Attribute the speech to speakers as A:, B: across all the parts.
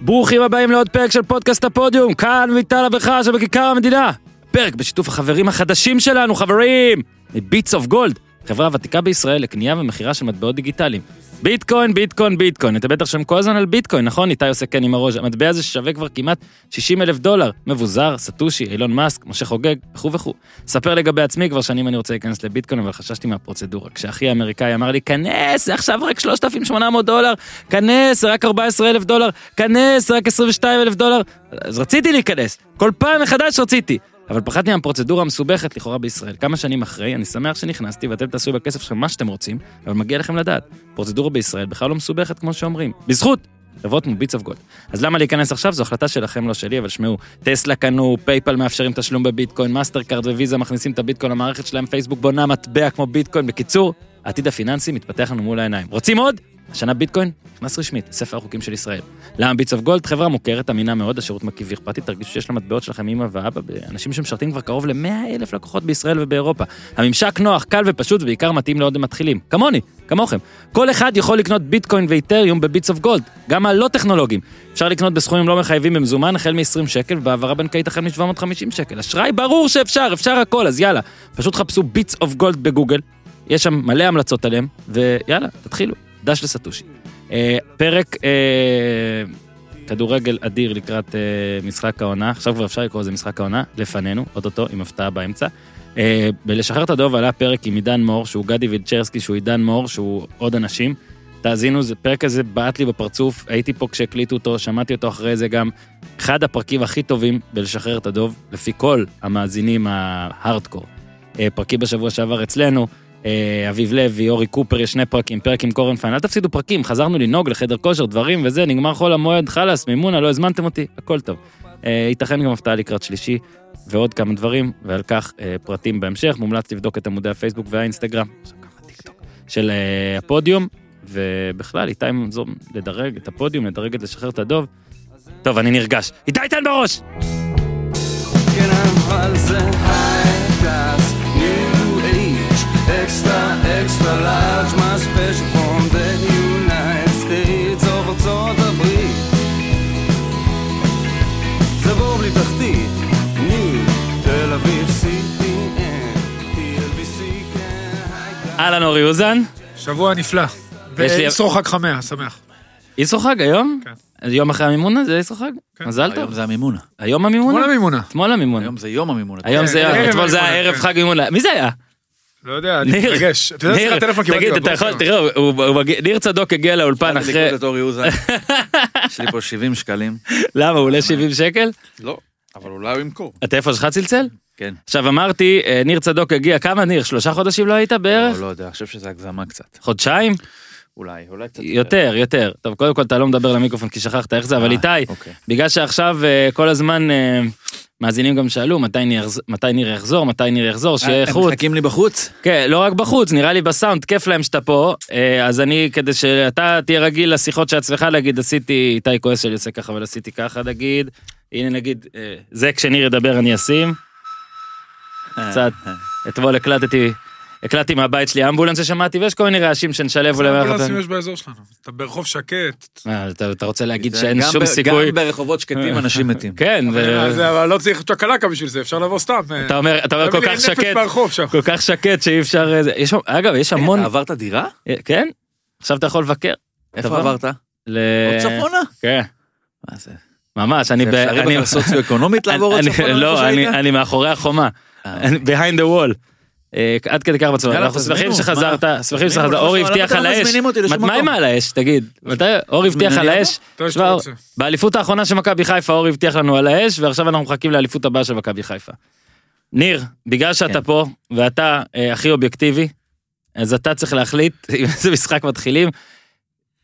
A: ברוכים הבאים לעוד פרק של פודקאסט הפודיום, כאן מיטל אבחר שבכיכר המדינה. פרק בשיתוף החברים החדשים שלנו, חברים! מביטס אוף גולד, חברה ותיקה בישראל לקנייה ומכירה של מטבעות דיגיטליים. ביטקוין, ביטקוין, ביטקוין. אתם בטח שם כל הזמן על ביטקוין, נכון? איתי עושה כן עם הראש. המטבע הזה ששווה כבר כמעט 60 אלף דולר. מבוזר, סטושי, אילון מאסק, משה חוגג, וכו' וכו'. ספר לגבי עצמי, כבר שנים אני רוצה להיכנס לביטקוין, אבל חששתי מהפרוצדורה. כשאחי האמריקאי אמר לי, כנס, זה עכשיו רק 3,800 דולר, כנס, זה רק 14 אלף דולר, כנס, זה רק 22 אלף דולר. אז רציתי להיכנס, כל פעם מחדש רציתי. אבל פחדתי מהפרוצדורה המסובכת לכאורה בישראל. כמה שנים אחרי, אני שמח שנכנסתי ואתם תעשו בכסף שלכם מה שאתם רוצים, אבל מגיע לכם לדעת, פרוצדורה בישראל בכלל לא מסובכת כמו שאומרים. בזכות! חברות כמו ביטס אוף גולד. אז למה להיכנס עכשיו? זו החלטה שלכם, לא שלי, אבל שמעו, טסלה קנו, פייפל מאפשרים תשלום בביטקוין, מאסטר קארד וויזה מכניסים את הביטקוין למערכת שלהם, פייסבוק בונה מטבע כמו ביטקוין. בקיצור, העתיד הפיננסי מתפתח לנו מול העיניים. רוצים עוד? השנה ביטקוין נכנס רשמית לספר החוקים של ישראל. למה ביטס אוף גולד? חברה מוכרת, אמינה מאוד, השירות מקיף ואכפתי, תרגישו שיש למטבעות שלכם אימא ואבא, אנשים שמשרתים כבר קרוב ל-100 אלף לקוחות בישראל ובאירופה. הממשק נוח, קל ופשוט, ובעיקר מתאים לעוד מתחילים. כמוני, כמוכם. כל אחד יכול לקנות ביטקוין ואיתריום בביטס אוף גולד, גם הלא טכנולוגיים. אפשר לקנות בסכומים לא מחייבים במזומן החל מ-20 שקל, ובהעברה בנקאית החל מ-750 שקל. אשראי, ברור שאפשר, אפשר הכל, אז יאללה. פשוט חפשו ביטס אוף גולד בגוגל, יש שם מלא המלצות עליהם, ויאללה, תתחילו. דש לסטושי. אה, פרק אה, כדורגל אדיר לקראת אה, משחק העונה, עכשיו כבר אפשר לקרוא לזה משחק העונה, לפנינו, אוטוטו, עם הפתעה באמצע. אה, בלשחרר את הדוב עלה פרק עם עידן מור, שהוא גדי וילצ'רסקי, שהוא עידן מור, שהוא עוד אנשים. תאזינו, זה פרק הזה בעט לי בפרצוף, הייתי פה כשהקליטו אותו, שמעתי אותו אחרי זה גם. אחד הפרקים הכי טובים בלשחרר את הדוב, לפי כל המאזינים ההארדקור. אה, פרקים בשבוע שעבר אצלנו, אה, אביב לוי, אורי קופר, יש שני פרקים, פרק עם קורנפיין, אל תפסידו פרקים, חזרנו לנהוג לחדר כושר, דברים וזה, נגמר חול המועד, חלאס, מימונה, לא הזמנתם אותי, הכל טוב. אה, ייתכן גם הפתעה לקראת שלישי, ועוד כמה דברים, ועל כך אה, פרטים בהמשך, מומלץ לבדוק את עמודי הפייסבוק והאינסטגרם, עכשיו גם הטיקטוק, של אה, הפודיום, ובכלל, איתי מזור לדרג את הפודיום, לדרג את לשחרר את הדוב. טוב, אני נרגש. איתי תן בראש!
B: כן, אבל זה הייטס, ניו אייג', אקסטרה, אקסטרה לארג', מה ספיישל פרום דה יונייט סטייטס, ארצות הברית. זה בור בלי תחתית, ניו, תל אביב, סיטי, אין, TLBC, כן, הייטס.
A: אהלן אורי אוזן,
C: שבוע נפלא.
A: לי-
C: ואיסור חג חמיה, שמח.
A: איסרוחג היום?
C: כן.
A: יום אחרי המימונה זה איסרוחג?
C: כן.
A: מזל טוב.
D: היום זה המימונה.
A: היום המימונה?
C: מול המימונה. אה,
A: אתמול המימונה.
D: היום זה יום המימונה.
A: היום זה
C: ערב
A: היה, אתמול זה היה
C: המימונה,
A: ערב
C: כן.
A: חג מימונה. מי זה היה?
C: לא יודע, אני
A: ניר.
C: מתרגש. אתה יודע, אצלך הטלפון קיבלתי
A: תגיד, אתה
C: בבוקר.
A: יכול, תראו, הוא- הוא מגיע- ניר צדוק הגיע לאולפן
D: באתי
A: אחרי,
D: לקנות את אורי אוזן. יש לי פה 70 שקלים.
A: למה, הוא עולה 70 שקל?
D: לא, אבל אולי הוא ימכור.
A: הטלפון שלך צלצל?
D: כן.
A: עכשיו אמרתי, אה, ניר צדוק הגיע, כמה ניר? שלושה חודשים לא היית בערך?
D: לא, לא יודע, אני חושב שזה הגזמה קצת.
A: חודשיים?
D: אולי, אולי קצת.
A: יותר, יותר. טוב, קודם כל אתה לא מדבר למיקרופון כי שכחת איך זה, אבל
D: אה,
A: איתי,
D: אוקיי.
A: בגלל שעכשיו אה, כל הזמן אה, מאזינים גם שאלו מתי ניר יחז- מתי ניר יחזור, מתי ניר יחזור, שיהיה
D: אה,
A: איכות.
D: הם מחכים לי בחוץ?
A: כן, לא רק בחוץ, נראה לי בסאונד, כיף להם שאתה פה, אה, אז אני, כדי שאתה תהיה רגיל לשיחות שאצלך להגיד, עשיתי, איתי כועס שלי עושה ככה, אבל עשיתי ככה, נגיד, הנה נגיד, אה, זה כשניר ידבר אני אשים, קצת, אתמול הקלטתי, הקלטתי מהבית שלי אמבולנס ששמעתי, ויש כל מיני רעשים שנשלב אולי,
C: כמה
A: ביחד.
C: אמבולנסים יש לא באזור שלנו? אתה ברחוב שקט.
A: מה, אתה אתה רוצה להגיד
D: זה
A: שאין
D: גם
A: שום
D: ב-
A: סיכוי,
D: גם ברחובות שקטים אנשים מתים.
A: כן, ו-
C: זה, אבל לא צריך צ'קלקה בשביל זה, אפשר לבוא סתם. אה,
A: אתה אומר, אתה אומר
C: תמיד
A: כל כך
C: יש נפש
A: שקט,
C: ברחוב שם.
A: כל כך שקט שאי אפשר, אה, זה- יש- אגב, יש המון,
D: אתה אה, עברת דירה?
A: כן, עכשיו אתה יכול לבקר.
D: איפה
A: דבר?
D: עברת?
A: ל...
D: עוד צפונה?
A: כן,
D: מה זה?
A: ממש, אני...
D: זה
A: ב-
D: אפשרי
A: אני-
D: בכלל סוציו-אקונומית לעבור עוד
A: אני-
D: צפונה? איפה
A: לא, אני-
D: שהיית?
A: אני מאחורי החומה,
D: אה,
A: אני- behind the wall. אה, עד כדי כך בצבא,
D: יאללה,
A: אנחנו
D: תזמינו,
A: שמחים
D: מה?
A: שחזרת, שמחים
D: תזמינו,
A: שחזרת,
D: לא
A: אורי
D: חשוב,
A: הבטיח
D: למה
A: על
D: אתם לא
A: האש,
D: מזמינים אותי לשום
A: מה עם
D: מקום?
A: על האש, תגיד, מתי אורי הבטיח
D: מזמינים
A: על
D: אותו?
A: האש,
C: אתה יודע
A: תשמע,
C: שאתה רוצה.
A: באליפות האחרונה של מכבי חיפה אורי הבטיח לנו על האש, ועכשיו אנחנו מחכים לאליפות הבאה של מכבי חיפה. ניר, בגלל שאתה
D: כן.
A: פה, ואתה אה, הכי אובייקטיבי, אז אתה צריך להחליט אם איזה משחק מתחילים.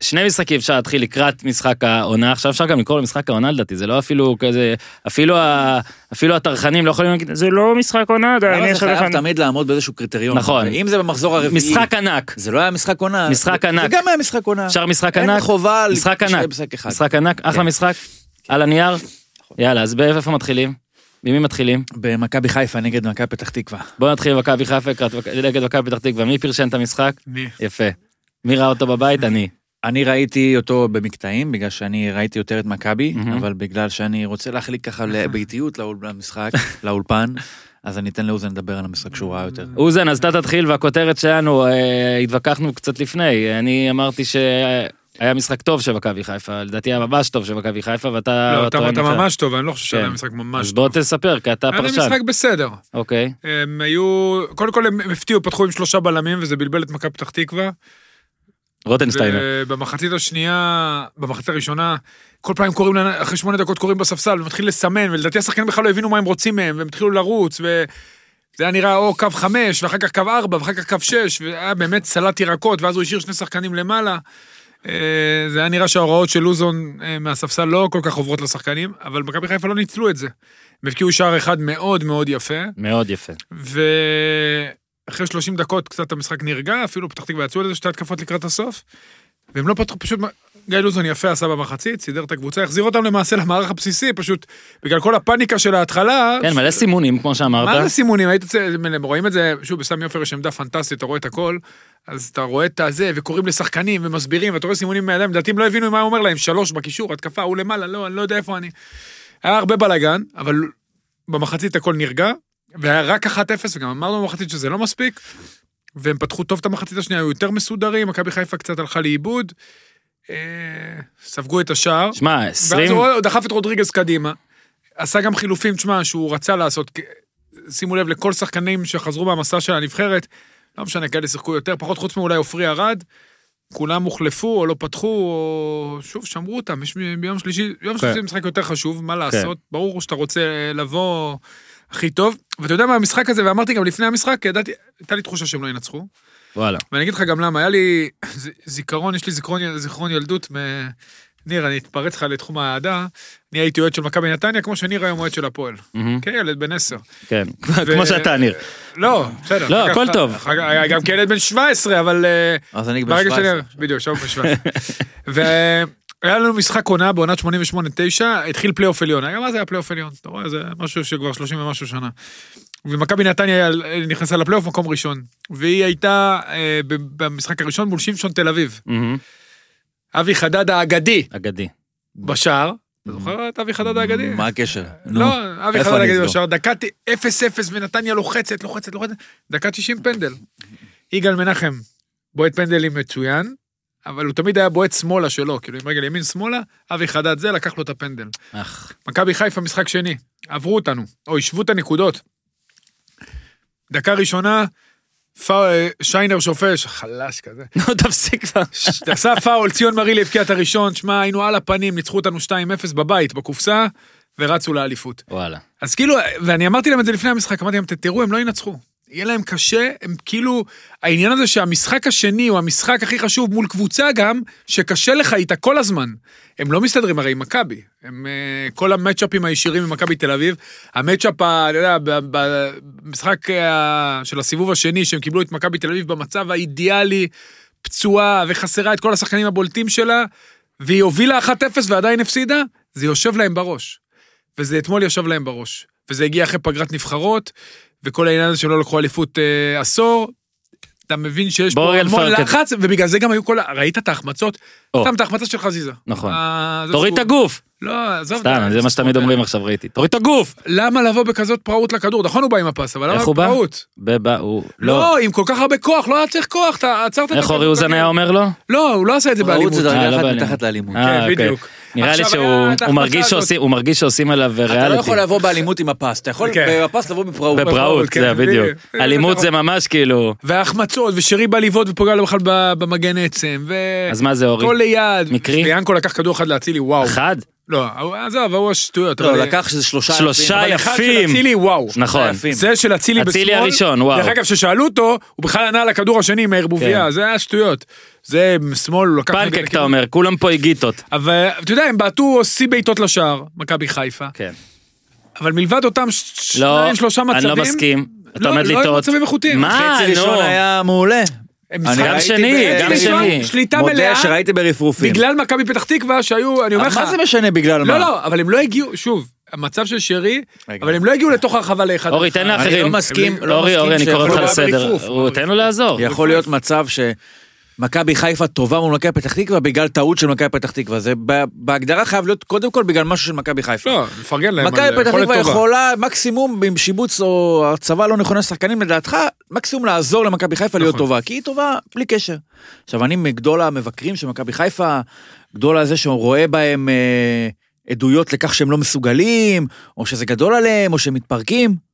A: שני משחקים אפשר להתחיל לקראת משחק העונה, עכשיו אפשר גם לקרוא למשחק העונה לדעתי, זה לא אפילו כזה, אפילו, ה, אפילו הטרחנים לא יכולים להגיד, זה לא משחק עונה עדיין,
D: למה
A: יש
D: זה
A: עוד
D: חייב
A: אחד.
D: תמיד לעמוד באיזשהו קריטריון?
A: נכון.
D: אם זה במחזור הרביעי.
A: משחק ענק,
D: זה לא היה משחק עונה.
A: משחק
D: זה-
A: ענק.
D: זה גם היה משחק עונה.
A: אפשר משחק
D: אין
A: ענק,
D: חובה.
A: משחק
D: שיהיה
A: ענק.
D: משחק אחד.
A: משחק ענק, אחלה
D: כן. נכון.
A: משחק, על הנייר, יאללה, אז באיפה מתחילים? ממי מתחילים?
D: במכבי חיפה נגד מכבי פתח תקווה.
A: בוא נתחיל עם מכבי חיפה לקראת- נגד מכבי פתח תקווה, מי פרשן את המשחק?
C: אני.
A: יפה. מי ראה אותו בבית? אני.
D: אני ראיתי אותו במקטעים, בגלל שאני ראיתי יותר את מכבי,
A: מהמם.
D: אבל בגלל שאני רוצה להחליק ככה ל- באיטיות לאול- למשחק, לאולפן, אז אני אתן לאוזן לדבר על המשחק שהוא ראה יותר.
A: אוזן, אז אתה תתחיל, והכותרת שלנו, אה, התווכחנו קצת לפני. אני אמרתי שהיה משחק טוב של מכבי חיפה, לדעתי היה ממש טוב של מכבי חיפה, ואתה...
C: לא, אתה
A: טוען
C: אמרת
A: אחרת.
C: ממש טוב, אני לא חושב שהיה
A: אה, כן.
C: להם משחק ממש
A: אז בוא
C: טוב.
A: תספר, כי אתה
C: היה להם
A: פרשן.
C: משחק בסדר.
A: אוקיי.
C: הם היו, קודם כל הם הפתיעו, פתחו עם שלושה בלמים, וזה בלבל את מכבי פתח תקווה.
A: רוטנשטיינר.
C: במחצית השנייה, במחצית הראשונה, כל פעם קוראים, לנ- אחרי שמונה דקות קוראים בספסל, ומתחיל לסמן, ולדעתי השחקנים בכלל לא הבינו מה הם רוצים מהם, והם התחילו לרוץ, ו... זה היה נראה או קו חמש, ואחר כך קו ארבע, ואחר כך קו שש, והיה באמת סלט ירקות, ואז הוא השאיר שני שחקנים למעלה. אה, זה היה נראה שההוראות של לוזון אה, מהספסל לא כל כך עוברות לשחקנים, אבל מכבי חיפה לא ניצלו את זה. הם הבקיעו שער אחד מאוד מאוד יפה,
A: מאוד יפה.
C: ואחרי 30 דקות קצת המשחק נרגע, אפילו פתח תקווה יצאו על איזה שתי התקפות לקראת הסוף, והם לא פתחו, פשוט גיא לוזון יפה עשה במחצית, סידר את הקבוצה, החזיר אותם למעשה למערך הבסיסי, פשוט בגלל כל הפאניקה של ההתחלה.
A: כן, מלא סימונים, כמו
C: מה
A: שאמרת.
C: זה סימונים? היית צ- הם רואים את זה, שוב, בסמי עופר יש עמדה פנטסטית, אתה רואה את הכל, אז אתה רואה את הזה, וקוראים לשחקנים, ומסבירים, ואתה רואה סימונים מהידיים, לדעתי הם לא הבינו מה הוא אומר להם, שלוש בקישור, התקפה, הוא למעלה, לא, אני לא יודע איפה אני. היה הרבה בלאגן, אבל במחצית הכל נרגע, והיה רק 1-0, וגם אמרנו במחצית שזה לא מספיק, והם פתחו טוב את המחצית השנייה, היו יותר מסודרים, מכבי חיפה קצת הלכה לאיבוד, אה, ספגו את השער.
A: שמע,
C: ואז
A: 20...
C: הוא עוד דחף את רודריגז קדימה, עשה גם חילופים, תשמע, שהוא רצה לעשות, כי- שימו לב לכל שחקנים שחזרו מהמסע של הנבחרת, לא משנה, כאלה שיחקו יותר, פחות חוץ מאולי עופרי ארד, כולם הוחלפו או לא פתחו, או שוב, שמרו אותם, יש מ- ביום שלישי, יום שלישי זה משחק יותר חשוב, מה לעשות, ברור שאתה רוצה אה, לבוא הכי טוב, ואתה יודע מה המשחק הזה, ואמרתי גם לפני המשחק, כי ידעתי, הייתה לי תחושה שהם לא ינצחו,
A: וואלה.
C: ואני אגיד לך גם למה, היה לי ז- זיכרון, יש לי זיכרון, זיכרון ילדות מ... ניר, אני אתפרץ לך לתחום האהדה, אני הייתי אוהד של מכבי נתניה, כמו שניר היום אוהד של הפועל.
A: מהמם.
C: כן, ילד בן עשר.
A: כן, כמו שאתה, ניר.
C: לא, בסדר.
A: לא,
C: אחר כך-
A: הכל טוב.
C: אחר כך- היה גם כילד בן 17, אבל... אה,
D: אז אני בן
C: ברגע
D: 17.
C: שאני... בדיוק, שם בן 17. והיה לנו משחק עונה בעונת 88-9, התחיל פלייאוף עליון. גם אז היה פלייאוף עליון, אתה רואה, זה משהו שכבר 30 ומשהו שנה. ומכבי נתניה אה, נכנסה לפלייאוף מקום ראשון. והיא הייתה אה, ב- במשחק הראשון מול שמשון תל אביב.
A: מהמם.
C: אבי חדד האגדי
A: אגדי.
C: בשער. אתה זוכר את אבי חדד האגדי?
D: מה הקשר? נו,
C: לא, אבי
D: איפה
C: חדד
D: אני
C: נגד
D: אסגור?
C: ישר, דקה ת- 0-0 ונתניה לוחצת, לוחצת, לוחצת, דקה 90 פנדל. יגאל מנחם, בועט פנדלים מצוין, אבל הוא תמיד היה בועט שמאלה שלו, כאילו עם רגל ימין שמאלה, אבי חדד זה, לקח לו את הפנדל.
A: אך.
C: מכבי חיפה משחק שני, עברו אותנו, או השוו את הנקודות. דקה ראשונה, פאו- אה, שיינר שופש, חלש כזה.
A: נו, תפסיק כבר.
C: עשה פאול, ציון מרילי הבקיע את הראשון, שמע, היינו על הפנים, ניצחו אותנו 2-0 בבית, בקופסה, ורצו לאליפות.
A: וואלה.
C: אז כאילו, ואני אמרתי להם את זה לפני המשחק, אמרתי להם, "ת- תראו, הם לא ינצחו. יהיה להם קשה, הם כאילו, העניין הזה שהמשחק השני הוא המשחק הכי חשוב מול קבוצה גם, שקשה לך איתה כל הזמן. הם לא מסתדרים הרי עם מכבי. הם, אה, כל המצ'אפים הישירים עם מכבי תל אביב, המצ'אפ, ה- אני יודע, ב- ב- במשחק אה, של הסיבוב השני, שהם קיבלו את מכבי תל אביב במצב האידיאלי, פצועה וחסרה את כל השחקנים הבולטים שלה, והיא הובילה 1-0 ועדיין הפסידה, זה יושב להם בראש. וזה אתמול ישב להם בראש. וזה הגיע אחרי פגרת נבחרות, וכל העניין הזה שלא לקחו אליפות אה, עשור. אתה מבין שיש פה
A: בוריאל
C: המון
A: פרקד.
C: לחץ, ובגלל זה גם היו כל ה... ראית את ההחמצות?
A: או.
C: סתם את ההחמצה של חזיזה.
A: נכון.
C: אה, זה
A: תוריד את
C: שהוא-
A: הגוף.
C: לא, עזוב.
A: סתם,
C: די,
A: זה מה שתמיד אומרים עכשיו, ראיתי. תוריד את הגוף!
C: למה לבוא בכזאת פראות לכדור? נכון הוא בא עם הפס, אבל
A: איך
C: למה
A: הוא בא?
C: פראות?
A: בבא, הוא... לא.
C: לא, עם כל כך הרבה כוח, לא היה צריך כוח, אתה עצרת את
A: איך
C: הכדור
A: אורי אוזן
C: בכדור.
A: היה אומר לו?
C: לא, הוא לא עשה את זה
D: רעות
C: באלימות.
D: זה
A: אה, לא
D: דרגה אחת
A: באלימות.
D: מתחת לאלימות.
A: אה,
C: כן,
A: אוקיי.
C: בדיוק.
A: נראה לי
C: עכשיו
A: שהוא
C: היה את
A: הוא מרגיש
C: ההחמצה
A: שעושים- הוא מרגיש שעושים עליו
D: אתה לא יכול
A: ריאליטי.
D: לבוא באלימות עם הפס, אתה יכול
C: כן.
D: בפס לבוא בפראות.
A: בפראות,
C: כן,
A: זה בדיוק.
C: בדיוק.
A: אלימות זה ממש כאילו...
C: וההחמצות, ושרי בא לבעוט ופוגע לו בכלל ב- במגן עצם, ו...
A: אז מה זה, אורי?
C: כל ליד.
A: מקרי?
C: ויאנקו לקח כדור אחד לאצילי, וואו.
A: אחד?
C: לא, הוא- עזוב, הוא השטויות.
D: לא,
C: אבל-
D: לקח שזה שלושה
A: שלושה
D: אלפים.
C: אבל אחד של
A: יפים.
C: אצילי, וואו.
A: נכון.
D: יפים.
C: זה של אצילי בשמאל.
A: אצילי הראשון, וואו.
C: דרך אגב, כששאלו אותו, הוא בכלל ענה על הכדור השני עם הערבוביה,
A: כן.
C: זה היה שטויות. זה שמאל, הוא לקח... נגד
A: פנקק אתה
C: הכיוון.
A: אומר, כולם פה הגיטות.
C: אבל אתה יודע, הם בעטו שיא בעיטות לשער, מכבי חיפה.
A: כן.
C: אבל מלבד אותם ש-
A: לא,
C: שניים, שלושה מצבים...
A: אני לא מסכים. אתה
C: לא,
A: עומד
C: לא היו
A: לטעות.
C: מצבים איכותיים.
A: מה?
D: חצי ראשון
A: נו.
D: היה מעולה.
C: הם
D: אני
C: משחק-
A: גם
D: ראיתי
A: שני,
D: ב-
A: גם
C: חצי ראשון,
A: שני.
C: שליטה מלאה,
D: מודה שראיתי ברפרופים.
C: בגלל מכבי פתח תקווה שהיו, אני אומר לך...
D: מה זה משנה בגלל מה?
C: לא, לא, אבל הם לא הגיעו, שוב, המצב של שרי,
D: רגע.
C: אבל הם לא הגיעו לתוך הרחבה לאחד.
A: אורי, תן
D: אני
A: לאחרים.
D: לא מסכים,
A: אורי,
D: לא
A: אורי, אני
D: מסכים
A: קורא אותך
D: שיכול-
A: לסדר.
C: ברפרוף,
A: הוא-
C: ברפרוף.
A: תן לו לעזור.
D: יכול להיות מצב ש... מכבי חיפה טובה מול מכבי פתח תקווה בגלל טעות של מכבי פתח תקווה. זה ב- בהגדרה חייב להיות קודם כל בגלל משהו של מכבי חיפה.
C: לא, נפרגן להם. על
D: מכבי פתח
C: יכולת
D: תקווה
C: טובה.
D: יכולה מקסימום עם שיבוץ או הצבה לא נכונה שחקנים לדעתך, מקסימום לעזור למכבי חיפה להיות
C: נכון.
D: טובה, כי היא טובה בלי קשר. עכשיו אני מגדול המבקרים של מכבי חיפה, גדול הזה שרואה בהם אה, עדויות לכך שהם לא מסוגלים, או שזה גדול עליהם, או שהם מתפרקים.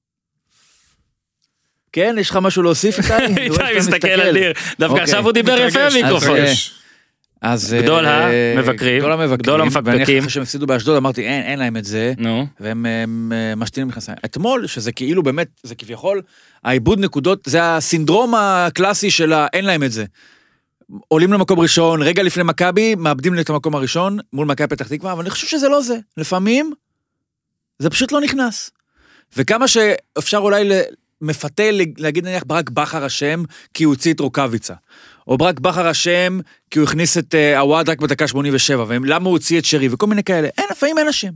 D: כן, יש לך משהו להוסיף איתי? אני רואה שאתה
A: איתי מסתכל על ניר, דווקא
D: אוקיי. אה,
A: עכשיו הוא דיבר יפה
C: מתרגש,
A: במיקרופון.
C: מתרגש.
D: אז...
A: גדול
D: אה,
A: המבקרים,
D: גדול המבקרים,
A: גדול המפקפקים.
D: ואני אחרי שהם הפסידו באשדוד אמרתי, אין, אין להם את זה.
A: נו,
D: והם הם, אה, משתינים מכנסיים. אתמול, שזה כאילו באמת, זה כביכול, העיבוד נקודות, זה הסינדרום הקלאסי של ה... אין להם את זה. עולים למקום ראשון, רגע לפני מכבי, מאבדים את המקום הראשון מול מכבי פתח תקווה, אבל אני חושב שזה לא זה. לפעמים, זה פשוט לא נכנס. וכמה שאפשר אולי ל- מפתה ל- להגיד נניח ברק בכר אשם, כי הוא הוציא את רוקאביצה. או ברק בכר אשם, כי הוא הכניס את אה, עווד רק בדקה 87, ולמה הוא הוציא את שרי, וכל מיני כאלה. אין, לפעמים אין אשם.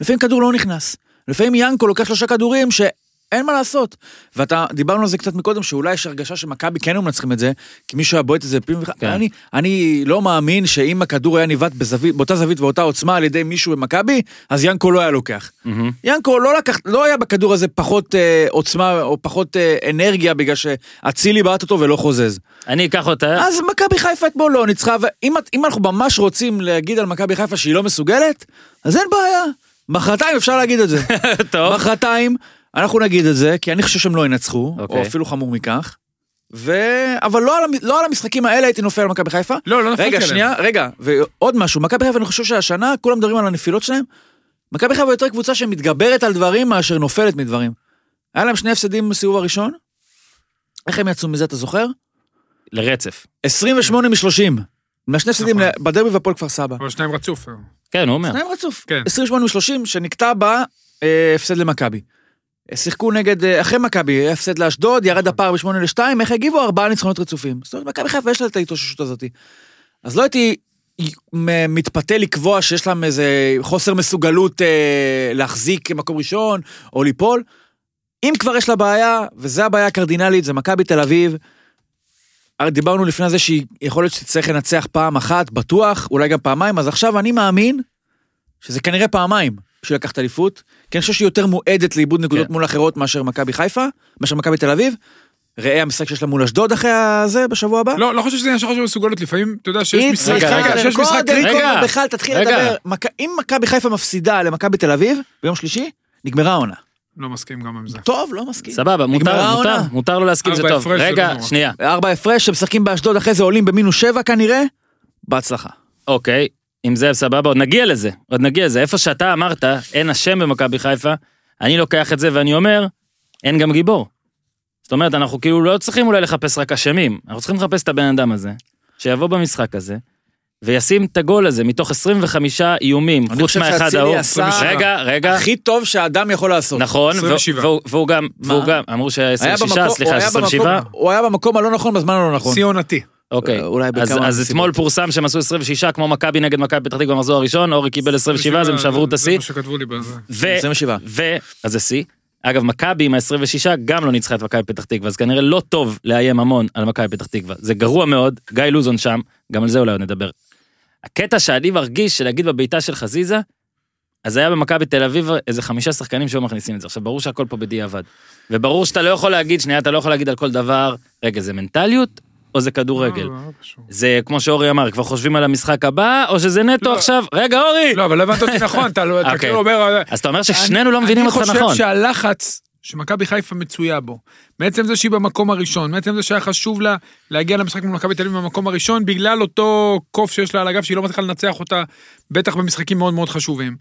D: לפעמים כדור לא נכנס. לפעמים ינקו לוקח שלושה כדורים שאין מה לעשות. ואתה, דיברנו על זה קצת מקודם, שאולי יש הרגשה שמכבי כן היו מנצחים את זה, כי מישהו היה בועט את זה בפנים.
A: כן.
D: כן. אני, אני לא מאמין שאם הכדור היה ניווט בזווית, באותה זווית ואותה עוצמה על ידי מישהו במכבי, אז ינקו לא היה לוקח.
A: מהמם.
D: ינקו לא לקח, לא היה בכדור הזה פחות אה, עוצמה או פחות אה, אנרגיה בגלל שאצילי בעט אותו ולא חוזז.
A: אני אקח אותה,
D: אז מכבי חיפה אתמול לא ניצחה, ואם את- אם אנחנו ממש רוצים להגיד על מכבי חיפה שהיא לא מסוגלת, אז אין בעיה. מחרתיים אפשר להגיד את זה.
A: טוב.
D: מחרתיים, אנחנו נגיד את זה, כי אני חושב שהם לא ינצחו,
A: אוקיי.
D: או אפילו חמור מכך. ו... אבל לא על, המ- לא על המשחקים האלה הייתי נופל על מכבי חיפה.
C: לא, לא נפלתי עליהם.
D: רגע, שנייה, רגע, ועוד משהו, מכבי חיפה, אני חושב שהשנה, כולם מדברים על הנפילות שלהם, מכבי חיפה יותר קבוצה שמתגברת על דברים מאשר נופלת מדברים. היה להם שני הפסדים בסיבוב הראשון, איך הם יצאו מזה, אתה זוכר?
A: לרצף.
D: 28 מ-30. מהשני הפסדים
C: כן. נכון.
D: ל- בדרבי והפועל כפר סבא.
C: אבל שניים רצוף.
A: כן, הוא אומר.
D: שניים רצוף.
C: כן.
D: 28 מ-30, שנקטע בה אה, הפסד למכבי. אה, שיחקו נגד, אה, אחרי מכבי, היה הפסד לאשדוד,
C: נכון.
D: ירד הפער ב-8 ל-2, איך הגיבו? ארבעה ניצחונות רצופים. זאת אומרת, מכבי חיפה יש לה את ההתאוששות הזאת. אז לא הייתי מ- מתפתה לקבוע שיש להם איזה חוסר מסוגלות אה, להחזיק מקום ראשון, או ליפול. אם כבר יש לה בעיה, וזו הבעיה הקרדינלית, זה מכבי תל אביב. הרי דיברנו לפני זה שהיא יכול להיות שתצטרך לנצח פעם אחת, בטוח, אולי גם פעמיים, אז עכשיו אני מאמין שזה כנראה פעמיים בשביל לקחת אליפות, כי אני חושב שהיא יותר מועדת לאיבוד נקודות
A: כן.
D: מול אחרות מאשר מכבי חיפה, מאשר מכבי תל אביב. ראה המשחק שיש לה מול אשדוד אחרי הזה, בשבוע הבא.
C: לא, לא חושב שזה עניין של חוסר מסוגלות, לפעמים, אתה יודע שיש
D: היא
C: משחק,
A: רגע,
D: צריכה
A: רגע,
C: שיש משחק
D: קודם
C: קריטי.
A: רגע.
D: כל בכלל תתחיל
A: רגע.
D: לדבר. מכ- אם מכבי חיפה מפסידה למכבי תל אביב ביום שלישי, נגמרה העונה.
C: לא מסכים גם עם זה.
D: טוב, לא מסכים.
A: סבבה, מותר,
D: נגמרה
A: מותר,
D: העונה.
A: מותר לו להסכים, זה
C: ארבע
A: טוב.
C: הפרש, זה
A: רגע,
C: לא נורא.
A: שנייה.
D: ארבע הפרש שמשחקים באשדוד אחרי זה עולים במינוס שבע כנראה, בהצלחה.
A: אוקיי, עם זה סבבה, עוד נגיע לזה, עוד נגיע לזה. איפה שאתה אמרת, אין השם במכבי חיפה, אני לוקח את זה ואני אומר, אין גם גיבור. זאת אומרת, אנחנו כאילו לא צריכים אולי לחפש רק אשמים, אנחנו צריכים לחפש את הבן אדם הזה, שיבוא במשחק הזה, וישים את הגול הזה מתוך 25 איומים,
D: אני
A: חוץ
D: חושב
A: מהאחד
D: שאצילי
A: ההוא.
D: עשה-
A: רגע, רגע,
D: הכי טוב שהאדם יכול לעשות.
A: נכון, והוא-
C: 27.
A: והוא- והוא גם, והוא
D: מה?
A: גם, אמרו
D: היה
A: ש-26,
D: במקום- הוא
A: סליחה,
D: היה
A: 27,
D: במקום- הוא היה במקום הלא נכון בזמן הלא נכון.
C: שיא עונתי.
A: אוקיי,
D: אה, אולי
A: אז-
D: בכמה
A: אז
D: סיבות.
A: אתמול פורסם שהם עשו 26 כמו מכבי נגד מכבי פתח תקווה במחזור הראשון, אורי קיבל 27, אז הם שברו את
C: זה
A: השיא.
C: מה שכתבו לי בזה.
A: ו...
D: 27.
A: ו... אז זה שיא. אגב, מכבי עם ה-26 גם לא ניצחה את מכבי פתח תקווה, אז כנראה לא טוב לאיים המון על מכבי פתח תקווה. זה גרוע מאוד, גיא לוזון שם, גם על זה אולי עוד נדבר. הקטע שאני מרגיש שלהגיד בבעיטה של חזיזה, אז היה במכבי תל אביב איזה חמישה שחקנים שהיו מכניסים את זה. עכשיו, ברור שהכל פה בדיעבד. וברור שאתה לא יכול להגיד, שנייה, אתה לא יכול להגיד על כל דבר, רגע, זה מנטליות או זה כדורגל?
C: לא, לא קשור.
A: זה כמו שאורי אמר, כבר חושבים על המשחק הבא, או שזה נטו
C: לא.
A: עכשיו, רגע, אורי!
C: לא, אבל לא הבנת אותי נכון, אתה לא- אתה
A: אוקיי.
C: כאילו אומר...
A: אז אתה אומר ששנינו לא מבינים אותך
C: אני
A: נכון.
C: חושב שהלחץ שמכבי חיפה מצויה בו, מעצם זה שהיא במקום הראשון, מעצם זה שהיה חשוב לה להגיע למשחק מול מכבי תל אביב במקום הראשון, בגלל אותו קוף שיש לה על הגב שהיא לא מצליחה לנצח אותה, בטח במשחקים מאוד מאוד חשובים.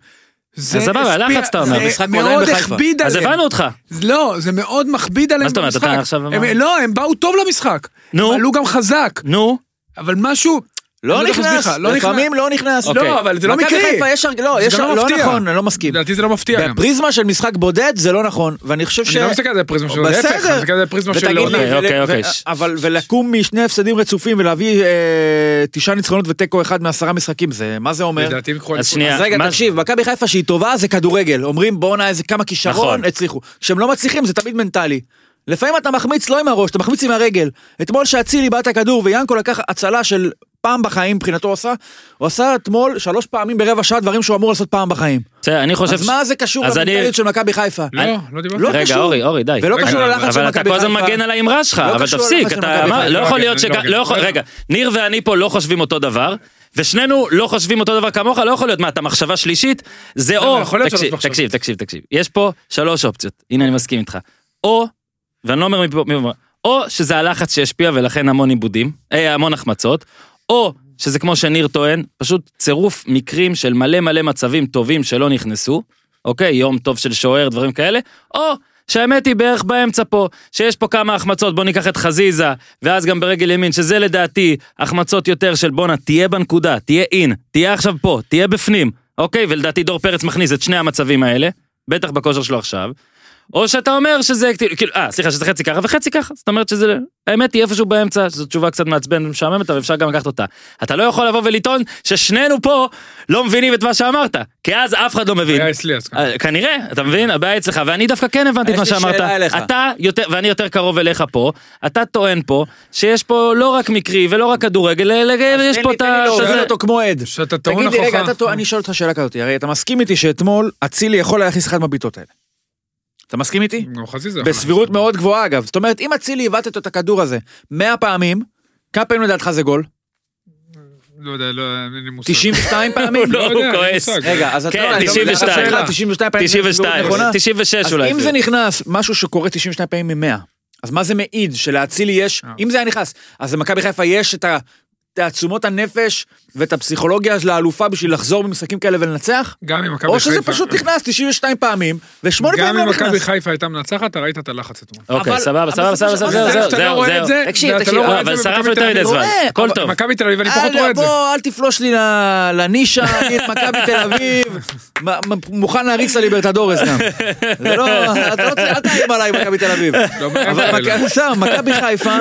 C: זה
A: אז סבבה,
C: השפיע-
A: הלחץ, אתה אומר.
C: זה
D: המשחק הוא עדיין
C: מאוד
D: בחיפה.
C: הכביד
A: אז
C: עליהם.
A: הבנו אותך.
C: לא, זה מאוד מכביד עליהם
A: מה זאת אומרת,
C: במשחק.
A: אתה עכשיו
C: הם-
A: אמר-
C: לא, הם באו טוב למשחק.
A: נו.
C: הם עלו גם חזק,
A: נו,
C: אבל משהו...
D: לא
C: אני יודע איך להסביר
D: נכנס,
C: לך, לא
D: לפעמים לא נכנס.
A: אוקיי.
C: לא, אבל זה לא
D: מכבי
C: מקרי.
D: חיפה יש הר- לא,
C: זה
D: יש
C: גם
D: הר-
C: לא
D: לא
C: מפתיע.
D: נכון, אני לא מסכים.
C: לדעתי זה לא מפתיע גם.
D: בפריזמה של משחק בודד זה לא נכון, ואני חושב ש...
C: אני לא מסתכל על זה בפריזמה שלו, להפך, אני מסתכל על זה בפריזמה של
D: ותגיד לי,
C: עונה.
A: אוקיי,
D: ול-
A: אוקיי,
D: ו-
A: אוקיי.
D: אבל ולקום משני הפסדים רצופים ולהביא אה, תשעה ניצחונות ותיקו אחד מעשרה משחקים, זה מה זה אומר?
C: לדעתי הם יקחו
A: אז
C: אליפות.
A: שנייה.
D: אז רגע,
A: מה-
D: תקשיב, מכבי חיפה שהיא טובה זה כדורגל, אומרים בואנה איזה כמה
A: נכון.
D: כישרון, הצליחו. כשהם לא מצליחים זה תמיד מנטלי. לפעמים אתה מחמיץ לא עם הראש, אתה מחמיץ עם הרגל. אתמול שאצילי בעט את הכדור ויאנקו לקח הצלה של פעם בחיים מבחינתו עשה, הוא עשה אתמול שלוש פעמים ברבע שעה דברים שהוא אמור לעשות פעם בחיים.
A: בסדר, אני חושב...
D: אז
A: ש-
D: מה זה קשור
A: אז אני-
D: למנטליות של מכבי חיפה?
C: לא,
A: אני-
C: לא דיברתי.
D: לא
A: רגע,
D: קשור.
A: אורי, אורי, די.
D: ולא
A: רגע,
D: קשור ללחץ של
A: אבל אתה
D: מכבי
A: כל הזמן
D: חיפה.
A: מגן על האמרה שלך,
D: לא
A: אבל
D: קשור
A: תפסיק,
D: ללחץ של מכבי
A: אתה אמר,
D: חיפה.
A: לא
C: לא
A: יכול
C: הוגן,
A: להיות
C: לא
A: שכ...
C: הוגן.
A: לא יכול-
C: לא
A: רגע, ניר ואני פה לא חושבים אותו דבר. ושנינו לא חושבים אותו דבר כמוך, לא יכול להיות, מה, אתה מחשבה שלישית? זה או,
C: לא, יכול להיות שלוש
A: תקשיב,
C: מחשבות.
A: תקשיב, תקשיב, תקשיב, יש פה שלוש אופציות, הנה אני מסכים איתך. או, ואני לא אומר מפה, מפה- או שזה הלחץ שהשפיע ולכן המון עיבודים, אה, המון החמצות, או שזה כמו שניר טוען, פשוט צירוף מקרים של מלא מלא מצבים טובים שלא נכנסו, אוקיי, יום טוב של שוער, דברים כאלה, או שהאמת היא בערך באמצע פה, שיש פה כמה החמצות, בוא ניקח את חזיזה, ואז גם ברגל ימין, שזה לדעתי החמצות יותר של בואנה, תהיה בנקודה, תהיה אין, תהיה עכשיו פה, תהיה בפנים, אוקיי, ולדעתי דור פרץ מכניס את שני המצבים האלה, בטח בכושר שלו עכשיו. או שאתה אומר שזה כאילו, כאילו, אה, סליחה, שזה חצי ככה וחצי ככה, זאת אומרת שזה, האמת היא איפשהו באמצע, שזו תשובה קצת מעצבנת ומשעממת, אבל אפשר גם לקחת אותה. אתה לא יכול לבוא ולטעון ששנינו פה לא מבינים את מה שאמרת, כי אז אף אחד לא מבין.
C: היה אצלי אז.
A: אה, כנראה, אתה מבין? הבעיה אצלך, ואני דווקא כן הבנתי את
D: יש
A: מה
D: לי
A: שאמרת.
D: שאלה אליך.
A: אתה יותר, ואני יותר קרוב אליך פה, אתה טוען פה שיש פה לא רק מקרי ולא רק כדורגל, אלא יש
D: תן
A: פה
D: לי-
A: את
D: תן לי
A: ה...
D: להוביל
A: שזה-
D: אותו כמו עד.
C: שאתה טעון
D: תגיד לי, רגע,
C: הוכחה.
D: אתה טוע- אני אשאל אותך שאלה כזאת, הרי אתה מסכים איתי שאתמול אצילי יכול היה להכניס אחת מהבעיטות האלה. אתה מסכים איתי?
C: גם חזיזה.
D: בסבירות מאוד גבוהה אגב. זאת אומרת, אם אצילי עיוות את הכדור הזה 100 פעמים, כמה פעמים לדעתך זה גול?
C: לא יודע, לא, אין לי מושג.
D: 92 פעמים?
A: לא,
C: לא
A: הוא
C: יודע, אין לי
A: כועס.
C: מושג.
D: רגע, אז אתה...
A: כן,
D: לא, אני לא-
A: 92.
D: אני חושב, 92 פעמים. זה סבירות
A: 92,
D: נכונה?
A: 96
D: אז
A: אולי.
D: אם
A: אפילו.
D: זה נכנס, משהו שקורה 92 פעמים מ-100, אז מה זה מעיד שלאצילי יש,
C: אה.
D: אם זה היה נכנס, אז למכבי חיפה יש את ה- תעצומות הנפש ואת הפסיכולוגיה של האלופה בשביל לחזור במשחקים כאלה ולנצח?
C: גם אם מכבי
D: או
C: חיפה.
D: שזה פשוט נכנס 92 פעמים, ושמונה פעמים
C: גם אם
D: לא
C: מכבי
D: נכנס.
C: חיפה הייתה מנצחת, אתה ראית את הלחץ אתמול.
A: אוקיי,
D: אבל-
A: סבבה,
D: אבל
A: סבבה,
D: בסופו
A: סבבה,
D: של
A: זהו,
D: דבר-
A: זהו,
C: זה שאתה לא
A: זהו,
C: רואה את
A: זהו.
C: זה,
D: תקשיב,
C: ואתה
D: תקשיב,
C: לא
A: לא,
C: רואה את
A: אבל
C: זה במכבי
A: שרפנו
C: תל
A: יותר מדי
C: אביב.
A: זמן,
D: רואה,
A: הכל
D: אבל-
A: טוב.
C: מכבי תל אביב, אני פחות
D: אל-
C: רואה את זה.
D: אה, לא, בוא, אל תפלוש לי ל- לנישה, אני את מכבי תל אביב, מ- מ- מוכן להריץ לליברטדורס גם. זה לא, אתה לא צריך- אל תאיים עליי מכבי תל אביב.
C: לא, מעבר
D: אבל
C: אליי.
D: מכבי- סתם, מכבי חיפה,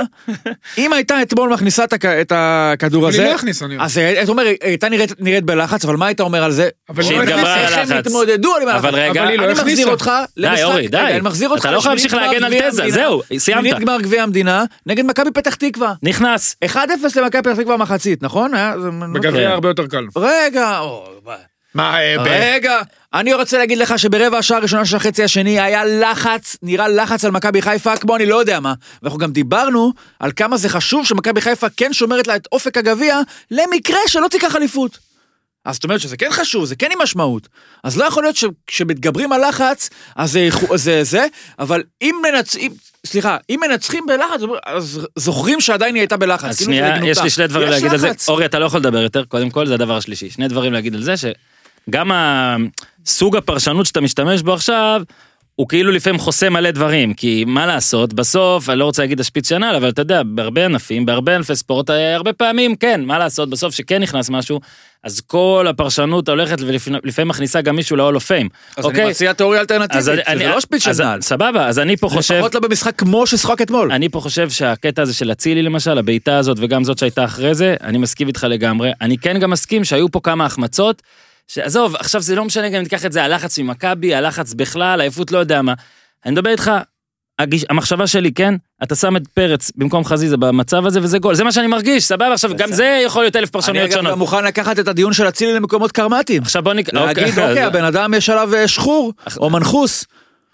D: אם הייתה אתמול מכניסה את הכ- את הכדור
C: אבל היא
D: הזה,
C: לא הכניסה, נראה.
D: אז אתה אומר, היא הייתה נראית- נראית בלחץ, אבל מה היית אומר על זה?
C: אבל היא לא
D: שהתגברה
C: הכניסה.
D: איך הם
A: הלחץ.
D: התמודדו עם הלחץ.
A: אבל רגע,
C: אבל היא לא
D: אני
C: הכניסה.
D: מחזיר אותך למשחק,
A: די, אורי, די.
D: רגע, אני מחזיר אותך
A: אתה לא יכול להמשיך
D: לשמינית
A: להגן על
D: גמר
A: תזה,
D: גביע
A: זהו,
D: המדינה.
A: סיימת.
D: שמינית גמר גביע המדינה נגד מכבי פתח תקווה.
A: נכנס.
D: 1-0 למכבי פתח תקווה מחצית, נכון? היה- זה-
A: אוקיי.
C: בגביע הרבה יותר קל.
D: רגע, או, ב-
C: מה, אה, ב-
D: רגע, אני רוצה להגיד לך שברבע השעה הראשונה של החצי השני היה לחץ, נראה לחץ על מכבי חיפה, כמו אני לא יודע מה. ואנחנו גם דיברנו על כמה זה חשוב שמכבי חיפה כן שומרת לה את אופק הגביע, למקרה שלא תיקח אליפות. אז זאת אומרת שזה כן חשוב, זה כן עם משמעות. אז לא יכול להיות שכשמתגברים על לחץ, אז זה, זה זה, אבל אם מנצחים, סליחה, אם מנצחים בלחץ, אז זוכרים שעדיין היא הייתה בלחץ.
A: אז
D: כאילו זה
A: שנייה,
D: לגנותה.
A: יש לי שני דברים
D: יש
A: להגיד על זה.
D: לחץ.
A: אורי, אתה לא יכול לדבר יותר, קודם כל, זה הדבר השלישי. שני דברים להגיד על זה, שגם הסוג הפרשנות שאתה משתמש בו עכשיו, הוא כאילו לפעמים חוסם מלא דברים, כי מה לעשות, בסוף, אני לא רוצה להגיד השפיץ שנה, אבל אתה יודע, בהרבה ענפים, בהרבה ענפי ספורט, אה, הרבה פעמים, כן, מה לעשות, בסוף שכן נכנס משהו, אז כל הפרשנות הולכת ולפעמים מכניסה גם מישהו ל-all of fame. אוקיי?
D: אז אני מציע תיאוריה אלטרנטיבית,
A: אז אני-
D: שזה
A: אני-
D: לא שפיץ של
A: אז-
D: נעל.
A: סבבה, אז אני פה חושב...
D: לפחות לא במשחק כמו ששחק אתמול.
A: אני פה חושב שהקטע הזה של אצילי למשל, הבעיטה הזאת וגם זאת שהייתה אחרי זה, אני מסכים איתך לגמרי. אני כן גם מסכים שהיו פה כמה החמצות, שעזוב, עכשיו זה לא משנה גם אם תיקח את זה, הלחץ ממכבי, הלחץ בכלל, עייפות לא יודע מה. אני מדבר איתך, הגיש, המחשבה שלי, כן? אתה שם את פרץ במקום חזיזה במצב הזה וזה גול, זה מה שאני מרגיש, סבבה? עכשיו, גם זה יכול להיות אלף
D: אני
A: פרשנויות
D: אגב
A: שונות.
D: גם מוכן לקחת את הדיון של אצילי למקומות קרמטיים.
A: עכשיו בוא נק...
D: להגיד,
A: אז-
D: אוקיי, הבן אדם יש עליו אה, שחור, או מנחוס,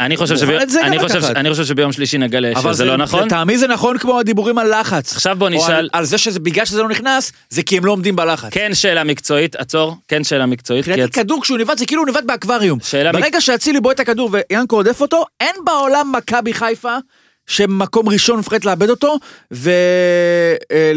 A: אני חושב
D: מוכן
A: שב-
D: את זה גם
A: אני חושב ש-
D: לקחת.
A: אני חושב שביום שלישי נגלה
D: אבל
A: שזה לא נכון.
D: לטעמי זה נכון כמו הדיבורים על לחץ.
A: עכשיו בוא
D: או
A: נשאל,
D: על- על זה שבגלל שזה לא נכנס, זה כי הם לא עומדים בלחץ.
A: כן שאלה מקצועית, עצור, כן שאלה מקצועית. כי
D: מבחינתי כדור כשהוא נבעט זה כאילו הוא נבעט באקווריום.
A: שאלה
D: ברגע שאצילי בועט את הכדור ויאנקו עודף אותו, אין בעולם מכבי חיפה שמקום ראשון מפחד לאבד אותו,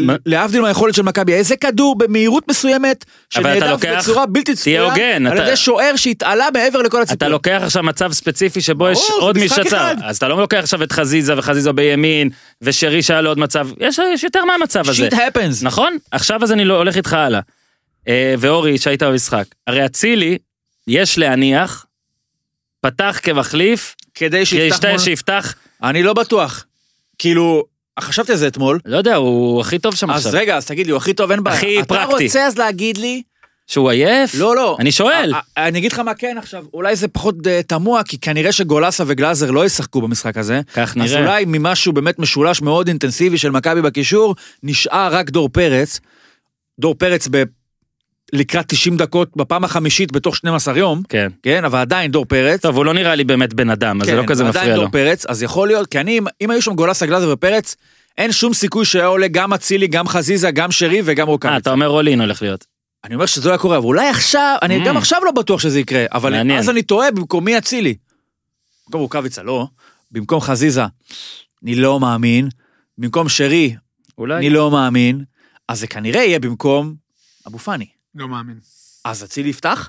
A: מה?
D: ולהבדיל מהיכולת של מכבי, איזה כדור במהירות מסוימת,
A: אבל אתה
D: שנעדף
A: לוקח-
D: בצורה בלתי צפויה,
A: הוגן,
D: על
A: אתה-
D: ידי שוער שהתעלה מעבר לכל
A: אתה
D: הציפור.
A: לוקח עכשיו מצב ספציפי שבו יש
D: ברור, זה
A: עוד
D: משחק
A: משצר,
D: אחד.
A: אז אתה לא לוקח עכשיו את חזיזה וחזיזה בימין, ושרי שהיה לו עוד מצב, יש, יש יותר מהמצב הזה,
D: שיט הפנס.
A: נכון? עכשיו אז אני לא הולך איתך הלאה. אה, ואורי, שהיית במשחק, הרי אצילי, יש להניח, פתח כמחליף,
D: כדי
A: כדי
D: שיפתח... מול-
A: שיפתח,
D: אני לא בטוח. כאילו, חשבתי על זה אתמול,
A: לא יודע, הוא הכי טוב שם
D: אז
A: עכשיו.
D: רגע, אז תגיד לי, הוא הכי טוב, אין בעיה.
A: הכי
D: אתה
A: פרקטי.
D: רוצה אז להגיד לי
A: שהוא עייף?
D: לא, לא.
A: אני שואל.
D: א- א- אני אגיד לך מה כן עכשיו, אולי זה פחות אה, תמוה, כי כנראה שגולסה וגלאזר לא ישחקו במשחק הזה.
A: כך
D: אז
A: נראה.
D: אולי ממשהו באמת משולש מאוד אינטנסיבי של מכבי בקישור, נשאר רק דור פרץ. דור פרץ ב... לקראת 90 דקות בפעם החמישית בתוך 12 יום,
A: כן.
D: כן, אבל עדיין דור פרץ.
A: טוב, הוא לא נראה לי באמת בן אדם, אז זה
D: כן,
A: לא כזה
D: ועדיין
A: מפריע לו.
D: דור פרץ, אז יכול להיות, כי אני, אם היו שם גולסה, גלאזר ופרץ, אין שום סיכוי שהיה עולה גם אצילי, גם חזיזה, גם שרי וגם
A: אה,
D: רוקאביצה.
A: אתה אומר רולין הולך להיות.
D: אני אומר שזה לא היה קורה, אבל אולי עכשיו, אני
A: Mm.
D: גם עכשיו לא בטוח שזה יקרה, אבל
A: מעניין.
D: אז אני טועה במקומי אצילי. במקום רוקאביצה, לא. במקום חזיזה, אני לא מאמין. במקום שרי,
A: אולי.
D: אני לא מאמין. אז זה כנראה יהיה במקום אבו פאני.
C: לא מאמין.
D: אז אצילי יפתח?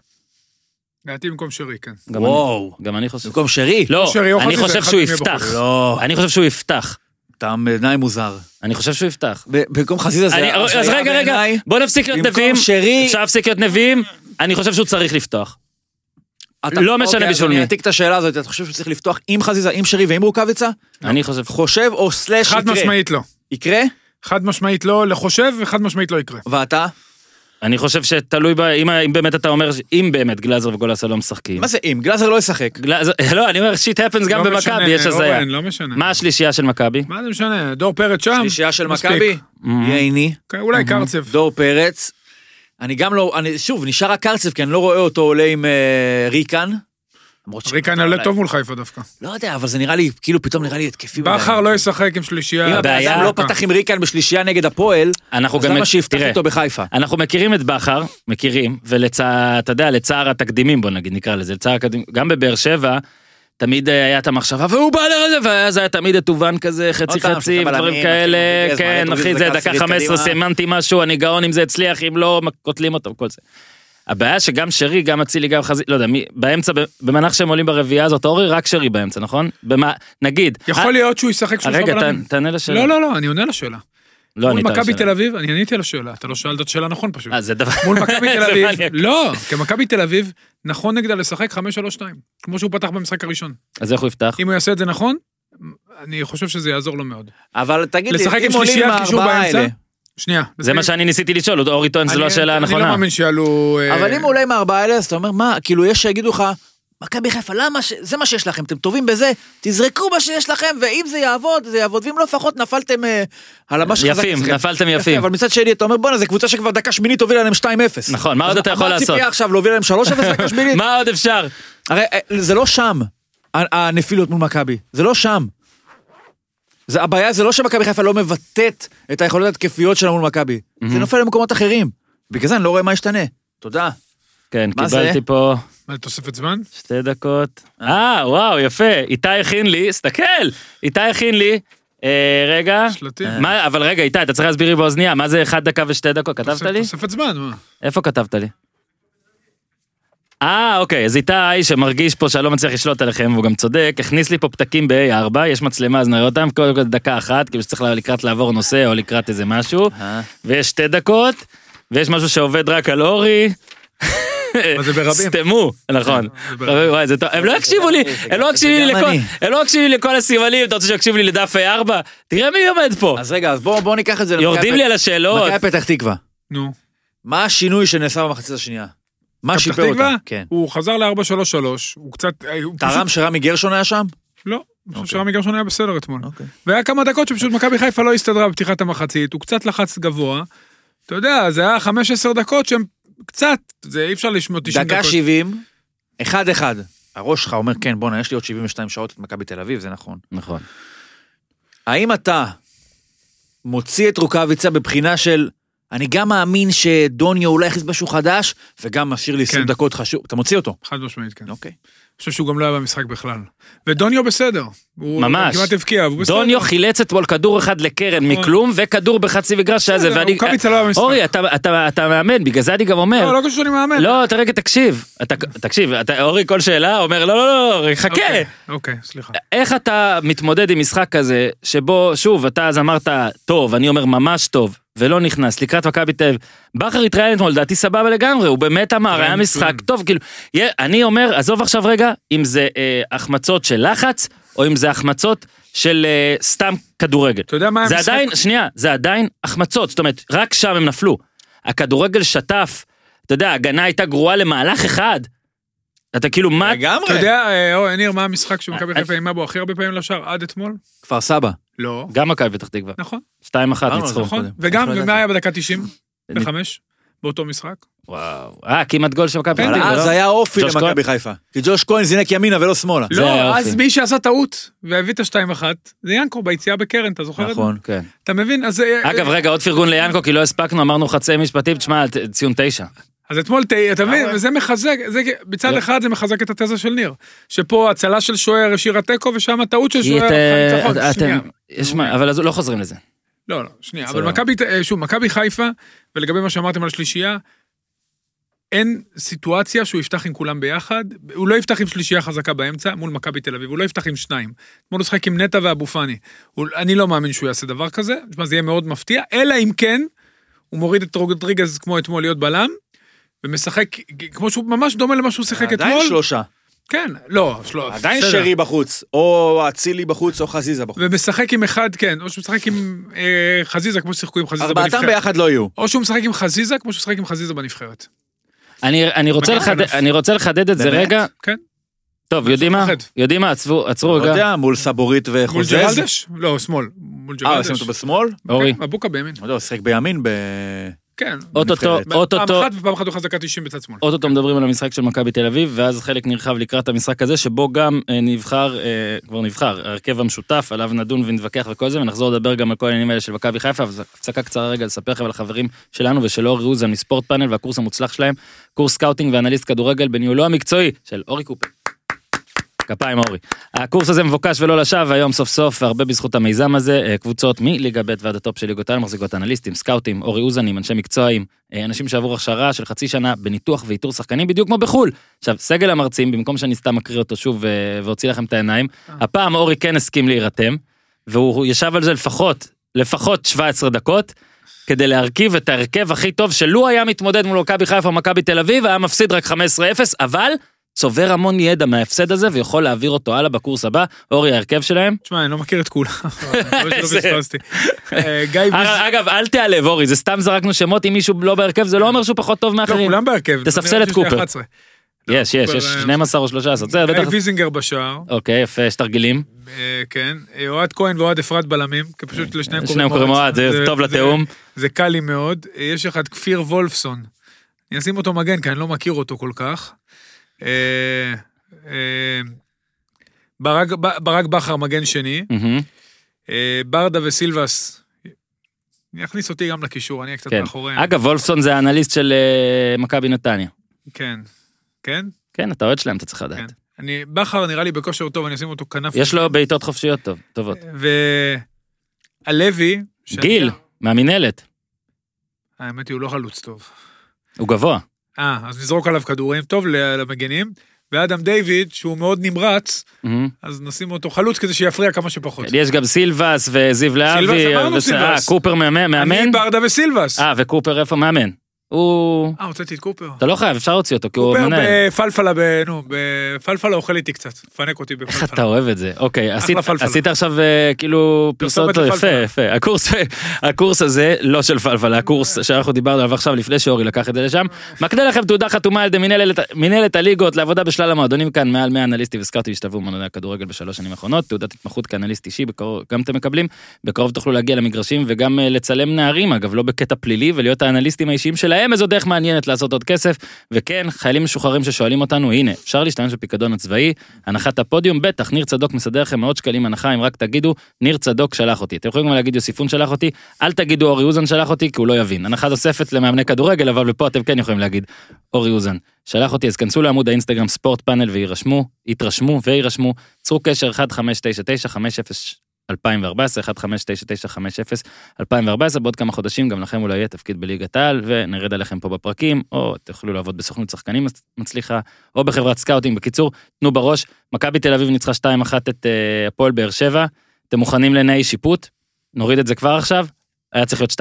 C: לדעתי במקום שרי, כן.
A: גם אני-
D: וואו.
A: לא. גם אני חושב.
D: במקום שרי?
A: לא,
C: שרי או
A: אני
C: חזיזה,
A: חושב
C: אחד
A: שהוא
C: מהם יהיה
A: יפתח.
C: בחוץ.
D: לא.
A: אני חושב שהוא יפתח.
D: טעם בעיניי מוזר.
A: אני חושב שהוא יפתח.
D: ב- במקום חזיזה זה...
A: אני-
D: השעיה
A: אז רגע, רגע,
D: בעיניי.
A: בוא נפסיק להיות
D: במקום
A: נביאים.
D: שרי- אוקיי.
A: אפשר להפסיק להיות נביאים. אני חושב שהוא צריך לפתוח.
D: אתה-
A: לא משנה
D: אוקיי, אז
A: בשביל
D: אני
A: מי.
D: אעתיק את השאלה הזאת, אתה חושב שצריך לפתוח עם חזיזה, עם שרי ועם רוקאביצה?
A: אני חושב...
D: חושב או סלאש
C: חד
D: יקרה.
C: משמעית לא.
D: יקרה?
C: חד משמעית לא לחושב, וחד משמעית לא יקרה.
D: ואתה?
A: אני חושב שתלוי ב... אם- אם באמת אתה אומר... ש- אם באמת גלאזר וגולסה לא משחקים.
D: מה זה אם? גלאזר לא ישחק.
A: גלאזר- לא, אני אומר, שיט הפנס גם
C: לא משנה,
A: במכבי, יש הזיה.
C: אורן, לא משנה.
A: מה השלישייה של מכבי?
C: מה זה משנה? דור פרץ שם?
D: שלישייה של
C: מספיק.
D: מכבי? ייני,
C: כן, אולי קרצב.
D: דור פרץ. אני גם לא, אני שוב, נשאר הקרצב, כי אני לא רואה אותו עולה עם אה, ריקן. למרות ש-
C: ריקן עולה טוב מול חיפה דווקא.
D: לא יודע, אבל זה נראה לי, כאילו פתאום נראה לי התקפי. מדי.
C: בכר לא ישחק עם שלישייה.
D: אם הבן
A: הבעיה-
D: אדם לא פתח עם ריקן בשלישייה נגד הפועל,
A: אנחנו
D: אז
A: גם...
D: למה שיפתח
A: תראה,
D: איתו בחיפה?
A: אנחנו מכירים את בכר, מכירים, ולצער, אתה יודע, לצער התקדימים, בוא נגיד, נקרא לזה, לצער התקדימים, גם בבאר שבע, תמיד אה, היה את המחשבה, והוא בא לזה, ואז היה תמיד את אובן כזה, חצי
D: עוד פעם,
A: חצי,
D: שלושה
A: דברים
D: בלמים,
A: כאלה,
D: אחי, מגיע
A: כן,
D: הזמן,
A: אחי,
D: להוריד
A: זה
D: את זה
A: דקה
D: לעשירית
A: 15,
D: קדימה.
A: סימנתי משהו, אני גאון אם זה הצליח, אם לא, קוטלים אותו, כל זה. הבעיה שגם שרי, גם אצילי, גם חזי, לא יודע, מי, באמצע, ב- במנח שהם עולים ברביעייה הזאת, אורי, רק שרי באמצע, נכון? במה, נגיד.
C: יכול להיות שהוא ישחק
A: אה,
C: שלושה
A: רגע,
C: בלמים.
A: ת- תענה לשאלה.
C: לא, לא, לא, אני עונה לשאלה.
A: לא,
C: מול
A: אני אתן
C: מכבי
A: לשאלה.
C: תל אביב, אני עניתי על השאלה, אתה לא שאלת את השאלה נכון פשוט.
A: אה, זה דבר...
C: מול מכבי תל
A: זה
C: אביב,
A: מעניין.
C: לא, כי מכבי תל אביב, נכון נגדה לשחק 5-3-2, כמו שהוא פתח במשחק הראשון.
A: אז איך הוא יפתח?
C: אם הוא יעשה את זה נכון, אני חושב שזה יעזור לו מאוד.
D: אבל תגיד לי,
C: לשחק עם
D: אם עולים עם
C: שלישיית קישור
D: הארבעה
C: באמצע?
D: האלה,
C: שנייה.
A: זה מה שאני ניסיתי לשאול, עוד אורי טוען שזו לא
C: אני-
A: השאלה
C: אני לא
A: הנכונה.
C: מאמין שיעלו...
A: כן.
C: אה,
D: אבל אם הוא עולה עם הארבעה האלה, אז אתה אומר, מה, כאילו יש שיגידו לך, מכבי חיפה, למה, ש... זה מה שיש לכם, אתם טובים בזה, תזרקו מה שיש לכם, ואם זה יעבוד, זה יעבוד, ואם לא, לפחות נפלתם אה, על מה שחזק
A: יפים,
D: אצלכם."
A: נפלתם
D: יפה,
A: יפים.
D: אבל מצד שני, אתה אומר, בואנה, זו קבוצה שכבר דקה שמינית הובילה להם 2-0.
A: נכון, מה עוד
D: אז
A: אתה יכול
D: מה
A: לעשות?
D: הציפייה עכשיו, להוביל להם 3-0 דקה שמינית?
A: מה עוד אפשר?
D: הרי אה, זה לא שם, ה- הנפילות מול מכבי, זה לא שם. זה, הבעיה זה לא שמכבי חיפה לא מבטאת את היכולות התקפיות שלה מול מכבי, זה נופל למקומות אחרים. בגלל זה אני לא רואה מה ישתנה. תודה.
A: כן,
D: מה זה?
A: קיבלתי פה
C: מה, תוספת זמן?
A: שתי דקות. אה, וואו, יפה. איתי הכין לי, סתכל, איתי הכין לי. אה, רגע.
C: שלטים.
A: מה, אבל רגע, איתי, אתה צריך להסביר לי באוזנייה, מה זה אחד דקה ושתי דקות? כתבת לי?
C: תוספת זמן, מה?
A: איפה כתבת לי? אה, אוקיי, אז איתי, שמרגיש פה שאני לא מצליח לשלוט עליכם, והוא גם צודק, הכניס לי פה פתקים ב-A4, יש מצלמה, אז נראה אותם, כל כל דקה אחת, כאילו שצריך לקראת לעבור נושא, או לקראת איזה משהו, ויש שתי דקות, ויש משהו שעובד רק על אורי.
C: מה זה ברבים? כן,
A: סתמו, נכון.
C: ברבים.
A: וואי, זה טוב. הם לא יקשיבו לי, הם לא יקשיבו לי
D: גם
A: לכל-
D: אני.
A: הם לא יקשיבו לי לכל הסימנים, אתה רוצה שיקשיבו לי לדף A4? תראה מי עומד פה.
D: אז רגע, אז בואו בוא ניקח את זה
A: יורדים לי על השאלות.
D: מכבי פתח תקווה.
C: נו.
A: אה,
D: מה השינוי שנעשה במחצית השנייה? מה
C: פתח
D: שיפר אותה?
C: תקווה?
D: כן.
C: הוא חזר ל-4-3-3, הוא קצת... אה, הוא פשוט-
D: תרם שרמי גרשון היה שם?
C: לא, אני חושב
A: אוקיי.
C: שרמי גרשון היה בסדר אתמול.
D: אוקיי.
C: והיה כמה דקות שפשוט מכבי חיפה לא הסתדרה בפתיחת המחצית, הוא קצת לחץ גבוה. אתה יודע, זה היה 15 דקות שהם קצת, זה אי אפשר לשמוע 90 דקות.
D: דקה 70, 1-1. הראש שלך אומר, כן, בואנה, יש לי עוד 72 שעות את מכבי תל אביב, זה נכון.
A: נכון.
D: האם אתה מוציא את רוקאביצה בבחינה של, אני גם מאמין שדוניו אולי יכניס משהו חדש, וגם משאיר לי 20
C: כן.
D: דקות חשוב, אתה מוציא אותו.
C: חד משמעית, כן. אני
D: אוקיי.
C: חושב שהוא גם לא היה במשחק בכלל. ודוניו בסדר. הוא
A: ממש.
C: כמעט הבקיע, הוא בסדר. נכון.
A: דוניו חילץ אתמול כדור אחד לקרן מכלום וכדור בחצי מגרש שהיה זה
C: בסדר,
A: ואני
C: רוקאביצה לא היה במשחק.
A: אורי אתה אתה אתה מאמן בגלל זה אני גם אומר
C: לא, לא קשור שאני מאמן.
A: לא אתה רגע תקשיב אתה תקשיב אתה אורי כל שאלה אומר לא לא לא חכה
C: אוקיי, אוקיי, סליחה.
A: איך אתה מתמודד עם משחק כזה שבו שוב אתה אז אמרת טוב אני אומר ממש טוב ולא נכנס לקראת מכבי תל אביב בכר התראיין אתמול לדעתי סבבה לגמרי הוא באמת אמר היה
C: התראיין
A: משחק
C: מצוין.
A: טוב כאילו יה- אני אומר עזוב עכשיו רגע אם זה אה, החמצות של לחץ או אם זה החמצות של אה, סתם כדורגל.
C: אתה יודע מה
A: זה
C: היה
A: עדיין, שנייה, זה עדיין החמצות, זאת אומרת, רק שם הם נפלו. הכדורגל שטף, אתה יודע, ההגנה הייתה גרועה למהלך אחד. אתה כאילו, מה...
C: אתה
D: לגמרי.
C: יודע, אה, אוי, ניר, מה המשחק שמכבי
A: אה,
C: חיפה אימה בו הכי הרבה פעמים לשער עד אתמול?
D: כפר סבא.
C: לא.
A: גם מכבי פתח תקווה.
C: נכון,
A: 2-1
D: אה,
A: ניצחו.
D: נכון.
C: נכון.
D: קודם.
C: וגם,
D: אנחנו לא
C: ומה היה בדקה 90?
A: אני-
C: בחמש? באותו משחק?
A: וואו. אה, כמעט גול של מכבי.
C: פנדל,
A: פתח
D: אבל
A: תקווה,
D: אז
A: לא?
D: היה אופי
A: ג'וש כהן?
D: למכבי חיפה. כי ג'וש כהן זינק ימינה ולא שמאלה.
A: זה היה
C: לא,
A: יופי.
C: אז מי שעשה טעות והביא את השתיים אחת, זה ינקו ביציאה בקרן, אתה זוכר את זה?
D: נכון.
A: כן.
C: אתה מבין? אז אה, זה-
A: אגב, רגע, עוד פרגון ליאנקו, כי לא הספקנו, אמרנו חצי משפטים, תשמע, ת- ציון תשע.
C: אז אתמול, ת- אתה מבין, וזה מחזק, זה כ- בצד
A: לא.
C: אחד זה מחזק את התזה של ניר, שפה הצלה של שוער השאירה תיקו ושם הטעות של
A: כי
C: שוער.
A: את, אה,
C: הפכה ניצחון.
A: את-
C: נכון, שנייה.
A: אתם... יש מה, אבל אז לא חוזרים לזה.
C: לא, לא, שנייה, אבל
A: בסדר.
C: מכבי, אה, שוב, מכבי חיפה, ולגבי מה שאמרתם על השלישייה, אין סיטואציה שהוא יפתח עם כולם ביחד, הוא לא יפתח עם שלישייה חזקה באמצע מול מכבי תל אביב, הוא לא יפתח עם שניים. אתמול הוא שחק עם נטע ואבו פאני. הוא- אני לא מאמין שהוא יעשה דבר כזה, תשמע, זה יהיה מאוד מפתיע, אלא אם כן, הוא מוריד את רודריגז כמו אתמול להיות בלם, ומשחק כמו שהוא ממש דומה למה שהוא שיחק אתמול.
D: עדיין שלושה.
C: כן, לא, שלוש.
D: עדיין
C: בסדר.
D: שרי בחוץ. או אצילי בחוץ או חזיזה בחוץ.
C: ומשחק עם אחד, כן, או שהוא משחק עם אה, חזיזה כמו ששיחקו עם חזיזה
D: ארבעתם
C: בנבחרת.
D: ביחד לא יהיו.
C: או שהוא משחק עם חזיזה, כמו שהוא משחק עם חזיזה בנבחרת.
A: אני, אני, רוצה
C: מגן
A: לחד...
C: כנף.
A: אני רוצה לחדד את זה
D: באמת?
A: רגע.
C: כן.
A: טוב, יודעים מה?
C: מפחד.
A: יודעים מה? עצרו, עצרו
D: לא
A: רגע.
D: יודע, מול סבורית
C: מול
D: וחוזז.
C: ג'רלדש? לא, שמאל. מול
D: אה,
C: ג'רלדש.
D: עושים אותו בשמאל?
A: אורי.
C: כן, מבוקה בימין.
D: לא יודע, הוא שיחק בימין ב...
C: כן.
A: אוטוטו,
D: בנבחרת.
A: אוטוטו, אוקיי.
C: פעם אחת ופעם אחת הוא חזקה 90 בצד שמאל.
A: אוטוטו מדברים על המשחק של מכבי תל אביב, ואז חלק נרחב לקראת המשחק הזה, שבו גם אה, נבחר, אה, כבר נבחר, ההרכב המשותף, עליו נדון ונתווכח וכל זה, ונחזור לדבר גם על כל העניינים האלה של מכבי חיפה, אבל זו הפסקה קצרה רגע לספר לכם על החברים שלנו ושל אורי אוזן מספורט פאנל והקורס המוצלח שלהם, קורס סקאוטינג ואנליסט כדורגל בניהולו המקצועי של אורי קופר. כפיים אורי. הקורס הזה מבוקש ולא לשווא, והיום סוף סוף, והרבה בזכות המיזם הזה, אה, קבוצות מליגה ב' ועד הטופ של ליגות העל, מחזיקות אנליסטים, סקאוטים, אורי אוזנים, אנשי מקצועיים, אה, אנשים שעברו הכשרה של חצי שנה בניתוח ואיתור שחקנים, בדיוק כמו בחו"ל. עכשיו, סגל המרצים, במקום שאני סתם אקריא אותו שוב אה, ואוציא לכם את העיניים, הפעם אורי כן הסכים להירתם, והוא ישב על זה לפחות, לפחות 17 דקות, כדי להרכיב את ההרכב הכי טוב, שלו היה מתמודד מול מכבי חיפה, מכבי תל אביב, היה מפסיד רק 15-0, אבל צובר המון ידע מההפסד הזה, ויכול להעביר אותו הלאה בקורס הבא. אורי, ההרכב שלהם.
C: תשמע, אני לא מכיר את כולם. אבל אני
A: איזה-
C: לא פספסתי. אה, גיא ביס...
A: אה, אגב, אל תיעלב, אורי, זה סתם זרקנו שמות, אם מישהו לא בהרכב, זה לא אומר שהוא פחות טוב
C: לא,
A: מאחרים.
C: כולם בהרכב.
A: תספסל
C: נראה
A: את
C: שיש לי
A: קופר.
C: 11.
A: יש, יש, יש
C: אה,
A: 12 או 13, זה
C: גיא
A: בטח...
C: ויזינגר בשער,
A: אוקיי, יפה, יש תרגילים.
C: אה, כן. אה, אוהד כהן ואוהד אפרת בלמים, כי פשוט לשניהם
A: כן, שניהם קוראים אוהד, זה טוב לתיאום.
C: זה קל לי מאוד. אה, יש אחד, כפיר וולפסון. אני אשים אותו מגן, כי אני לא מכיר אותו כל כך. אה, אה, ברק- ב- ברק בכר מגן שני.
A: מהמם.
C: אה, ברדה וסילבס, יכניס אותי גם לקישור, אני אהיה קצת
A: כן.
C: מאחוריהם.
A: אגב, וולפסון זה האנליסט של אה, מכבי נתניה.
C: כן. כן?
A: כן, אתה אוהד שלהם, אתה צריך
C: כן.
A: לדעת.
C: אני, בכר נראה לי בכושר טוב, אני אשים אותו כנף.
A: יש לו בעיטות חופשיות טוב-
C: אה,
A: טובות.
C: והלוי... שאני- לא-
A: גיל, מהמינהלת,
C: האמת היא, הוא לא חלוץ טוב.
A: הוא גבוה.
C: אה, אז נזרוק עליו כדורים, טוב ל- למגנים. ואדם דיוויד, שהוא מאוד נמרץ,
A: מהמם.
C: אז נשים אותו חלוץ כדי שיפריע כמה שפחות.
A: כן, יש גם סילבס וזיו
C: סילבס,
A: להבי,
C: אמרנו
A: וס-
C: סילבס.
A: אה, קופר מאמן, מאמן?
C: אני ברדה וסילבס.
A: אה, וקופר איפה מאמן? הוא...
C: אה, הוצאתי את קופר.
A: אתה לא חייב, אפשר להוציא אותו, כי הוא
C: קופר
A: מנהל.
C: בפלפלה, ב- נו, בפלפלה אוכל איתי קצת, פנק אותי בפלפלה.
A: איך אתה אוהב את זה? אוקיי, עשית-
C: פלפלה.
A: עשית עכשיו אה, כאילו
C: פרסומת
A: פרסומת, יפה,
C: לפלפלה.
A: יפה. הקורס- הקורס הזה, לא של פלפלה, הקורס שאנחנו דיברנו עליו עכשיו לפני שאורי לקח את זה לשם, מקנה לכם תעודה חתומה על ידי מנהלת- מנהלת הליגות לעבודה בשלל המועדונים כאן, מעל 100 אנליסטים וסקאוטים השתלבו במועדוני הכדורגל בשלוש שנים האחרונות, תעודת התמחות כאנליסט אישי, בקרוב- גם אתם מקבלים, בקרוב תוכלו להגיע למגרשים וגם אה, לצלם נערים, אגב, לא בקטע פלילי, ולהיות האנליסטים האישיים שלהם, איזו דרך מעניינת לעשות עוד כסף. וכן, חיילים משוחררים ששואלים אותנו, הנה, אפשר להשתמש בפיקדון הצבאי, הנחת הפודיום, בטח, ניר צדוק מסדר לכם מאות שקלים הנחה, אם רק תגידו, ניר צדוק שלח אותי. אתם יכולים גם להגיד יוסיפון שלח אותי, אל תגידו אורי אוזן שלח אותי, כי הוא לא יבין. הנחה נוספת למאמני כדורגל, אבל פה אתם כן יכולים להגיד, אורי אוזן שלח אותי, אז כנסו לעמוד האינסטגרם ספורט פאנל ויירשמו, התרשמו ויירשמו, צרו קשר 1599-50-2014, 1599-50-2014, בעוד כמה חודשים גם לכם אולי יהיה תפקיד בליגת העל, ונרד עליכם פה בפרקים, או תוכלו לעבוד בסוכנות שחקנים מצ- מצליחה, או בחברת סקאוטינג. בקיצור, תנו בראש, מכבי תל אביב ניצחה 2-1 את אה, הפועל באר שבע, אתם מוכנים לעיני שיפוט? נוריד את זה כבר עכשיו, היה צריך להיות 2-0.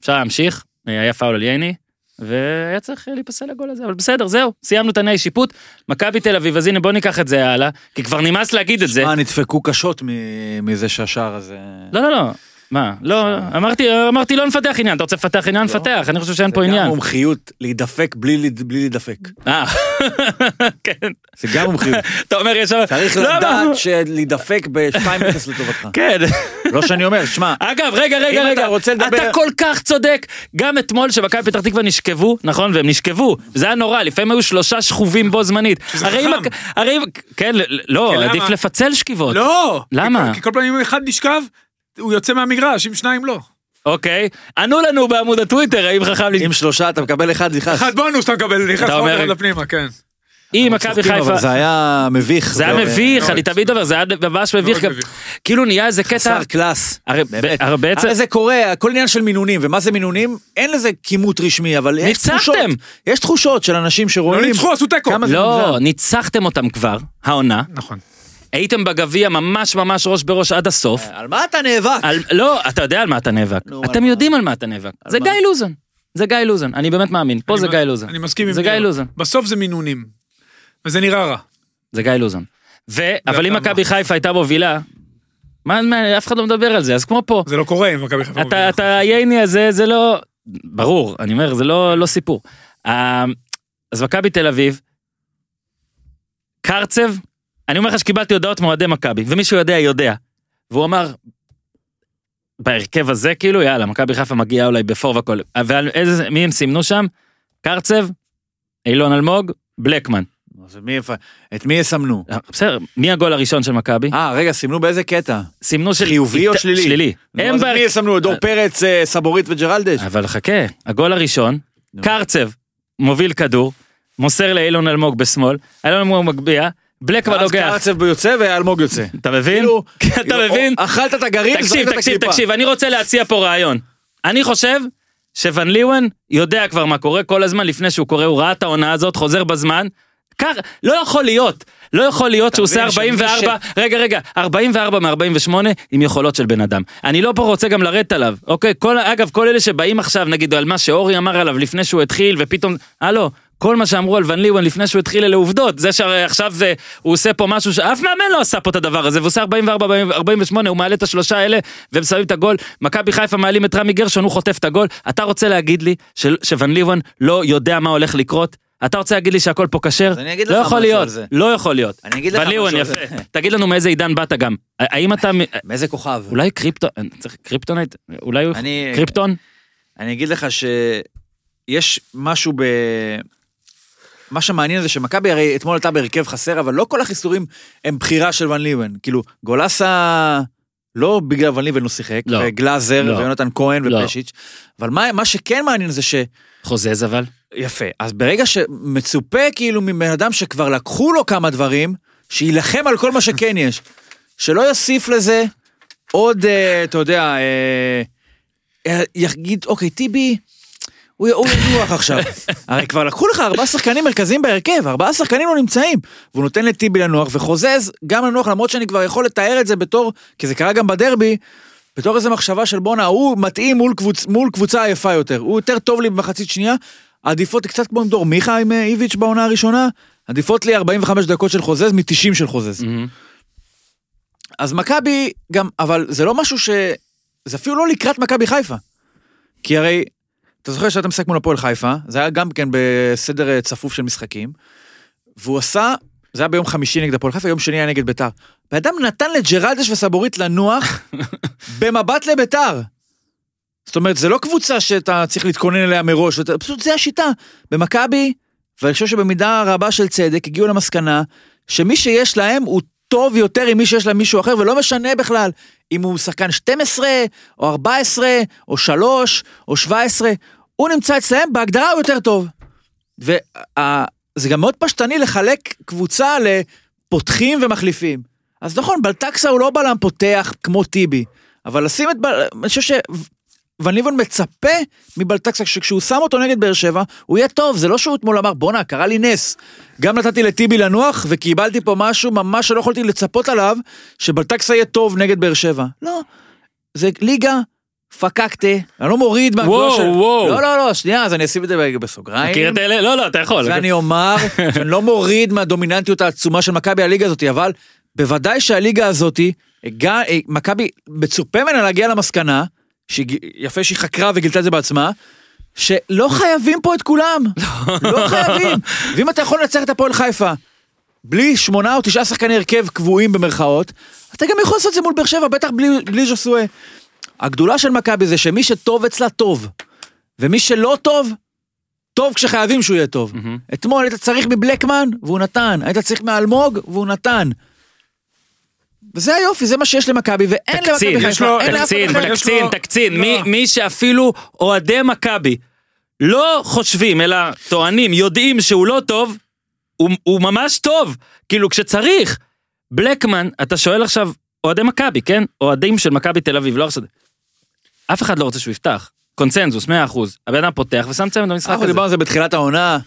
A: אפשר להמשיך, אה, היה פאול על ייני, והיה צריך אה, להיפסל לגול הזה, אבל בסדר, זהו, סיימנו את עיני שיפוט, מכבי תל אביב, אז הנה בוא ניקח את כן. זה הלאה, כי כבר נמאס להגיד את זה.
D: אה, נדפקו קשות מ- מזה שהשער הזה...
A: לא, לא, לא. מה? לא, אמרתי, אמרתי לא נפתח עניין, אתה רוצה לפתח עניין, נפתח, אני חושב שאין פה
D: לא. גם
A: עניין.
D: מומחיות, להידפק בלי להיד- בלי להידפק.
A: אה, כן.
D: זה גם מומחיות.
A: אתה אומר יש...
D: צריך
A: לא,
D: לדעת
A: לא.
D: שלהידפק ב-2-0 לטובתך.
A: כן.
D: לא שאני אומר, שמע,
A: אגב, רגע, רגע,
D: אם
A: רגע.
D: אתה רוצה לדבר-
A: אתה כל כך צודק. גם אתמול שמכבי פתח תקווה נשכבו, נכון, והם נשכבו. זה היה נורא, לפעמים היו שלושה שכובים בו זמנית.
C: שזה
A: הרי אם...
C: חכם.
A: הק- הרי אם... כן, ל- ל-
C: כן,
A: לא,
C: למה?
A: עדיף לפצל שכיבות.
C: לא!
A: למה?
C: כי כל פעם אם אחד נשכב, הוא יוצא מהמגרש, אם שניים לא.
A: אוקיי. ענו לנו בעמוד הטוויטר, האם חכם... לי-
D: עם שלושה אתה מקבל אחד, נכנס.
C: אחד בונוס אתה מקבל, נכנס
A: אתה
C: עוד
A: אומר-
C: אחד לפנימה, כן.
A: אם מכבי
D: צוחקים,
A: חיפה...
D: אבל זה היה מביך.
A: זה היה מביך,
C: מאוד.
A: אני תמיד אומר, זה היה ממש מביך. גם-
C: מביך.
A: כאילו נהיה איזה קטע...
D: שר קלאס.
A: הרי
D: באמת. אה,
A: הרי בעצם...
D: הרי זה קורה, הכל עניין של מינונים, ומה זה מינונים? אין לזה כימות רשמי, אבל יש
A: ניצחתם!
D: תחושות. יש תחושות של אנשים
C: לא
D: שרואים...
C: ניצחו, עשו תיקו.
D: כמה זה
A: לא,
D: מוזר.
A: ניצחתם אותם כבר, העונה.
C: נכון.
A: הייתם בגביע ממש ממש ראש בראש עד הסוף.
D: על מה אתה נאבק?
A: על, לא, אתה יודע על מה אתה נאבק.
D: אה. נו, על
A: אתם
D: מה?
A: יודעים על מה אתה נאבק. זה
D: מה?
A: גיא לוזון. זה גיא לוזון, אני באמת מאמין. פה
C: אני
A: זה
C: מ-
A: גיא לוזון.
C: אני מסכים עם
A: זה גיא
C: ליאור.
A: לוזון.
C: בסוף זה מינונים. וזה נראה רע.
A: זה גיא לוזון. ו... אבל אם
C: ואתה
A: מכבי
C: מה?
A: חיפה הייתה מובילה, מה, מה, אף אחד לא מדבר על זה, אז כמו פה.
C: זה לא קורה עם מכבי חיפה.
A: אתה, אתה הייני הזה, זה לא... ברור, אני אומר, זה לא, לא סיפור. אה, אז מכבי תל אביב, קרצב, אני אומר לך שקיבלתי הודעות מאוהדי מכבי, ומי שיודע יודע. והוא אמר, בהרכב הזה, כאילו, יאללה, מכבי חיפה מגיעה אולי בפור והכל. אבל איזה, מי הם סימנו שם? קרצב, אילון אלמוג, בלקמן.
D: אז מי יפ- את מי יסמנו?
A: בסדר, מי הגול הראשון של מכבי?
D: אה, רגע, סימנו באיזה קטע?
A: סימנו של...
D: חיובי או
A: איט-
D: שלילי?
A: שלילי.
D: נו,
A: הם אה,
D: אז את
A: בהרכב-
D: מי יסמנו? את דור פרץ, אה, סבורית וג'רלדש?
A: אבל חכה, הגול הראשון,
D: נו.
A: קרצב מוביל כדור, מוסר לאילון אלמוג בשמאל, אילון אלמוג מגביה, בלקמן
D: אז
A: לוקח.
D: קרצב יוצא ואלמוג יוצא.
A: אתה מבין?
D: כאילו,
A: אתה מבין?
D: אכלת את הגרעין,
A: תקשיב, תקשיב, תקשיב, אני רוצה להציע פה רעיון. אני חושב שוון ליוון יודע כבר מה קורה כל הזמן לפני שהוא קורא, הוא ראה את ההונאה הזאת, חוזר בזמן. כך, לא יכול להיות, לא יכול להיות שהוא עושה
D: מבין שמי
A: 44, רגע רגע, 44 מ-48 עם יכולות של בן אדם. אני לא פה רוצה גם לרדת עליו, אוקיי? כל, אגב, כל אלה שבאים עכשיו, נגיד, על מה שאורי אמר עליו לפני שהוא התחיל, ופתאום, הלו, כל מה שאמרו על ון ליוון לפני שהוא התחיל אלה עובדות. זה שעכשיו זה, הוא עושה פה משהו שאף מאמן לא עשה פה את הדבר הזה, והוא עושה 44, 48, הוא מעלה את השלושה האלה, והם שמים את הגול. מכבי חיפה מעלים את רמי גרשון, הוא חוטף את הגול. אתה רוצה להגיד לי ש- שוון ליוון לא יודע מה הולך לקרות? אתה רוצה להגיד לי שהכל פה כשר?
D: אז אני אגיד
A: לא
D: לך
A: יכול
D: משהו
A: להיות,
D: על זה.
A: לא יכול להיות.
D: אני אגיד לך
A: ון ליוון,
D: משהו על
A: יפה.
D: זה.
A: תגיד לנו מאיזה עידן באת גם. האם אתה... מ-
D: מאיזה כוכב?
A: אולי קריפטון... צריך קריפטונייט? אולי הוא...
D: אני-
A: קריפטון?
D: אני אגיד לך שיש משהו ב... מה שמעניין זה שמכבי הרי אתמול עלתה בהרכב חסר, אבל לא כל החיסורים הם בחירה של ון ליבן. כאילו, גולסה לא בגלל ון ליבן הוא שיחק,
A: לא.
D: וגלאזר
A: לא.
D: ויונתן כהן
A: לא.
D: ופשיץ', אבל מה, מה שכן מעניין זה ש...
A: חוזז אבל?
D: יפה, אז ברגע שמצופה כאילו מבן אדם שכבר לקחו לו כמה דברים, שיילחם על כל מה שכן יש. שלא יוסיף לזה עוד, אה, אתה יודע, אה, אה, יגיד, אוקיי, טיבי, הוא הוא ינוח עכשיו. הרי כבר לקחו לך ארבעה שחקנים מרכזיים בהרכב, ארבעה שחקנים לא נמצאים. והוא נותן לטיבי לנוח, וחוזז גם לנוח, למרות שאני כבר יכול לתאר את זה בתור, כי זה קרה גם בדרבי, בתור איזו מחשבה של בואנה, הוא מתאים מול, קבוצ, מול קבוצה עייפה יותר. הוא יותר טוב לי במחצית שנייה, עדיפות קצת כמו עם דור מיכה עם אה, איביץ' בעונה הראשונה, עדיפות לי 45 דקות של חוזז מ-90 של חוזז. אז מכבי גם, אבל זה לא משהו ש... זה אפילו לא לקראת מכבי חיפה. כי הרי, אתה זוכר שאתה משחק מול הפועל חיפה, זה היה גם כן בסדר אה, צפוף של משחקים, והוא עשה, זה היה ביום חמישי נגד הפועל חיפה, יום שני היה נגד ביתר. בן אדם נתן לג'רלדש וסבורית לנוח במבט לביתר. זאת אומרת, זה לא קבוצה שאתה צריך להתכונן אליה מראש, ואתה- פשוט זה השיטה. במכבי, ואני חושב שבמידה רבה של צדק, הגיעו למסקנה שמי שיש להם הוא טוב יותר עם מי שיש להם מישהו אחר, ולא משנה בכלל אם הוא שחקן 12, או 14, או 3, או 17, הוא נמצא אצלהם, בהגדרה הוא יותר טוב. וזה גם מאוד פשטני לחלק קבוצה לפותחים ומחליפים. אז נכון, בלטקסה הוא לא בלם פותח כמו טיבי, אבל לשים את בל... אני חושב ש... ון ליבון מצפה מבלטקסה שכשהוא שם אותו נגד באר שבע, הוא יהיה טוב, זה לא שהוא אתמול אמר בואנה, קרה לי נס. גם נתתי לטיבי לנוח וקיבלתי פה משהו ממש שלא יכולתי לצפות עליו, שבלטקסה יהיה טוב נגד באר שבע. לא, זה ליגה, פקקטה, אני לא מוריד מהגבוה
A: וואו,
D: של...
A: וואו.
D: לא, לא, לא, שנייה, אז אני אשים את זה רגע בסוגריים.
A: מכיר את אלה? לא, לא, אתה יכול.
D: ואני אומר שאני לא מוריד מהדומיננטיות העצומה של מכבי הליגה הזאת, אבל בוודאי שהליגה הזאת הגע- אה, מכבי, מצופה ממנה להגיע למסקנה, שהיא- יפה שהיא חקרה וגילתה את זה בעצמה, שלא חייבים פה את כולם. לא חייבים. ואם אתה יכול לנצח את הפועל חיפה, בלי שמונה או תשעה שחקני הרכב קבועים במרכאות, אתה גם יכול לעשות את זה מול באר שבע, בטח בלי, בלי ז'וסואה. הגדולה של מכבי זה שמי שטוב אצלה טוב, ומי שלא טוב, טוב כשחייבים שהוא יהיה טוב.
A: מהמם.
D: אתמול היית צריך מבלקמן, והוא נתן. היית צריך מאלמוג, והוא נתן. וזה היופי, זה מה שיש למכבי, ואין
A: תקצין,
D: למכבי
A: יש לו-
D: חיפה, אין לאף אחד
A: תקצין,
D: אחר.
C: יש
A: תקצין,
C: לו-
A: תקצין.
C: לא.
A: מי- מי שאפילו אוהדי מכבי לא חושבים, אלא טוענים, יודעים שהוא לא טוב, הוא- הוא ממש טוב. כאילו, כשצריך. בלקמן, אתה שואל עכשיו, אוהדי מכבי, כן? אוהדים של מכבי תל אביב, לא עכשיו... אף אחד לא רוצה שהוא יפתח. קונצנזוס, 100%. הבן אדם פותח ושם צמד במשחק
D: אנחנו
A: הזה.
D: דיברנו על זה בתחילת העונה.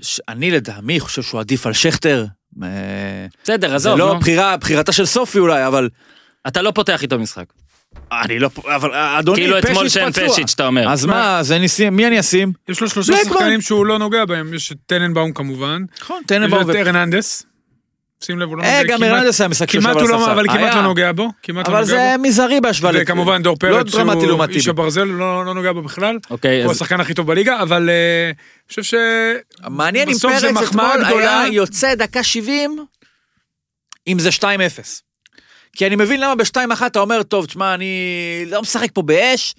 D: ש- אני לטעמי חושב שהוא עדיף על שכטר. אה,
A: בסדר,
D: זה
A: עזוב,
D: לא
A: נו.
D: בחירה, בחירתה של סופי אולי, אבל...
A: אתה לא פותח איתו משחק.
D: אני לא... אבל אה, אדוני,
A: כאילו אתמול
D: פשיץ'
A: שאין
D: פצוע.
A: פשיץ', אתה אומר.
D: אז מה, אז אני אשים, מי אני אשים?
C: יש לו שלושה
D: בלקמן.
C: שחקנים שהוא לא נוגע בהם, יש את טננבאום כמובן,
D: נכון,
C: יש
D: טננבאום
C: לו
D: ו...
C: את ארננדס, שים לב, הוא לא
D: אה,
C: נוגע,
D: גם
C: כמעט-
D: ארננדס היה משחק שהוא
C: כמעט
D: שבר
C: הוא
D: על
C: לא,
D: הספסל.
C: אבל כמעט לא
D: היה.
C: נוגע בו, כמעט לא
D: אבל
C: נוגע
D: זה
C: בו,
D: מזערי בהשוואה. לטיבי.
C: וכמובן דור
D: לא
C: פרץ,
D: דרמטי
C: שהוא
D: לעומת
C: איש
D: טיבי.
C: הברזל, לא לא נוגע בו בכלל,
A: אוקיי,
C: הוא
A: אז...
C: השחקן הכי טוב בליגה, אבל אה, אני חושב ש...
D: מעניין אם
C: בסוף זה
D: פרץ
C: מחמאה
D: אתמול
C: גדולה.
D: היה יוצא דקה 70, אם זה 2-0. כי אני מבין למה ב-2-1 אתה אומר, טוב, תשמע, אני לא משחק פה באש,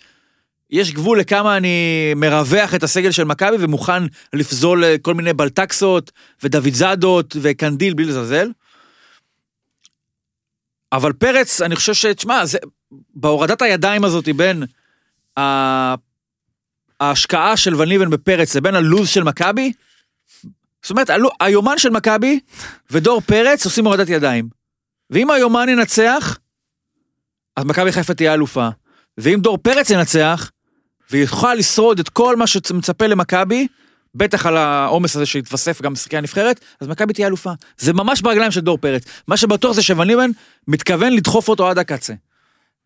D: יש גבול לכמה אני מרווח את הסגל של מכבי ומוכן לפזול אה, כל מיני בלטקסות ודוידזדות וקנדיל בלי לזלזל. אבל פרץ, אני חושב ש... תשמע, זה- בהורדת הידיים הזאת בין ה- ההשקעה של ון ליבן בפרץ לבין הלוז של מכבי, זאת אומרת, הלו- היומן של מכבי ודור פרץ עושים הורדת ידיים. ואם היומן ינצח, אז מכבי חיפה תהיה אלופה. ואם דור פרץ ינצח, ויוכל לשרוד את כל מה שמצפה למכבי, בטח על העומס הזה שהתווסף גם במשחקי הנבחרת, אז מכבי תהיה אלופה. זה ממש ברגליים של דור פרץ. מה שבטוח זה שוון ליבן מתכוון לדחוף אותו עד הקצה.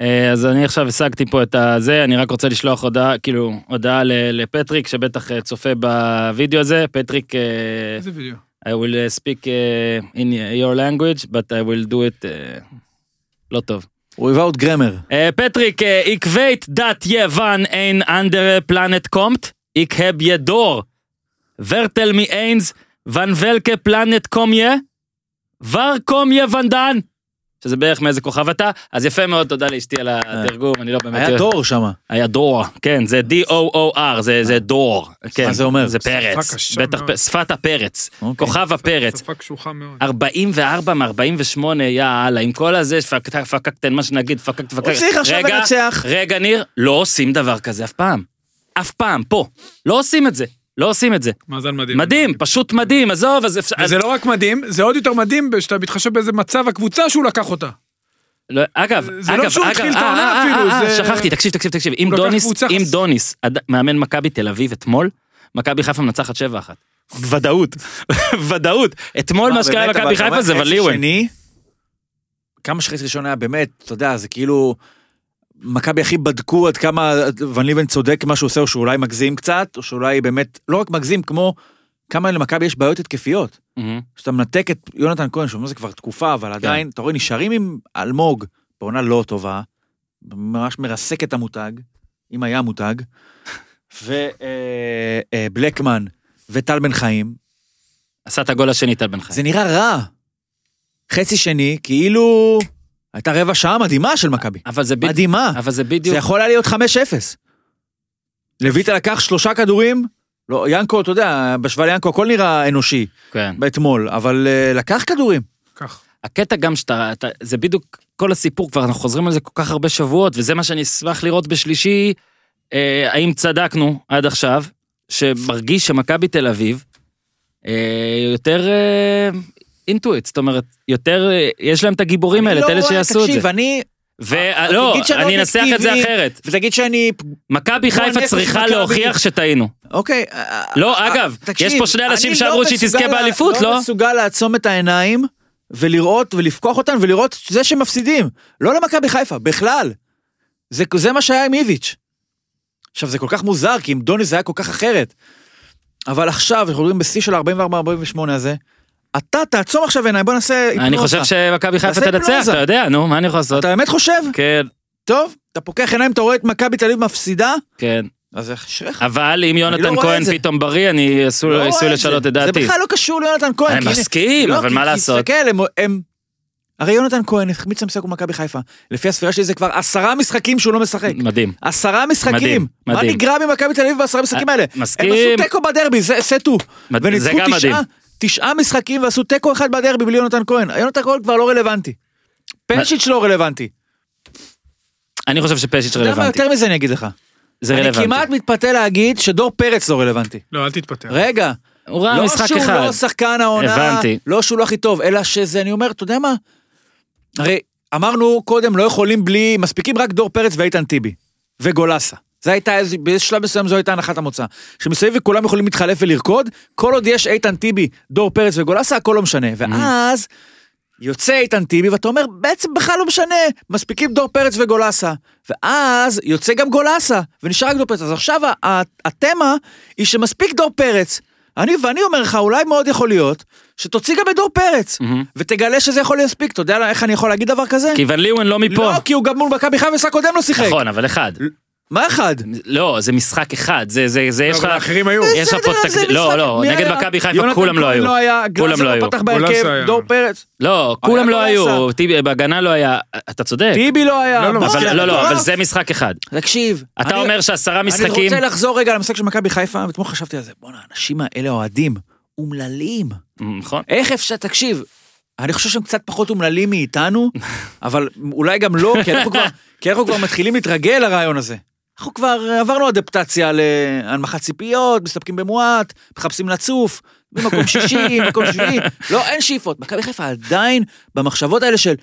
A: אה, אז אני עכשיו השגתי פה את הזה, אני רק רוצה לשלוח הודעה, כאילו, הודעה ל- לפטריק, שבטח אה, צופה בווידאו הזה. פטריק, אה,
C: איזה וידאו.
A: I will אה, speak אה, in your language, but I will do it... אה, לא טוב.
D: הוא היווה עוד גרמר.
A: אה, פטריק, אה, איך וייט דת יוון אין אנדר פלנט קומט, איך הב ידור. ורטל מי איינס, ון ולקה פלנט קומיה, ור קומיה ונדן. שזה בערך מאיזה כוכב אתה, אז יפה מאוד, תודה לאשתי על התרגום, אני לא באמת...
D: אה. היה דור שם.
A: היה דור, כן, זה D-O-O-R, זה, זה דור. כן,
D: מה זה אומר?
A: זה
C: שפה
A: פרץ,
C: קשה
A: בטח,
C: מאוד.
A: פ- שפת הפרץ,
D: אוקיי.
A: כוכב הפרץ.
C: שפה קשוחה מאוד.
A: 44 מ-48, יאללה, עם כל הזה, פקקת, פקקתן, מה שנגיד, פקקת, פקקת.
D: הוא צריך עכשיו
A: רגע,
D: לנצח.
A: רגע, ניר, לא עושים דבר כזה אף פעם. אף פעם, פה. לא עושים את זה, לא עושים את זה.
C: מאזן מדהים.
A: מדהים, פשוט מדהים, עזוב, אז אפשר...
C: וזה לא רק מדהים, זה עוד יותר מדהים שאתה מתחשב באיזה מצב הקבוצה שהוא לקח אותה.
A: לא, אגב,
C: זה
A: אגב,
C: לא שהוא
A: אגב,
C: התחיל את
A: אה,
C: העונה
A: אה,
C: אפילו,
A: אה, אה,
C: זה-
A: שכחתי, תקשיב, תקשיב, תקשיב, אם
C: הוא לקח
A: דוניס,
C: קבוצה
A: אם
C: חס-
A: דוניס, עד- מאמן מכבי תל אביב אתמול, מכבי חיפה מנצחת 7-1. ודאות, ודאות. אתמול מה שקרה
D: באמת,
A: למכבי
D: אבל
A: חיפה
D: גם
A: זה
D: החצי
A: וליוון.
D: שני, כמה שחצי ראשון היה באמת, אתה יודע, זה כאילו... מכבי הכי בדקו עד כמה ון ליבן צודק מה שהוא עושה, או שאולי מגזים קצת, או שאולי באמת, לא רק מגזים, כמו כמה למכבי יש בעיות התקפיות.
A: מהמם.
D: כשאתה מנתק את יונתן כהן, שאומר זה כבר תקופה,
A: כן.
D: אבל עדיין, אתה רואה, נשארים עם אלמוג, בעונה לא טובה, ממש מרסק את המותג, אם היה מותג, ובלקמן וטל בן חיים,
A: עשה את הגול השני, טל בן חיים.
D: זה נראה רע. חצי שני, כאילו... הייתה רבע שעה מדהימה של מכבי.
A: אבל זה בדיוק,
D: מדהימה.
A: אבל זה
D: זה
A: בדיוק,
D: יכול היה להיות 5-0. לויטה לקח שלושה כדורים, לא, ינקו, אתה יודע, בהשוואה ליאנקו הכל נראה אנושי
A: כן.
D: אתמול, אבל אה, לקח כדורים.
C: כך.
A: הקטע גם שאתה, אתה, זה בדיוק כל הסיפור, כבר אנחנו חוזרים על זה כל כך הרבה שבועות, וזה מה שאני אשמח לראות בשלישי, אה, האם צדקנו עד עכשיו, שמרגיש שמכבי תל אביב אה, יותר אה, אינטואיט, זאת אומרת, יותר, אה, יש להם את הגיבורים האלה, את אלה שיעשו את
D: לא תקשיב,
A: זה.
D: אני... אה,
A: ולא,
D: תגיד שאני
A: אני
D: לא
A: אנסח את זה
D: אובייקטיבי.
A: אחרת.
D: ותגיד שאני...
A: מכבי
D: בוא,
A: חיפה
D: נפש
A: צריכה
D: מכבי.
A: להוכיח שטעינו.
D: אוקיי. אה,
A: לא,
D: אה,
A: אגב,
D: תקשיב,
A: יש פה שני אנשים
D: אני לא
A: שאמרו שהיא
D: מסוגל
A: תזכה
D: לה-
A: באליפות, לא?
D: לא מסוגל לעצום את העיניים ולראות ולפקוח אותן ולראות זה שמפסידים. לא למכבי חיפה, בכלל. זה, זה מה שהיה עם איביץ'. עכשיו, זה כל כך מוזר, כי עם דוני זה היה כל כך אחרת. אבל עכשיו, אנחנו מדברים בשיא של 44-48 הזה, אתה תעצום עכשיו עיניים, בוא נעשה...
A: אני
D: היפנוזה.
A: חושב שמכבי חיפה
D: תעשה
A: תנצח,
D: היפנוזה.
A: אתה יודע, נו, מה אני יכול לעשות?
D: אתה באמת חושב?
A: כן,
D: טוב, אתה פוקח עיניים, אתה רואה את מכבי תל אביב מפסידה,
A: כן.
D: אז אשריך.
A: אבל אם
D: לא
A: יונתן
D: רואה
A: כהן
D: את זה.
A: פתאום בריא, אני עשוי
D: לא רואה
A: עשוי
D: את
A: לשנות
D: זה.
A: את דעתי.
D: זה בכלל לא קשור ליונתן כהן.
A: אני
D: כי הנה-
A: מסכים,
D: לא,
A: אבל
D: כי-
A: מה
D: כי
A: לעשות?
D: תסתכל, הם- הם... הרי יונתן כהן החמיץ למשחק במכבי חיפה. לפי הספירה שלי זה כבר עשרה משחקים שהוא לא משחק.
A: מדהים.
D: עשרה משחקים.
A: מדהים,
D: מה
A: מדהים.
D: נגרע ממכבי תל אביב בעשרה המשחקים האלה?
A: מסכים.
D: הם עשו תיקו בדרבי, זה סטו.
A: מד- זה
D: וניצחו
A: גם מדהים.
D: תשעה, תשעה משחקים ועשו תיקו אחד בדרבי בלי יונתן כהן. יונתן כהן כבר לא רלוונטי. פנצ'יץ' לא רלוונטי.
A: אני חושב שפשיץ'
D: אתה יודע מה,
A: רלוונטי.
D: יותר מזה אני אגיד לך.
A: זה
D: אני
A: רלוונטי.
D: כמעט מתפתה להגיד שדור פרץ לא רלוונטי.
C: לא, אל תתפטר.
D: רגע,
A: הוא ראה
D: לא
A: משחק
D: שהוא
A: אחד.
D: לא שחקן העונה,
A: הבנתי.
D: לא שהוא לא הכי טוב, אלא שזה, אני אומר, אתה יודע מה? הרי אמרנו קודם, לא יכולים בלי, מספיקים רק דור פרץ ואיתן טיבי, וגולסה. זה הייתה, איזה- באיזה שלב מסוים זו הייתה הנחת המוצא. שמסביב כולם יכולים להתחלף ולרקוד, כל עוד יש איתן טיבי, דור פרץ וגולסה, הכל לא משנה.
A: Mm.
D: ואז יוצא איתן טיבי, ואתה אומר, בעצם בכלל לא משנה, מספיקים דור פרץ וגולסה. ואז יוצא גם גולסה, ונשאר רק דור פרץ. אז עכשיו ה- ה- התמה היא שמספיק דור פרץ. אני, ואני אומר לך, אולי מאוד יכול להיות, שתוציא גם את דור פרץ, ותגלה שזה יכול להספיק. אתה יודע לא- איך אני יכול להגיד דבר כזה?
A: כי ון ליוון לא מפה.
D: לא, כי הוא גם מול מכבי חיפה במשחק קודם לא שיחק.
A: נכון, אבל אחד.
D: מה אחד?
A: לא, זה משחק אחד. זה, זה,
D: לא,
A: זה, יש
C: אבל
A: לך...
C: האחרים היו.
A: יש לך פה
D: בסדר, זה
A: תקדים. לא,
D: משחק-
A: לא,
D: מי
A: נגד
D: היה?
A: מכבי חיפה
D: יונתן
A: כולם לא
D: כהן
A: היו.
D: לא היה,
A: כולם לא
D: גלאזר
A: היו.
D: לא פתח
C: גולסה
D: בהרכב,
C: היה.
D: דור פרץ,
A: לא, כולם
D: היה
A: לא
D: גולסה.
A: היו. טיבי- בהגנה לא היה. אתה צודק.
D: טיבי לא היה.
C: לא, לא,
D: בוא,
A: אבל-
D: זה
A: לא, לא,
D: מטורף.
A: אבל זה משחק אחד.
D: תקשיב.
A: אתה
D: אני-
A: אומר שעשרה
D: אני
A: משחקים...
D: רוצה לחזור רגע למשחק של מכבי חיפה, ואתמול חשבתי על זה, בואנה, האנשים האלה אוהדים, אומללים.
A: נכון.
D: איך אפשר, תקשיב, אני חושב שהם קצת פחות אומללים מאיתנו, אבל אולי גם לא, כי אנחנו כבר, כי אנחנו כבר מתחילים להתרגל לרעיון הזה. אנחנו כבר עברנו אדפטציה להנמכת ציפיות, מסתפקים במועט, מחפשים לצוף, במקום שישי, במקום שביעי, לא, אין שאיפות. מכבי חיפה עדיין במחשבות האלה של,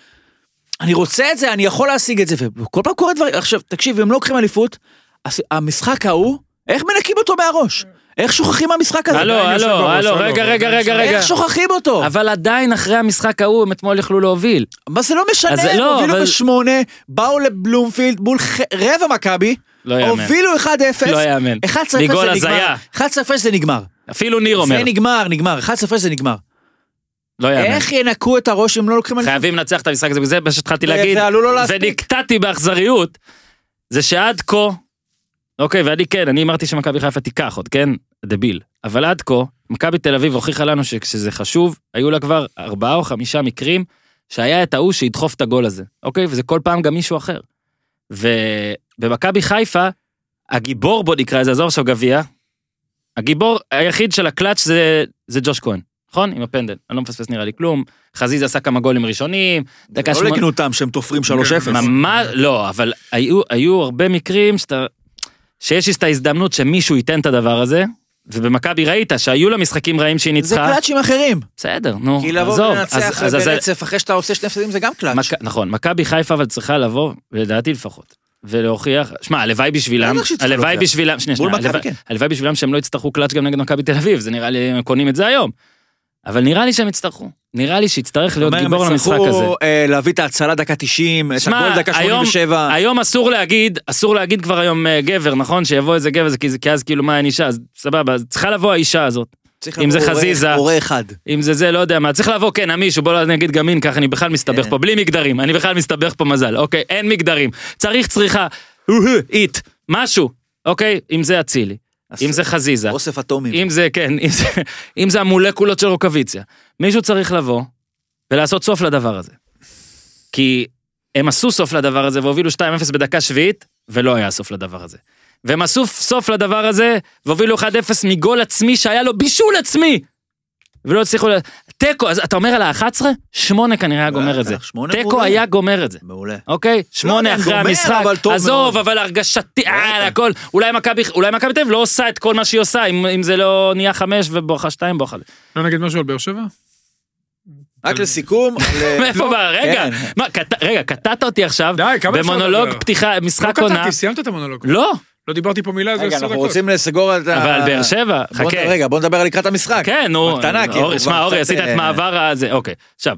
D: אני רוצה את זה, אני יכול להשיג את זה, וכל פעם קורה דברים, עכשיו, תקשיב, אם לא לוקחים אליפות, אז המשחק ההוא, איך מנקים אותו מהראש? איך שוכחים מהמשחק הזה?
A: הלו,
C: עדיין יושב
A: הלו,
C: בראש,
D: לא,
A: הלו,
C: הלו.
A: רגע, רגע, רגע, רגע.
D: איך שוכחים אותו?
A: אבל עדיין אחרי המשחק ההוא הם אתמול יכלו להוביל.
D: מה זה לא משנה,
A: אז
D: הם
A: לא,
D: הובילו
A: אבל-
D: בשמונה, באו לבלומפילד מול ח- רבע מכבי,
A: לא יאמן.
D: הובילו 1-0,
A: לא יאמן.
D: 11-0
A: מגול
D: זה נגמר,
A: הזיה.
D: 11-0 זה נגמר,
A: אפילו ניר אומר.
D: זה נגמר, נגמר, 11-0 זה נגמר.
A: לא יאמן.
D: איך ינקו את הראש אם לא לוקחים אליפות?
A: חייבים לנצח את המשחק הזה, וזה מה שהתחלתי
D: זה-
A: להגיד,
D: זה עלול לא להספיק.
A: ונקטעתי באכזריות, זה שעד כה, אוקיי, ואני כן, אני אמרתי שמכבי חיפה תיקח עוד, כן? דביל. אבל עד כה, מכבי תל אביב הוכיחה לנו שכשזה חשוב, היו לה כבר ארבעה או חמישה מקרים שהיה את ההוא שידחוף את הגול הזה, אוקיי? וזה כל פעם גם מישהו אחר. ובמכבי חיפה, הגיבור בוא נקרא לזה, עזוב עכשיו גביע, הגיבור היחיד של הקלאץ' זה, זה ג'וש כהן, נכון? עם הפנדל. אני לא מפספס נראה לי כלום. חזיזה עשה כמה גולים ראשונים, דקה
D: לא
A: שמונה...
D: לגנותם שהם תופרים 3-0.
A: ממש לא, אבל היו, היו הרבה מקרים שאתה, שיש את ההזדמנות שמישהו ייתן את הדבר הזה, ובמכבי ראית שהיו לה משחקים רעים שהיא
D: זה
A: ניצחה.
D: קלאצ'ים אחרים.
A: בסדר, נו,
D: כי לבוא
A: עזוב.
D: ולנצח
A: אז- אז- אז-
D: ברצף אחרי שאתה עושה שני הפסדים זה גם קלאץ'.
A: מכ- נכון, מכבי חיפה אבל צריכה לבוא, לדעתי לפחות, ולהוכיח, שמע, הלוואי בשבילם,
D: בטח שהיא צריכה
A: הלוואי
D: להוכיח.
A: בשבילם, שנייה,
D: מול
A: שנייה,
D: מכבי,
A: הלוואי-
D: כן.
A: הלוואי בשבילם שהם לא יצטרכו קלאץ' גם נגד מכבי תל אביב, זה נראה לי, הם קונים את זה היום. אבל נראה לי שהם יצטרכו, נראה לי שיצטרך להיות
D: אומר, הם
A: גיבור למשחק הזה.
D: יצטרכו אה, להביא את ההצלה דקה 90, את
A: שמע,
D: הגול דקה
A: היום-
D: 87.
A: היום אסור להגיד, אסור להגיד כבר היום אה, גבר, נכון? שיבוא איזה גבר, זה כי- כי אז כאילו מה אין אישה, אז סבבה, אז צריכה לבוא האישה הזאת.
D: צריך
A: אם זה
D: לבוא הורה-
A: חזיזה.
D: הורה אחד.
A: אם זה זה, לא יודע מה. צריך לבוא, כן, המישהו, בוא לא נגיד גם מין, ככה אני בכלל מסתבך
D: כן.
A: פה, בלי מגדרים, אני בכלל מסתבך פה מזל, אוקיי? אין מגדרים. צריך צריכה, איט, משהו, אוקיי? אם זה אצילי, אם זה חזיזה,
D: אוסף אטומים.
A: אם זה, כן, אם זה, אם זה המולקולות של רוקוויציה. מישהו צריך לבוא ולעשות סוף לדבר הזה. כי הם עשו סוף לדבר הזה והובילו 2-0 בדקה שביעית, ולא היה סוף לדבר הזה. והם עשו סוף לדבר הזה והובילו 1-0 מגול עצמי שהיה לו בישול עצמי! ולא הצליחו ל... תיקו, אז אתה אומר על ה-11? שמונה כנראה היה גומר את זה.
D: אה, שמונה
A: תיקו
D: מעולה.
A: היה גומר את זה.
D: מעולה.
C: לא,
A: אוקיי? שמונה
D: אני
A: אחרי
D: גומר,
A: המשחק,
D: אבל טוב
A: עזוב,
D: מאוד.
A: אבל הרגשתי, אה,
D: בטח.
A: הכל, אולי מכבי אולי מכבי תל אביב לא עושה את כל מה שהיא עושה, אם אם זה לא נהיה חמש ובואכה שתיים בואכה.
C: לא נגיד משהו על באר שבע?
D: רק לסיכום, ל-
A: מאיפה בא? רגע,
D: כן.
A: מה, קט- רגע, קטעת אותי עכשיו,
C: אה, לא, די, כמה אפשר
A: במונולוג
C: לדבר?
A: פתיחה,
C: לא
A: משחק עונה,
C: קטעתי, סיימת את המונולוג.
A: לא,
C: לא דיברתי פה מילה, זה
D: רגע,
C: עשר
D: אנחנו
C: דקות.
D: רוצים לסגור
C: אה,
D: את ה...
A: אבל באר שבע,
D: בוא נ-
A: חכה,
D: רגע, בוא נדבר על לקראת המשחק. לא,
A: כן, נו,
D: בקטנה, כי
A: אורי,
D: הוא
A: שמע,
D: כבר
A: אורי,
D: קצת,
A: עשית את
D: אה,
A: מעבר הזה, אוקיי, עכשיו,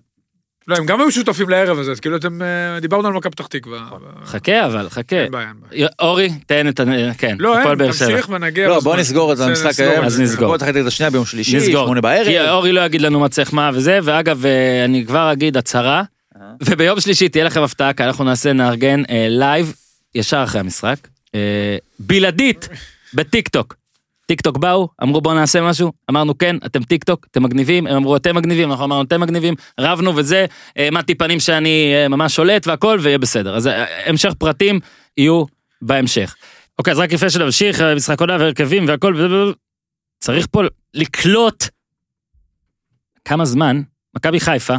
C: לא, הם גם היו שותפים לערב הזה, אז כאילו אתם... אה, דיברנו על מכבי פתח תקווה. אבל-
A: חכה אבל, חכה.
C: אין בעיה, אין בעיה.
A: אורי, תן את ה... כן,
C: לא,
A: הפועל
C: אין,
A: באר שבע.
C: תמשיך ונגיע.
D: לא,
C: בזמן.
D: בוא נסגור את
C: בסדר,
D: המשחק
C: נסגור
D: היום.
C: את
A: אז
C: זה.
A: נסגור.
D: בוא תחילת את השנייה ביום שלישי,
A: נסגור.
D: שמונה
A: כי
D: בערב.
A: אורי לא יגיד לנו מה צריך מה וזה, ואגב, אה, אני כבר אגיד הצהרה,
D: אה.
A: וביום שלישי תהיה לכם הפתעה, כי אנחנו נעשה, נארגן אה, לייב, ישר אחרי המשחק, אה, בלעדית, בטיק טוק. טיק טוק באו, אמרו בואו נעשה משהו, אמרנו כן, אתם טיק טוק, אתם מגניבים, הם אמרו אתם מגניבים, אנחנו אמרנו אתם מגניבים, רבנו וזה, העמדתי פנים שאני אה, ממש שולט והכל, ויהיה בסדר. אז אה, המשך פרטים יהיו בהמשך. אוקיי, אז רק לפני שנמשיך, אה, משחק עונה והרכבים והכל, וזה, וזה, צריך פה לקלוט כמה זמן מכבי חיפה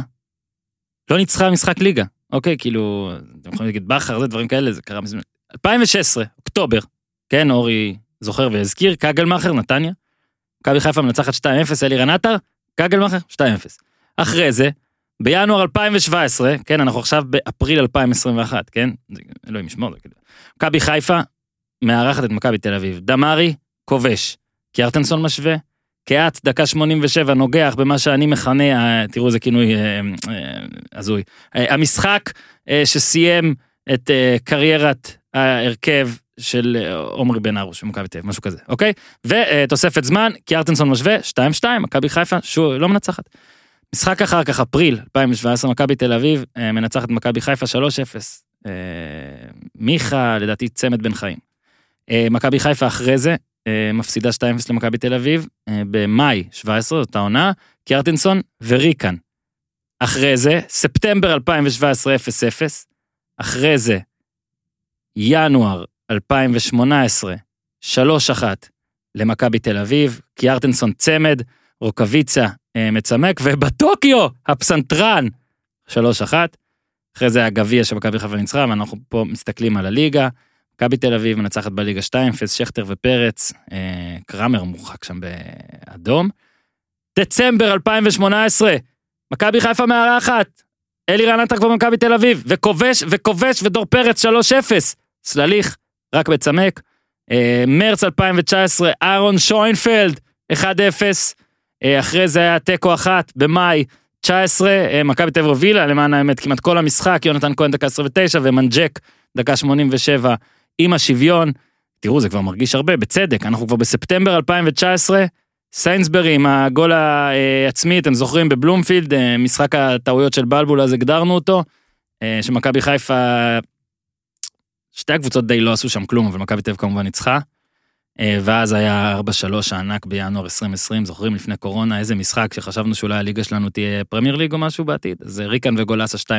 A: לא ניצחה משחק ליגה. אוקיי, כאילו, אתם יכולים להגיד בכר, זה דברים כאלה, זה קרה מזמן. 2016, אוקטובר, כן, אורי זוכר והזכיר, כגלמכר, נתניה. מכבי חיפה מנצחת 2-0, אלירן עטר, כגלמכר, 2-0. אחרי זה, בינואר 2017, כן, אנחנו עכשיו באפריל 2021, כן? זה- אלוהים ישמור, זה כאילו. מכבי חיפה מארחת את מכבי תל אביב. דמארי, כובש. קיארטנסון משווה, קהת, דקה 87, נוגח במה שאני מכנה, אה, תראו איזה כינוי אה, אה, הזוי. אה, המשחק אה, שסיים את אה, קריירת ההרכב של אה, עומרי בן ארוש במכבי תל אביב, משהו כזה, אוקיי? ותוספת זמן, קיארטנסון משווה, 2-2, מכבי חיפה, שוב, לא מנצחת. משחק אחר כך, אפריל 2017, מכבי תל אביב אה, מנצחת מכבי חיפה 3-0. אה, מיכה, לדעתי, צמד בן חיים. אה, מכבי חיפה אחרי זה, אה, מפסידה 2-0 למכבי תל אביב, אה, במאי 17, זאת העונה, קיארטנסון וריקן. אחרי זה, ספטמבר 2017, 0-0, אחרי זה, ינואר 2018, 3-1 למכבי תל אביב, קיארטנסון צמד, רוקוויצה אה, מצמק, ובטוקיו, הפסנתרן, 3-1. אחרי זה הגביע שמכבי חיפה ניצחה, ואנחנו פה מסתכלים על הליגה. מכבי תל אביב מנצחת בליגה 2-0, שכטר ופרץ, אה, קרמר מורחק שם באדום. דצמבר 2018, מכבי חיפה מארחת, אלירן עטר כבר במכבי תל אביב, וכובש וכובש ודור פרץ 3-0, סלליך, רק מצמק. אה, מרץ 2019, אהרון שוינפלד, 1-0. אה, אחרי זה היה תיקו אחת במאי 19, אה, מכבי תל אביב הובילה למען האמת כמעט כל המשחק, יונתן כהן דקה 29 ומנג'ק דקה 87 עם השוויון. תראו, זה כבר מרגיש הרבה, בצדק, אנחנו כבר בספטמבר 2019, סיינסברי עם הגול העצמי, אתם זוכרים, בבלומפילד, אה, משחק הטעויות של בלבול, אז הגדרנו אותו, אה, שמכבי חיפה, שתי הקבוצות די לא עשו שם כלום, אבל מכבי תל אביב כמובן ניצחה. אה, ואז היה 4-3 הענק בינואר 2020, זוכרים לפני קורונה איזה משחק שחשבנו שאולי הליגה שלנו תהיה פרמייר ליג או משהו בעתיד? אז אה, ריקן וגולסה 2-0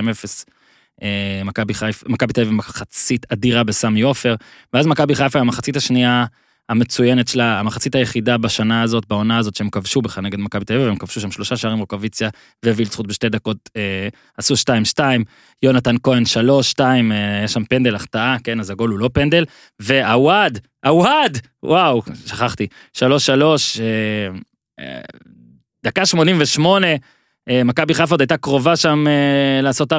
A: אה, מכבי חיפ- מכבי תל אביב מחצית אדירה בסמי עופר, ואז מכבי חיפה המחצית השנייה המצוינת שלה, המחצית היחידה בשנה הזאת, בעונה הזאת שהם כבשו בכלל נגד מכבי תל אביב, הם כבשו שם שלושה שערים רוקוויציה ווילצחוט בשתי דקות, אה, עשו 2-2, יונתן כהן 3-2, אה, יש שם פנדל החטאה, כן, אז הגול הוא לא פנדל, ועווד, עווד, וואו, שכחתי, 3-3, אה, אה, דקה 88, אה, מכבי חיפה עוד הייתה קרובה שם אה, לעשות 4-3,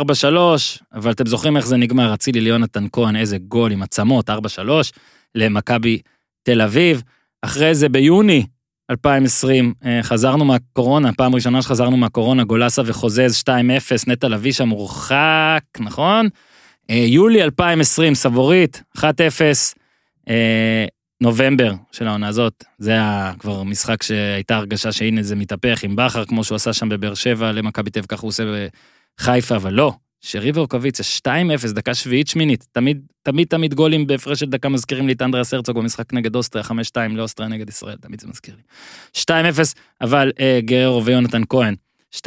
A: אבל אתם זוכרים איך זה נגמר, אצילי ליונתן כהן, איזה גול עם עצמות, 4-3 למכבי תל אביב. אחרי זה ביוני 2020 אה, חזרנו מהקורונה, פעם ראשונה שחזרנו מהקורונה, גולסה וחוזז 2-0, נטע לביא שם הורחק, נכון? אה, יולי 2020, סבורית, 1-0. אה, נובמבר של העונה הזאת, זה היה כבר משחק שהייתה הרגשה שהנה זה מתהפך עם בכר, כמו שהוא עשה שם בבאר שבע למכבי תל אביב, ככה הוא עושה בחיפה, אבל לא. שרי ואורקביצה, 2-0, דקה שביעית שמינית, תמיד, תמיד, תמיד גולים בהפרש של דקה מזכירים לי את אנדרס הרצוג במשחק נגד אוסטריה, 5-2 לאוסטריה נגד ישראל, תמיד זה מזכיר לי. 2-0, אבל אה, גררו ויונתן כהן, 2-2,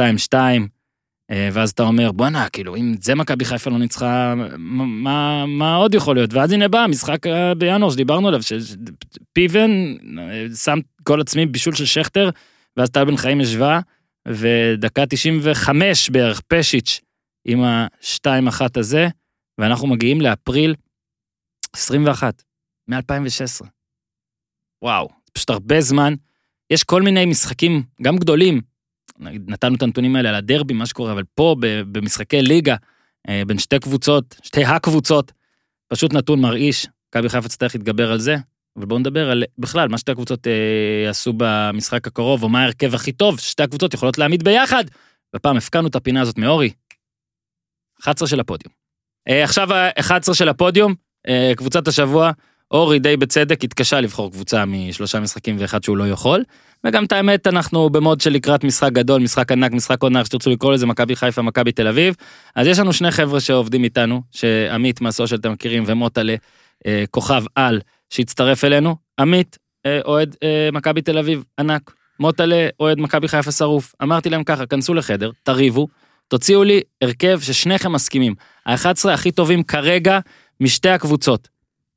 A: אה, ואז אתה אומר, בואנה, כאילו, אם זה מכבי חיפה לא ניצחה, מה, מה, מה עוד יכול להיות? ואז הנה בא, המשחק אה, בינואר שדיברנו עליו, ש- ש- פיבן אה, שם גול עצמי בישול של שכטר, ואז טל בן חיים ישבה, ודקה 95 בערך פשיץ' עם ה-2-1 הזה, ואנחנו מגיעים לאפריל 21, מ-2016. וואו, פשוט הרבה זמן. יש כל מיני משחקים, גם גדולים, נגיד, נתנו את הנתונים האלה על הדרבי, מה שקורה, אבל פה ב- במשחקי ליגה, אה, בין שתי קבוצות, שתי הקבוצות, פשוט נתון מרעיש, מכבי חיפה תצטרך להתגבר על זה, אבל בואו נדבר על בכלל מה שתי הקבוצות אה, יעשו במשחק הקרוב, או מה ההרכב הכי טוב ששתי הקבוצות יכולות להעמיד ביחד. והפעם הפקענו את הפינה הזאת מאורי, 11 של הפודיום. אה, עכשיו ה-11 של הפודיום, אה, קבוצת השבוע, אורי די בצדק התקשה לבחור קבוצה משלושה משחקים ואחד שהוא לא יכול. וגם את האמת, אנחנו במוד של לקראת משחק גדול, משחק ענק, משחק עונה, איך שתרצו לקרוא לזה, מכבי חיפה, מכבי תל אביב. אז יש לנו שני חבר'ה שעובדים איתנו, שעמית מהסושיאל אתם מכירים, ומוטלה, אה, כוכב על, שהצטרף אלינו. עמית, אה, אוהד אה, מכבי תל אביב, ענק. מוטלה, אוהד מכבי חיפה שרוף. אמרתי להם ככה, כנסו לחדר, תריבו, תוציאו לי הרכב ששניכם מסכימים. ה-11 הכי טובים כרגע משתי הקבוצות,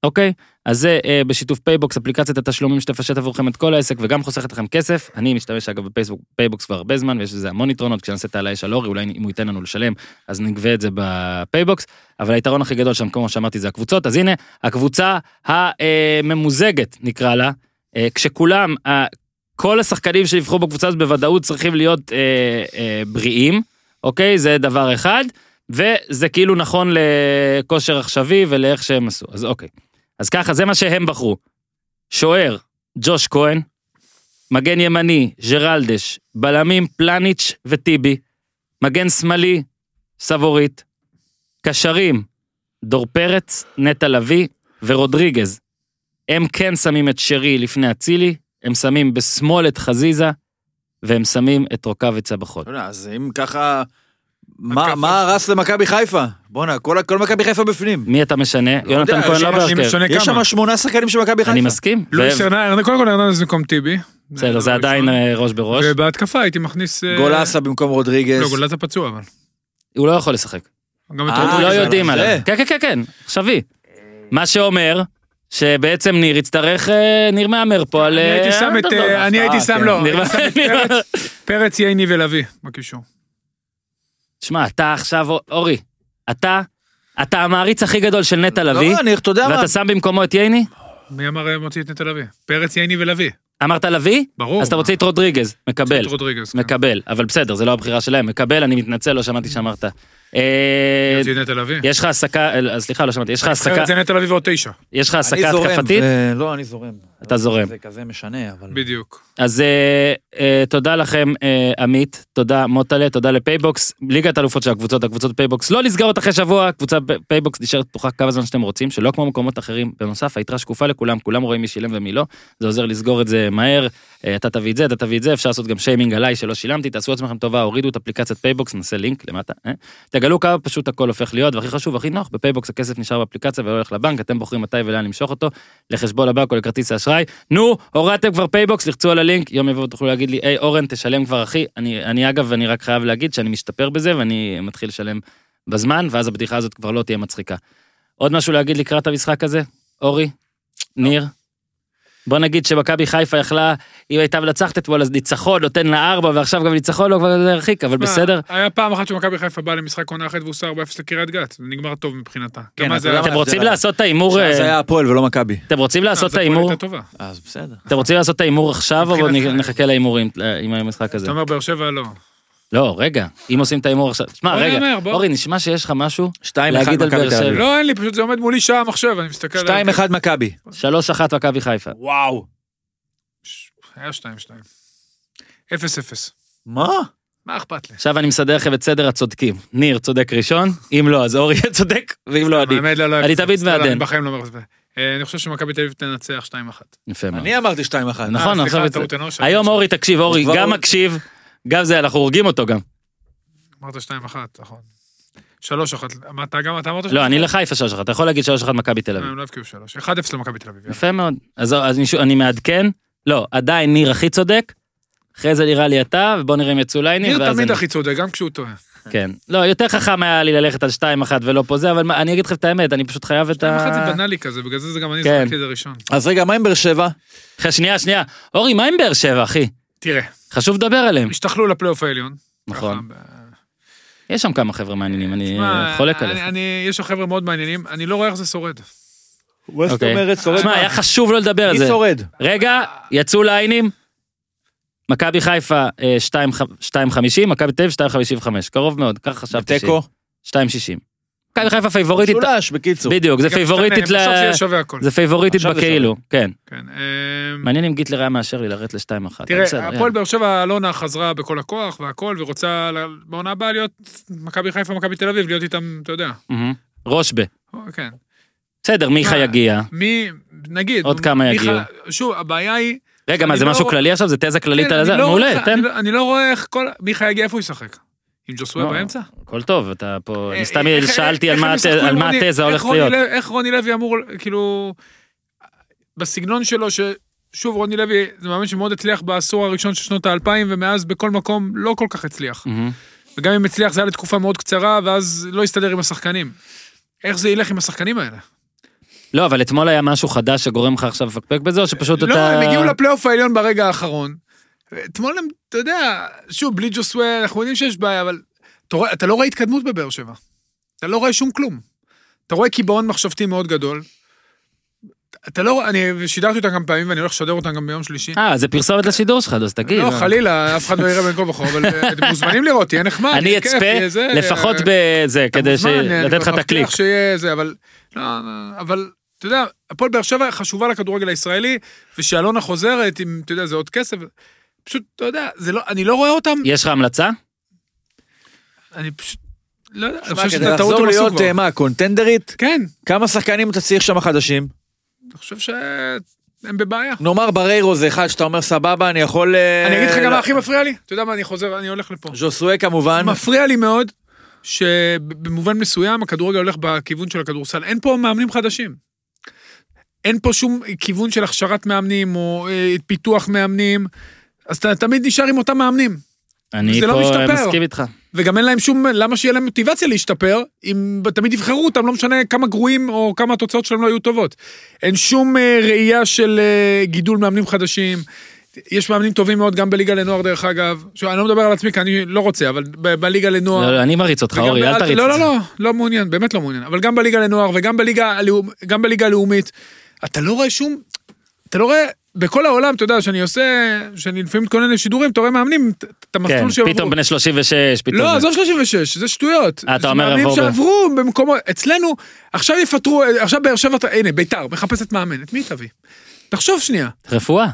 A: אוקיי? אז זה אה, בשיתוף פייבוקס, אפליקציית התשלומים שתפשט עבורכם את כל העסק וגם חוסכת לכם כסף. אני משתמש אגב בפייסבוק, פייבוקס כבר הרבה זמן ויש לזה המון יתרונות. כשנעשה את העלייה של אורי, אולי אם הוא ייתן לנו לשלם, אז נגבה את זה בפייבוקס. אבל היתרון הכי גדול שם, כמו שאמרתי, זה הקבוצות. אז הנה, הקבוצה הממוזגת, נקרא לה, אה, כשכולם, אה, כל השחקנים שיבחרו בקבוצה הזאת בוודאות צריכים להיות אה, אה, בריאים, אוקיי? זה דבר אחד, וזה כאילו נכון לכושר עכשווי ולאיך שהם עשו. אז אוקיי. אז ככה, זה מה שהם בחרו. שוער, ג'וש כהן, מגן ימני, ג'רלדש, בלמים, פלניץ' וטיבי, מגן שמאלי, סבורית, קשרים, דור פרץ, נטע לביא ורודריגז. הם כן שמים את שרי לפני אצילי, הם שמים בשמאל את חזיזה, והם שמים את רוקאביצה בחוד.
D: אתה יודע, לא, אז אם ככה... מה מה הרס למכבי חיפה? בואנה, כל כל מכבי חיפה בפנים.
A: מי אתה משנה?
D: יודע,
A: יונתן כהן
D: יש
A: לא
D: שם-
C: אני
A: בהרכב.
C: משנה לא
D: יש
C: כמה.
D: שם שמונה שחקנים של מכבי
A: אני
D: חיפה.
A: מסכים.
C: לואיס
A: ו-
C: ארננדז, קודם כל ארננדז במקום טיבי.
A: בסדר,
C: לא
A: זה עדיין אה, ראש בראש.
C: ובהתקפה הייתי מכניס... אה,
D: גולסה במקום רודריגז.
C: לא, גולסה פצוע אבל.
A: הוא לא יכול לשחק.
C: גם את
D: אה,
A: אנחנו
C: רודריגז.
A: לא
D: זה
A: יודעים
D: זה.
A: עליו. כן, כן, כן, כן, עכשווי. מה שאומר, שבעצם ניר יצטרך, אה, ניר מהמר פה על...
C: אני הייתי
A: אה,
C: שם את...
A: אנדרדוג.
C: אה, אני הייתי
D: אה,
C: שם
D: כן.
C: לו.
A: ניר-
C: הייתי שם את
A: ניר-
C: פרץ, פרץ, ייני ולוי בקישור.
A: שמע, אתה עכשיו, אורי, אתה, אתה המעריץ הכי גדול של נטע לביא,
D: לא, אני, אתה יודע מה?
A: ואתה שם במקומו את ייני?
C: מי אמר אה, מוציא את נטע לביא? פרץ, ייני ולוי.
A: אמרת לביא?
C: ברור.
A: אז אתה מוציא את רודריגז, מקבל,
C: את רודריגז. כן.
A: מקבל, אבל בסדר, זה לא הבחירה שלהם, מקבל, אני מתנצל, לא שמעתי שאמרת. אה,
C: מוציא את נטע לביא.
A: יש לך הסקה, אה, סליחה, לא שמעתי, יש לך הסקה,
C: פרץ זה נטע לביא ועוד תשע.
A: יש לך
D: אני
A: הסקה
D: זורם,
A: התקפתית?
D: אה, לא, אני זורם.
A: אתה זורם.
D: זה כזה משנה, אבל...
C: בדיוק.
A: אז אה, אה, תודה לכם, אה, עמית, תודה מוטלה, תודה לפייבוקס, ליגת אלופות של הקבוצות, הקבוצות פייבוקס לא נסגרות אחרי שבוע, קבוצה פ- פייבוקס נשארת פתוחה כמה זמן שאתם רוצים, שלא כמו מקומות אחרים. בנוסף, היתרה שקופה לכולם, כולם רואים מי שילם ומי לא, זה עוזר לסגור את זה מהר, אה, אתה תביא את זה, אתה תביא את זה, אפשר לעשות גם שיימינג עליי שלא שילמתי, תעשו לעצמכם טובה, הורידו את אפליקציית פייבוקס, נעשה לינק למטה, אה? תגלו כמה פשוט הכל הופך להיות, והכי חשוב, הכי נוח, בפייבוקס הכסף נשאר באפליקציה ולא הולך לבנק, אתם בוחרים מתי ולאן למשוך אותו, לחשבון הבנק או לכרטיס האשראי. נו, הורדתם כבר פייבוקס, לחצו על הלינק, יום יבוא ותוכלו להגיד לי, היי אורן, תשלם כבר אחי. אני, אני אגב, אני רק חייב להגיד שאני משתפר בזה ואני מתחיל לשלם בזמן, ואז הבדיחה הזאת כבר לא תהיה מצחיקה. עוד משהו להגיד לקראת המשחק הזה? אורי? ניר? בוא נגיד שמכבי חיפה יכלה, היא הייתה מנצחת אתמול, אז ניצחון נותן לה ארבע, ועכשיו גם ניצחון לא כבר הרחיק, אבל בסדר.
C: מה, היה פעם אחת שמכבי חיפה באה למשחק עונה אחת והוסר ב-0 לקריית גת. זה נגמר טוב מבחינתה.
D: כן,
C: גם אז
D: אתה
C: זה היה-
D: יודע
A: אתם
D: מה
A: רוצים
D: ההבדל?
A: לעשות את ההימור,
D: זה
A: אה,
D: היה הפועל ולא מכבי.
A: אתם רוצים לעשות את
C: אז הפועל
A: ההימור,
C: הייתה טובה.
D: אז בסדר.
A: אתם רוצים לעשות את ההימור עכשיו, או
C: מבחינתך.
A: נחכה להימורים אה, עם המשחק הזה?
C: אתה אומר באר שבע לא.
A: לא, רגע, אם עושים את ההימור עכשיו, תשמע,
C: בוא
A: רגע,
C: נהמר, בוא.
A: אורי, נשמע שיש לך משהו?
D: 2-1
A: להגיד על
D: מכבי
A: באר
D: תל
A: שבע.
D: אביב.
C: לא, אין לי, פשוט זה עומד מולי שעה מחשב, אני מסתכל על...
D: 2-1 מכבי.
A: 3-1 מכבי חיפה.
D: וואו.
C: היה 2-2. 0-0.
D: מה?
C: מה אכפת לי?
A: עכשיו אני מסדר לכם את סדר הצודקים. ניר צודק ראשון, אם לא, אז אורי יהיה צודק, ואם לא, אני.
C: האמת, לא, לא,
A: אני
C: אפס.
A: תמיד
C: לא, לא,
A: מעדן.
C: אני בחיים לא אומר את זה. אה, אני חושב שמכבי תל אביב תנצח 2-1.
A: יפה מאוד.
D: אני אמרתי 2-1.
A: נכון,
C: סליחה,
A: עכשיו את זה.
C: טעות אנוש, אני
A: היום
C: מצטער.
A: אורי, תקשיב, אורי,
D: כבר
A: גם
D: אורי-
A: מקשיב, גם זה, אנחנו הורגים אותו גם.
C: אמרת 2-1, נכון. 3-1. אמרת גם אתה אמרת
A: לא, אני לחיפה 3-1, אתה יכול להגיד 3-1 מכבי תל אביב.
C: הם לא הבקיעו 3. 1-0 למכבי תל אביב. יאללה.
A: יפה מאוד. אז אז אני שוב- אני מעדכן, לא, עדיין ניר הכי צודק, אחרי זה נראה לי אתה, ובוא נראה אם יצאו ליינים,
C: ניר
A: ואז
C: תמיד
A: אני.
C: הכי צודק, גם כשהוא טועה.
A: כן. לא, יותר חכם היה לי ללכת על 2-1 ולא פה זה, אבל מה, אני אגיד לכם את האמת, אני פשוט חייב את
C: 2-1
A: ה...
C: זה בנאלי כזה, בגלל זה זה גם אני
A: כן.
C: זרקתי את זה ראשון.
D: אז רגע, מה עם באר שבע?
A: אחי, שנייה, שנייה. אורי, מה עם באר שבע, אחי?
C: תראה,
A: חשוב לדבר עליהם.
C: השתחלו לפלייאוף העליון.
A: נכון.
C: ככה, ב-
A: יש שם כמה חבר'ה מעניינים, אני
C: תשמע,
A: חולק
C: אני-
A: עליך.
C: אני- יש שם חבר'ה מאוד מעניינים, אני לא רואה איך זה שורד.
D: מה
A: אוקיי.
D: שורד?
A: שמע, היה חשוב לא לדבר על
D: מי
A: זה.
D: שורד?
A: רגע, יצאו ליינים. מכבי חיפה אה, 2.50, מכבי תל אביב 2.55, קרוב מאוד, ככה חשבתי. ש-
D: תיקו?
A: 2.60. מכבי חיפה פייבוריטית,
D: שולש, בקיצור.
A: בדיוק, זה
C: גם
A: פייבוריטית
C: משתנה,
A: ל-
C: אה, בסוף זה יהיה שווה הכל.
A: זה פייבוריטית
D: עכשיו זה
A: בכאילו, כן.
C: כן, אה,
A: מעניין אם גיטלר היה מאשר לי לרדת לשתיים אחת. בסדר,
C: תראה, הפועל
A: יאללה.
C: באר שבע, אלונה חזרה בכל הכוח והכל, ורוצה ל- בעונה הבאה להיות מכבי חיפה, מכבי תל אביב, להיות איתם, אתה יודע.
A: מהמם. רושבה.
C: או, כן.
A: בסדר, מיכה
C: מה?
A: יגיע.
C: מי, נגיד.
A: עוד כמה
C: מיכה-
A: יגיעו.
C: שוב, הבעיה היא...
A: רגע, מה,
C: אני
A: זה
C: לא-
A: משהו כללי עכשיו? זה תזה כללית
C: כן,
A: על
C: אני
A: זה?
C: לא
A: מעולה,
C: רואה-
A: תן.
C: אני לא- אני לא רואה איך כל... מיכה יגיע, איפה הוא ישחק? עם ג'וסווה
A: לא.
C: באמצע?
A: הכל טוב, אתה פה... אני
C: אה,
A: סתם
C: איך-
A: שאלתי
C: איך
A: על
C: הם
A: מה הת-
C: ישחקו עם
A: על מה
C: רוני-
A: התזה
C: איך
A: הולכת
C: רוני
A: להיות.
C: לוי- איך רוני לוי אמור, כאילו, בסגנון שלו, ששוב, רוני לוי זה מאמן שמאוד הצליח בעשור הראשון של שנות האלפיים, ומאז בכל מקום לא כל כך הצליח.
A: מהמם.
C: וגם אם הצליח זה היה לתקופה מאוד קצרה, ואז לא הסתדר עם השחקנים. איך זה ילך עם השחקנים האלה?
A: לא, אבל אתמול היה משהו חדש שגורם לך עכשיו לפקפק בזה, או שפשוט אתה...
C: לא, הם הגיעו לפלייאוף העליון ברגע האחרון. אתמול הם, אתה יודע, שוב, בלי ג'וסווה, אנחנו יודעים שיש בעיה, אבל אתה, רואה, אתה לא רואה התקדמות בבאר שבע. אתה לא רואה שום כלום. אתה רואה קיבעון מחשבתי מאוד גדול. אתה לא, רואה- אני שידרתי אותם כמה פעמים ואני הולך לשדר אותם גם ביום שלישי.
A: אה, זה פרסומת לשידור שלך, אז תגיד. אה.
C: לא, חלילה, אף אחד לא יראה בין כה וכה, אבל אה, אתם מוזמנים לראות, תהיה נחמד.
A: אני
C: יהיה כיף,
A: אצפה
C: יהיה זה,
A: לפחות
C: אה,
A: בזה,
C: אתה
A: כדי ש-
C: מוזמן, אני
A: לתת לך את הקליק.
C: מבטיח שיהיה זה, אבל... לא, אבל, אתה יודע, הפועל באר שבע חשובה לכדורגל הישראלי, ושאלונה חוזרת עם, אתה יודע, זה עוד כסף. פשוט, אתה יודע, זה לא, אני לא רואה אותם,
A: יש לך המלצה?
C: אני פשוט, לא יודע, אני
D: שמע,
C: חושב
D: כדי
C: שאת הטעות
D: לחזור
C: הם עשו
D: להיות,
C: כבר.
D: אה, מה, קונטנדרית?
C: כן,
D: כמה שחקנים אתה צריך שם חדשים?
C: אני חושב שהם בבעיה.
D: נאמר בריירו זה אחד שאתה אומר סבבה, אני יכול... אה,
C: אני אגיד לך גם מה
D: לא-
C: הכי מפריע לי, אתה יודע מה, אני חוזר, אני הולך לפה.
D: ז'וסואה כמובן.
C: מפריע לי מאוד, שבמובן מסוים הכדורגל הולך בכיוון של הכדורסל. אין פה מאמנים חדשים. אין פה שום כיוון של הכשרת מאמנים או אה, פיתוח מאמנים, אז אתה תמיד נשאר עם אותם מאמנים.
A: אני
C: זה לא
A: פה אה,
C: משתפר.
A: מסכים איתך.
C: וגם אין להם שום, למה שיהיה להם מוטיבציה להשתפר, אם תמיד יבחרו אותם, לא משנה כמה גרועים או כמה התוצאות שלהם לא היו טובות. אין שום אה, ראייה של אה, גידול מאמנים חדשים. יש מאמנים טובים מאוד גם בליגה לנוער דרך אגב. שוב, אני לא מדבר על עצמי כי אני לא רוצה, אבל ב- בליגה לנוער...
A: לא, לא, אני מריץ אותך,
C: וגם
A: אורי, אל
C: בעל-
A: תריץ
C: לא,
A: את
C: לא,
A: זה.
C: לא, לא מעוניין, באמת לא מעוניין. אבל גם בליגה לנוער וגם בליגה, הלאומ- גם בליגה הלאומית, אתה לא רואה שום... אתה לא רואה... בכל העולם, אתה יודע, שאני עושה... שאני לפעמים מתכונן לשידורים, אתה רואה מאמנים, את- את המסלול
A: כן,
C: שעברו.
A: פתאום בני 36, פתאום...
C: לא,
A: זה.
C: עזוב 36, זה שטויות.
A: אה, אתה
C: זה
A: אומר
C: מאמנים
A: עבור ב-
C: שעברו במקומות... אצלנו, עכשיו יפטרו, עכשיו באר שבע... הנה, ביתר, מחפשת מאמן, את מי תביא? תחשוב שנייה.
A: רפואה.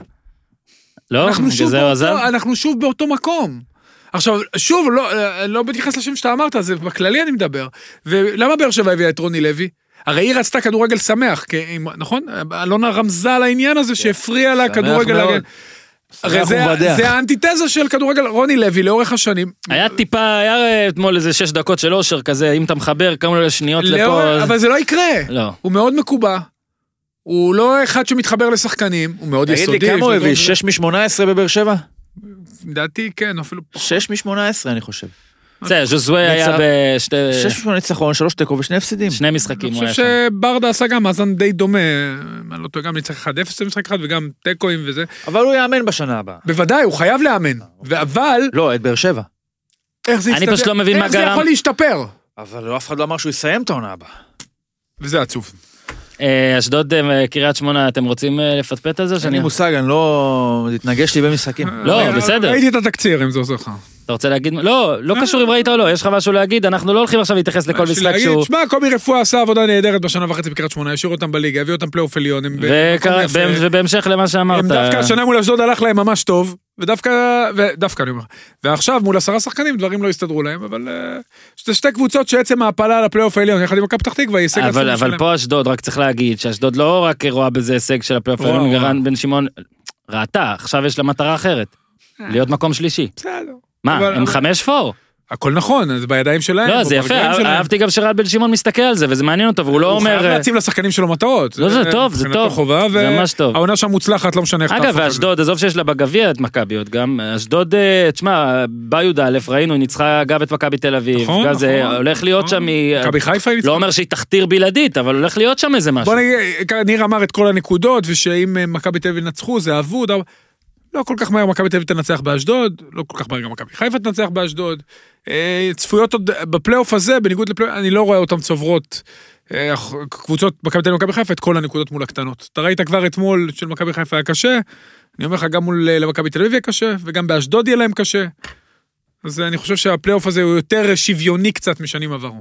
A: לא?
D: נכון,
C: אנחנו
A: בגלל
C: שוב,
A: זה הוא עזב?
C: באותו, אנחנו שוב באותו מקום. עכשיו, שוב, לא, אה, לא מתייחס לשם שאתה אמרת, זה בכללי אני מדבר. ולמה באר שבע הביאה את רוני לוי? הרי היא רצתה כדורגל שמח, כי, אם- נכון? אלונה רמזה על העניין הזה שהפריע לה
D: כן. שמח
C: כדורגל.
D: מאוד.
C: להגן. הרי זה,
D: ומבדח.
C: זה האנטיתזה של כדורגל, רוני לוי לאורך השנים.
A: היה טיפה, היה אה, אתמול איזה שש דקות של אושר כזה, אם אתה מחבר כמה שניות
C: לאור,
A: לפה... אז-
C: אבל זה לא יקרה.
A: לא.
C: הוא מאוד מקובע. הוא לא אחד שמתחבר לשחקנים, הוא מאוד
D: תגיד
C: יסודי.
D: לי כמה הוא
C: יש לו
D: הביא?
C: דרוב-
D: 6 מ-18 בבאר שבע?
C: לדעתי כן, אפילו
D: 6 מ-18 אני חושב.
A: בסדר, ז'וזווה היה
D: ניצח.
A: בשתי...
D: 6 מ-18 ניצחון, 3 תיקו ושני הפסדים.
A: שני משחקים
C: אני
A: הוא היה
C: חושב
A: שם.
C: שברדה עשה גם מאזן די דומה, אם אני לא טועה, גם ניצח 1-0 במשחק אחד וגם תיקואים וזה.
D: אבל הוא יאמן בשנה הבאה.
C: בוודאי, הוא חייב לאמן, אבל
D: לא, את באר שבע.
C: איך זה
A: אני
C: יסתדר-
A: פשוט לא מבין מה
C: איך זה
A: גרם-
C: יכול להשתפר?
D: אבל לא, אף אחד לא אמר שהוא יסיים את העונה הבאה.
C: וזה עצוב.
A: אה, אשדוד, אה, קריית שמונה, אתם רוצים אה, לפטפט על זה?
D: אין
A: שאני...
D: לי מושג, אני לא... זה התנגש לי במשחקים.
A: לא,
C: אה,
A: בסדר.
C: ראיתי את התקציר, אם זה עוזר לך.
A: אתה רוצה להגיד? לא, לא קשור אם ראית או לא, יש לך משהו להגיד, אנחנו לא הולכים עכשיו להתייחס לכל
C: בשביל
A: משחק
C: להגיד,
A: שהוא...
C: שמע, קובי רפואה עשה עבודה נהדרת בשנה וחצי בקריית שמונה, השאיר אותם בליגה, הביא אותם פלייאוף עליון, הם במקום
A: וכ-
C: יפה.
A: בהם- ובהמשך למה שאמרת.
C: הם דווקא השנה מול אשדוד הלך להם ממש טוב, ודווקא, ודווקא אני אומר, ועכשיו מול עשרה שחקנים דברים לא הסתדרו להם, אבל אה, זה שתי קבוצות שעצם ההעפלה על הפלייאוף העליון, יחד עם מכבי פתח תקווה, היא הישג
A: אבל,
C: עצום
A: אבל
C: שלהם.
A: פה אשדוד, רק צריך להגיד שאשדוד לא רק רואה בזה הישג של הפלייאוף
C: רואה,
A: העליון,
C: רואה.
A: גרן בן שמעון ראתה, עכשיו יש לה מטרה אחרת. להיות מקום שלישי.
C: בסדר.
A: מה,
C: אה. אבל-
A: הם
C: אבל-
A: חמש פור?
C: הכל נכון, זה בידיים שלהם.
A: לא,
C: או
A: זה יפה,
C: ברגליים
A: אה-
C: שלהם.
A: אהבתי גם שרן בן שמעון מסתכל על זה, וזה מעניין אותו, והוא לא
C: הוא חייב
A: אומר... אה,
C: להציב לשחקנים שלו מטרות.
A: לא, זה טוב, זה
C: מבחינתו
A: טוב.
C: חובה,
A: זה ממש טוב.
C: והעונה שם מוצלחת, לא משנה איך
A: אגב,
C: תהפוך את זה.
A: ואשדוד, עזוב שיש לה בגביע את מכביות גם, אשדוד, אה, תשמע, בא י"א, ראינו, היא ניצחה גם את מכבי תל אביב,
C: נכון,
A: גם זה
C: נכון,
A: הולך להיות
C: נכון.
A: שם, היא-
C: מכבי חיפה היא
A: לא
C: ניצחה.
A: אומר שהיא תחתיר בלעדית, אבל הולך להיות שם איזה משהו.
C: בוא נגיד, אה, ניר אמר את כל הנקודות, ושאם אה, מכבי תל אביב ינצחו זה אבוד, אבל לא כל כך מהר מכבי תל אביב תנצח באשדוד, לא כל כך מהר גם מכבי חיפה תנצח באשדוד. אה, צפויות עוד בפלייאוף הזה, בניגוד לפלייאוף, אני לא רואה אותם צוברות. אה, קבוצות מכבי תל אביב ומכבי חיפה את כל הנקודות מול הקטנות. אתה ראית כבר אתמול של מכבי חיפה היה קשה, אני אומר לך גם מול אה, למכבי תל אביב יהיה קשה, וגם באשדוד יהיה להם קשה. אז אני חושב שהפלייאוף הזה הוא יותר שוויוני קצת משנים עברו.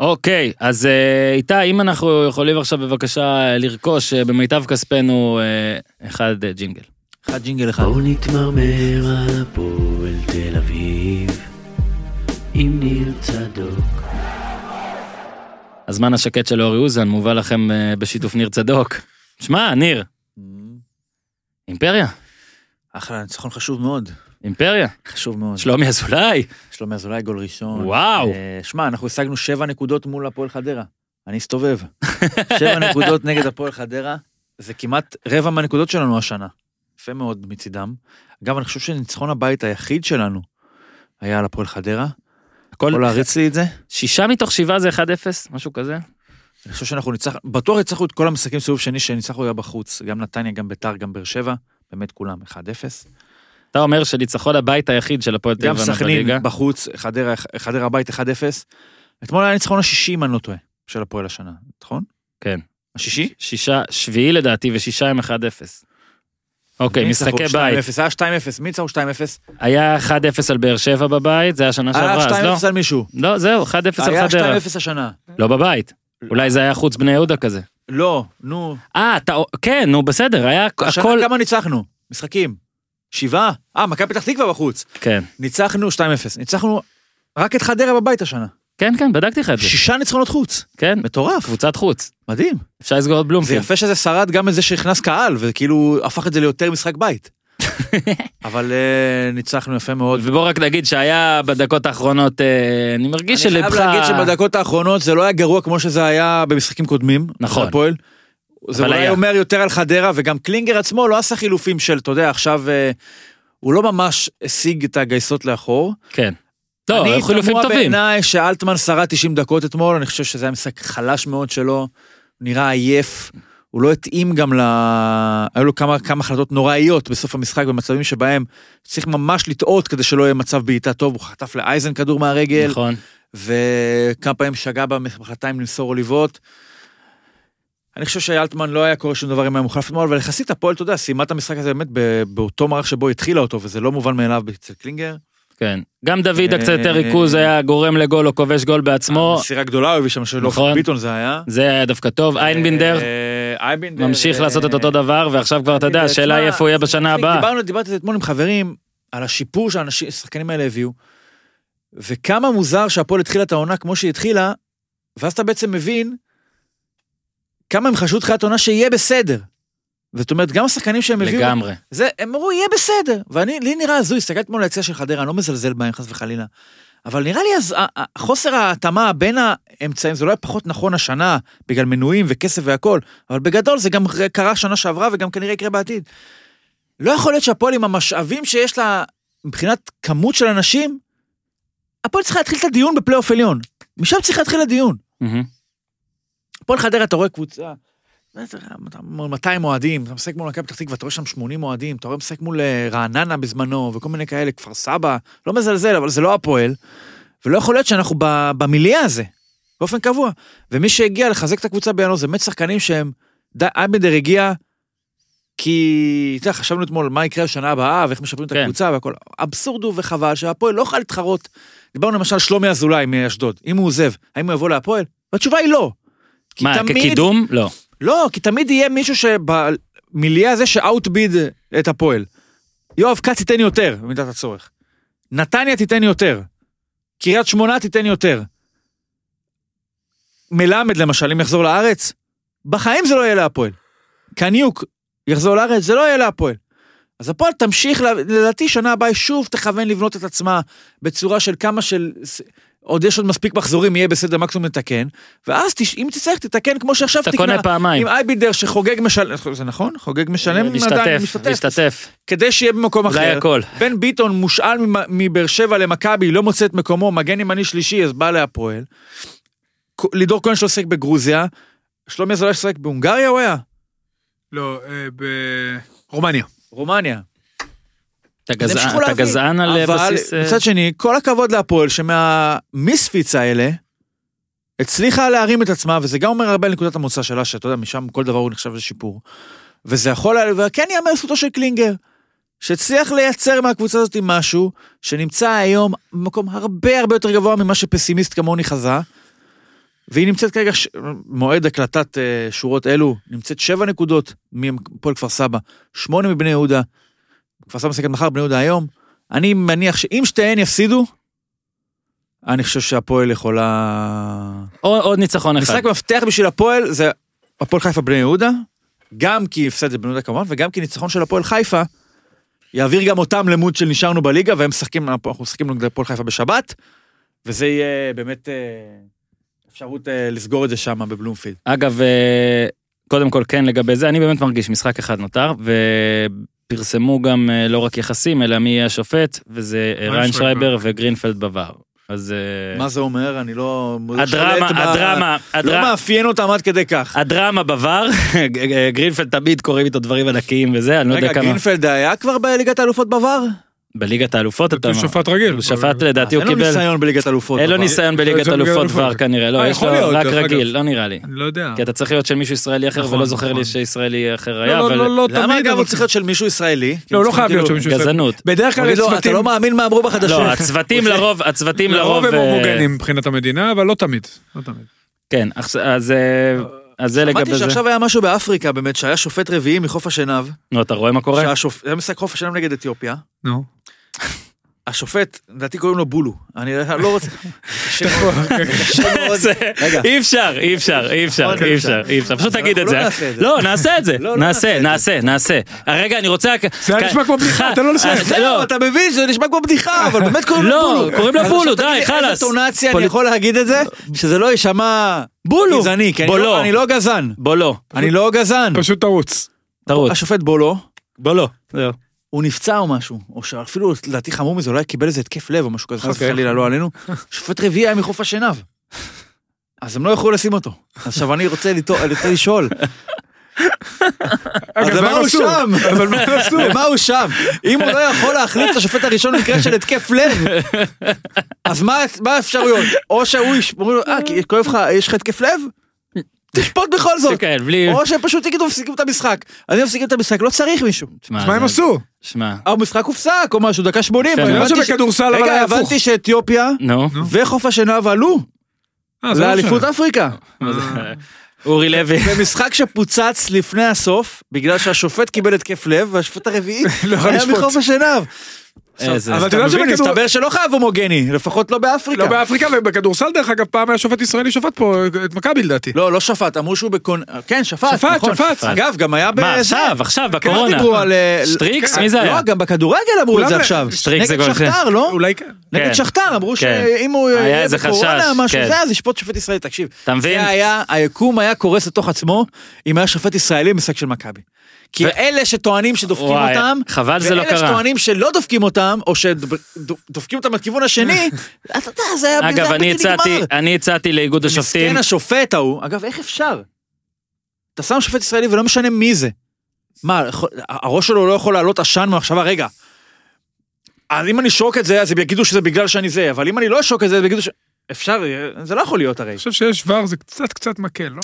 A: אוקיי, אז אה, איתי, אם אנחנו יכולים עכשיו בבקשה אה, לרכוש אה, במיטב כספנו אה, אחד אה, ג'ינגל.
D: אחד ג'ינגל אחד.
E: בואו נתמרמר על הפועל תל אביב עם ניר צדוק.
A: הזמן השקט של אורי אוזן מובא לכם אה, בשיתוף ניר צדוק. שמע, ניר, אימפריה,
D: אחלה, ניצחון חשוב מאוד.
A: אימפריה,
D: חשוב מאוד.
A: שלומי אזולאי.
D: שלומי אזולאי גול ראשון.
A: וואו.
D: אה, שמע, אנחנו השגנו שבע נקודות מול הפועל חדרה. אני אסתובב. שבע נקודות נגד הפועל חדרה, זה כמעט רבע מהנקודות שלנו השנה. יפה מאוד מצידם. אגב, אני חושב שניצחון הבית היחיד שלנו היה על הפועל חדרה.
A: הכל
D: יכול להריץ לי את זה?
A: שישה מתוך שבעה זה 1-0, משהו כזה.
D: אני חושב שאנחנו ניצחנו, בטוח ניצחנו את כל המשחקים סיבוב שני שניצחנו היה בחוץ. גם נתניה, גם ביתר, גם באר שבע. באמת כולם 1-0.
A: אתה אומר שניצחון הבית היחיד של הפועל תל
D: גם
A: אביב עונה בליגה.
D: סכנין בחוץ, חדרה, חדרה הבית 1-0. אתמול היה ניצחון השישי, אם אני לא טועה, של הפועל השנה, נכון?
A: כן.
D: השישי?
A: שישה, שביעי לדעתי ושישה הם 1-0. אוקיי, משחקי בית.
D: 2-0, היה 2-0, מי ניצחו 2-0?
A: היה 1-0 על באר שבע בבית, זה היה שנה שעברה, אז
D: היה
A: לא.
D: 2-0 על מישהו.
A: לא, זהו, 1-0
D: אה, היה
A: על
D: 2-0
A: חדרה.
D: השנה.
A: לא בבית. אולי זה היה חוץ בני יהודה כזה.
D: לא, נו.
A: אה, אתה... כן, נו, בסדר, היה
D: השנה
A: הכל...
D: כמה ניצחנו? משחקים. שבעה? אה, מכבי פתח תקווה בחוץ.
A: כן.
D: ניצחנו 2-0. ניצחנו רק את חדרה בבית השנה.
A: כן, כן, בדקתי לך את זה.
D: שישה ניצחונות חוץ.
A: כן,
D: מטורף.
A: קבוצת חוץ.
D: מדהים.
A: אפשר לסגור את
D: זה
A: בלומפילד.
D: יפה שזה שרד גם את זה שהכנס קהל, וכאילו הפך את זה ליותר משחק בית. אבל אה, ניצחנו יפה מאוד.
A: ובוא רק נגיד שהיה בדקות האחרונות, אה, אני מרגיש
D: אני
A: שלבך...
D: חייב להגיד שבדקות האחרונות זה לא היה גרוע כמו שזה היה במשחקים קודמים.
A: נכון.
D: של הפועל. זה
A: אבל
D: אולי
A: היה.
D: אומר יותר על חדרה, וגם קלינגר עצמו לא עשה חילופים של, אתה יודע, עכשיו... אה, הוא לא ממש השיג את הגייסות לאחור.
A: כן. לא,
D: אני
A: היו חילופים
D: תמוה
A: טובים.
D: בעיניי שאלטמן שרד 90 דקות אתמול, אני חושב שזה היה משחק חלש מאוד שלו, נראה עייף, הוא לא התאים גם ל... היו לו כמה, כמה החלטות נוראיות בסוף המשחק, במצבים שבהם צריך ממש לטעות כדי שלא יהיה מצב בעיטה טוב, הוא חטף לאייזן כדור מהרגל,
A: נכון.
D: וכמה פעמים שגה במחרתיים למסור עוליבות. אני חושב שאלטמן לא היה קורה שום דבר אם היה מוחלף אתמול, אבל יחסית הפועל, אתה יודע, סיימה את המשחק הזה באמת ב- באותו מערך שבו התחילה אותו, וזה לא מובן מאליו אצל קלינגר.
A: כן. גם דוידה
D: אה,
A: קצת יותר ריכוז
D: אה,
A: היה גורם לגול או כובש גול בעצמו.
D: מסירה גדולה הוא הביא שם של
A: נכון.
D: אופן ביטון זה היה.
A: זה היה דווקא טוב. איינבינדר
D: אה, איינבינדר.
A: ממשיך
D: אה,
A: לעשות את אותו דבר, ועכשיו כבר אתה יודע,
D: איינבינדר,
A: השאלה
D: תשמע,
A: היא איפה הוא יהיה
D: זה
A: בשנה
D: מצחיק,
A: הבאה.
D: דיברנו, דיברתי על זה אתמול עם חברים, על השיפור שהאנשים- שהשחקנים האלה הביאו, וכמה מוזר שהפועל התחילה את העונה כמו שהיא התחילה, ואז אתה בעצם מבין כמה הם חשבו תחילת עונה שיהיה בסדר. זאת אומרת, גם השחקנים שהם הביאו,
A: לגמרי.
D: זה, הם אמרו, יהיה בסדר. ואני, לי נראה הזוי, הסתכלתי אתמול ליציע של חדרה, אני לא מזלזל בהם, חס וחלילה. אבל נראה לי אז, ה- ה- חוסר ההתאמה בין האמצעים, זה לא היה פחות נכון השנה, בגלל מנויים וכסף והכל, אבל בגדול זה גם קרה שנה שעברה וגם כנראה יקרה בעתיד. לא יכול להיות שהפועל עם המשאבים שיש לה, מבחינת כמות של אנשים, הפועל צריכה להתחיל את הדיון בפלייאוף עליון. משם צריך להתחיל הדיון.
A: מהמם.
D: הפועל חדרה אתה רואה קבוצה, אתה רואה 200 אוהדים, אתה משחק מול מכבי פתח תקווה, אתה רואה שם 80 אוהדים, אתה רואה משחק מול אה, רעננה בזמנו, וכל מיני כאלה, כפר סבא, לא מזלזל, אבל זה לא הפועל, ולא יכול להיות שאנחנו ב- במיליה הזה, באופן קבוע. ומי שהגיע לחזק את הקבוצה בינואר זה באמת שחקנים שהם, די- אייבנדר הגיע, כי, אתה יודע, חשבנו אתמול מה יקרה בשנה הבאה, ואיך משפרים את
A: כן.
D: הקבוצה והכל. אבסורד הוא וחבל שהפועל לא יכול להתחרות. דיברנו למשל שלומי אזולאי מאשדוד, אם הוא עוזב, האם הוא יבוא להפועל? והתשובה היא לא. כי
A: מה,
D: תמיד-
A: כקידום? לא.
D: לא, כי תמיד יהיה מישהו שבמיליה הזה שאוטביד את הפועל. יואב כץ תיתן יותר, במידת הצורך. נתניה תיתן יותר. קריית שמונה תיתן יותר. מלמד למשל, אם יחזור לארץ, בחיים זה לא יהיה להפועל. קניוק יחזור לארץ, זה לא יהיה להפועל. אז הפועל תמשיך, לה- לדעתי שנה הבאה היא שוב תכוון לבנות את עצמה בצורה של כמה של... עוד יש עוד מספיק מחזורים, יהיה בסדר, מקסימום נתקן, ואז תש- אם תצטרך, תתקן כמו שעכשיו
A: אתה
D: תקנה.
A: קונה פעמיים.
D: עם אייבידר שחוגג משלם, זה נכון? חוגג משלם? עדיין
A: להשתתף, להשתתף.
D: כדי שיהיה במקום
A: אולי
D: אחר.
A: הכל.
D: בן ביטון מושאל ממ- מבאר שבע למכבי, לא מוצא את מקומו, מגן ימני שלישי, אז בא להפועל. ק- לידור כהן שלו שיחק בגרוזיה. שלומי אזולאי שיחק בהונגריה הוא היה?
C: לא, אה, ברומניה.
D: רומניה.
A: אתה
D: אז
A: גזען-
D: המשיכו
A: אתה
D: להביא.
A: גזען על אה,
D: אבל
A: בסיס... אה,
D: מצד שני, כל הכבוד להפועל שמהמיספיץ האלה, הצליחה להרים את עצמה, וזה גם אומר הרבה על נקודת המוצא שלה, שאתה יודע, משם כל דבר הוא נחשב לשיפור. וזה יכול היה, וכן ייאמר זכותו של קלינגר, שהצליח לייצר מהקבוצה הזאת משהו, שנמצא היום במקום הרבה הרבה יותר גבוה ממה שפסימיסט כמוני חזה, והיא נמצאת כרגע, ש... מועד הקלטת אה, שורות אלו, נמצאת שבע נקודות מהפועל כפר סבא, שמונה מבני יהודה, כפר סבא מסתכלת מחר, בני יהודה היום. אני מניח שאם שתיהן יפסידו, אני חושב שהפועל יכולה...
A: עוד עוד ניצחון אחד.
D: משחק מפתח בשביל הפועל זה הפועל חיפה בני יהודה, גם כי הפסד לבני יהודה כמובן, וגם כי ניצחון של הפועל חיפה יעביר גם אותם למוד של נשארנו בליגה, והם משחקים, אנחנו משחקים נגד הפועל חיפה בשבת, וזה יהיה באמת אה, אפשרות אה, לסגור את זה שם בבלומפילד.
A: אגב, אה, קודם כל כן לגבי זה, אני באמת מרגיש משחק אחד נותר, ופרסמו גם אה, לא רק יחסים, אלא מי יהיה השופט, וזה אה,
C: ריין
A: ריין שרייבר
C: שרייבר.
A: וגרינפלד בוואר. אז אה,
D: מה זה אומר? אני לא...
A: הדרמה,
D: שולט ב-
A: הדרמה,
D: לא
A: הדרמה.
D: מאפיין אותם עד כדי כך.
A: הדרמה בוואר, גרינפלד תמיד קוראים איתו דברים ענקיים וזה, אני לא
D: רגע,
A: יודע כמה.
D: גרינפלד היה כבר בליגת האלופות בעבר?
A: בליגת האלופות אתה
C: הוא
A: אומר.
C: כאילו שופט רגיל.
A: הוא שפט לדעתי הוא
D: אה, אין לו
A: קיבל,
D: ניסיון בליגת אלופות.
A: אין לו
D: בעבר.
A: ניסיון
C: זה
A: בליגת
C: בליגת
A: אלופות
C: האלופות.
A: ור כנראה,
C: אה,
A: לא, יש
C: יכול
A: לו
C: להיות,
A: רק
C: דרך אגב.
A: רגיל, לא נראה לי.
C: אני לא יודע.
A: כי אתה צריך להיות של מישהו ישראלי אחר,
C: נכון,
A: ולא זוכר לי
C: נכון.
A: שישראלי אחר היה,
C: לא,
A: אבל...
C: לא, לא, לא
D: למה
C: תמיד.
D: אגב
C: אבל-
D: הוא צריך להיות של מישהו ישראלי?
C: לא, הוא לא חייב
D: כאילו,
C: להיות שם מישהו ישראלי.
A: גזענות.
C: בדרך כלל
D: אומרים
C: יש
D: לו, אתה
C: צוותים,
D: לא מאמין מה אמרו בחדשות.
A: לא, הצוותים לרוב, הצוותים לרוב...
C: אוקיי. לרוב הם
A: אה,
C: הומוגנים מבחינת המדינה, אבל לא תמיד. לא תמיד.
A: כן, אז- אז אה, אז זה
D: אמרתי
A: לגבי זה.
D: שעכשיו היה משהו באפריקה באמת, שהיה שופט רביעי מחוף השנהב,
A: נו, אתה רואה מה
C: אוקיי.
A: קורה?
D: שהשופ- היה משחק חוף השנהב נגד אתיופיה,
C: נו.
D: השופט, לדעתי קוראים לו בולו, אני לא רוצה... קשה מאוד, קשה מאוד.
A: זה-
D: רגע,
A: אי אפשר, אי אפשר, אי אפשר,
D: נכון,
A: אי
D: אי
A: אפשר, אי אפשר, פשוט
D: אנחנו
A: תגיד את
D: לא
A: זה.
D: נעשה את זה.
A: לא, נעשה את זה,
D: לא, לא
A: נעשה,
D: נעשה
A: נעשה, נעשה. רגע, אני רוצה... רק-
C: זה היה
A: כ-
C: נשמע כמו בדיחה,
A: ח-
C: תן לו לסיים.
A: כן. אז-
D: זהו,
A: לא,
D: אתה מבין שזה נשמע כמו בדיחה, אבל באמת קוראים לו
A: לא,
D: בולו.
A: קוראים לו
D: אז
A: בולו,
D: עכשיו
A: די,
D: תגיד לי
A: חלאס.
D: איזה טונציה אני
A: פוליט-
D: יכול להגיד את זה? שזה לא יישמע
A: בולו.
D: גזעני, כי אני
A: בולו.
D: לא- אני לא גזען.
A: בולו,
D: אני אוקיי. לא גזען.
C: פשוט תרוץ.
A: תרוץ.
D: השופט בולו,
A: בולו.
D: הוא נפצע או משהו, או שאפילו לדעתי חמור מזה, אולי קיבל איזה התקף לב או משהו כזה, חס
C: אוקיי.
D: וחלילה, לא עלינו. שופט רביעי היה מחוף השנהב. אז הם לא יכלו לשים אותו. עכשיו אני רוצה לטו- אני רוצה לשאול, אז
C: אגב, זה
D: למה
C: היה
D: הוא
C: אסור.
D: שם?
C: אבל מה הם עשו?
D: למה הוא שם? אם הוא לא יכול להחליף את השופט הראשון במקרה של התקף לב, אז מה- מה האפשרויות? או שהוא יש- אומרים לו, אה, כי כואב לך, יש לך התקף לב? תשפוט בכל זאת.
A: כן, בלי...
D: או שפשוט יגידו, מפסיקים את המשחק. אז אם מפסיקים את המשחק, לא צריך מישהו.
A: שמע,
C: אז מה הם
A: זה-
C: עשו?
A: שמע,
D: המשחק הופסק או משהו, דקה 80.
A: יפה
D: אבל
A: מאוד.
D: הבנתי
C: אני חושב
D: ש-
C: שבכדורסל, אבל
D: רגע,
C: היה הפוך.
D: הבנתי שאתיופיה
A: נו.
D: וחוף השנהב עלו
C: אה, זה לא
D: לאליפות
C: משנה.
D: אפריקה. אה,
A: אורי לוי.
D: זה משחק שפוצץ לפני הסוף, בגלל שהשופט קיבל התקף לב, והשופט הרביעי
C: לא יכול
D: היה
C: לשפוט.
D: מחוף השנהב.
A: איזה...
C: אבל אתה
D: אתה
C: יודע
D: מבין,
C: שבכדור-
D: מסתבר שלא חייב הומוגני, לפחות לא באפריקה.
C: לא באפריקה ובכדורסל דרך אגב פעם היה שופט ישראלי שופט פה את מכבי לדעתי.
D: לא, לא שפט, אמרו שהוא בקונ... כן, שפט,
C: שפט,
D: נכון.
C: שפט.
D: אגב, גם היה בזה.
A: מה, עכשיו, עכשיו,
D: כן,
A: בקורונה.
D: דיברו על... אה,
A: שטריקס?
D: כן,
A: מי זה היה?
D: לא, גם בכדורגל אמרו את
C: כולם
D: זה
C: ל-
D: עכשיו.
A: שטריקס זה
D: נגד
A: גול, כן.
D: שכתר, לא?
C: אולי כן.
A: כן.
D: נגד שכתר, אמרו
A: כן.
D: שאם הוא
A: היה
D: יהיה
A: איזה
D: בקורונה
A: חשש,
D: משהו
A: כן.
D: זה, אז ישפוט שופט ישראלי, תקשיב.
A: אתה מבין?
D: זה היה, היקום היה קורס לתוך עצמו אם היה שופט ישראלי במשחק של מכבי. כי אלה שטוענים שדופקים
A: וואי,
D: אותם,
A: חבל שזה לא
D: ואלה
A: קרה.
D: שטוענים שלא דופקים אותם, או שדופקים אותם בכיוון השני, אתה יודע, זה היה זה
A: אגב,
D: היה
A: אני
D: בלתי נגמר.
A: הצעתי, אני הצעתי לאיגוד השופטים,
D: מסכן השופט ההוא, אגב, איך אפשר? אתה שם שופט ישראלי ולא משנה מי זה. מה, יכול- הראש שלו לא יכול לעלות עשן במחשבה, רגע. אז אם אני אשרוק את זה, אז הם יגידו שזה בגלל שאני זה, אבל אם אני לא אשרוק את זה, אז יגידו ש... אפשר, זה לא יכול להיות הרי.
C: אני חושב שיש ור זה קצת קצת מקל לא?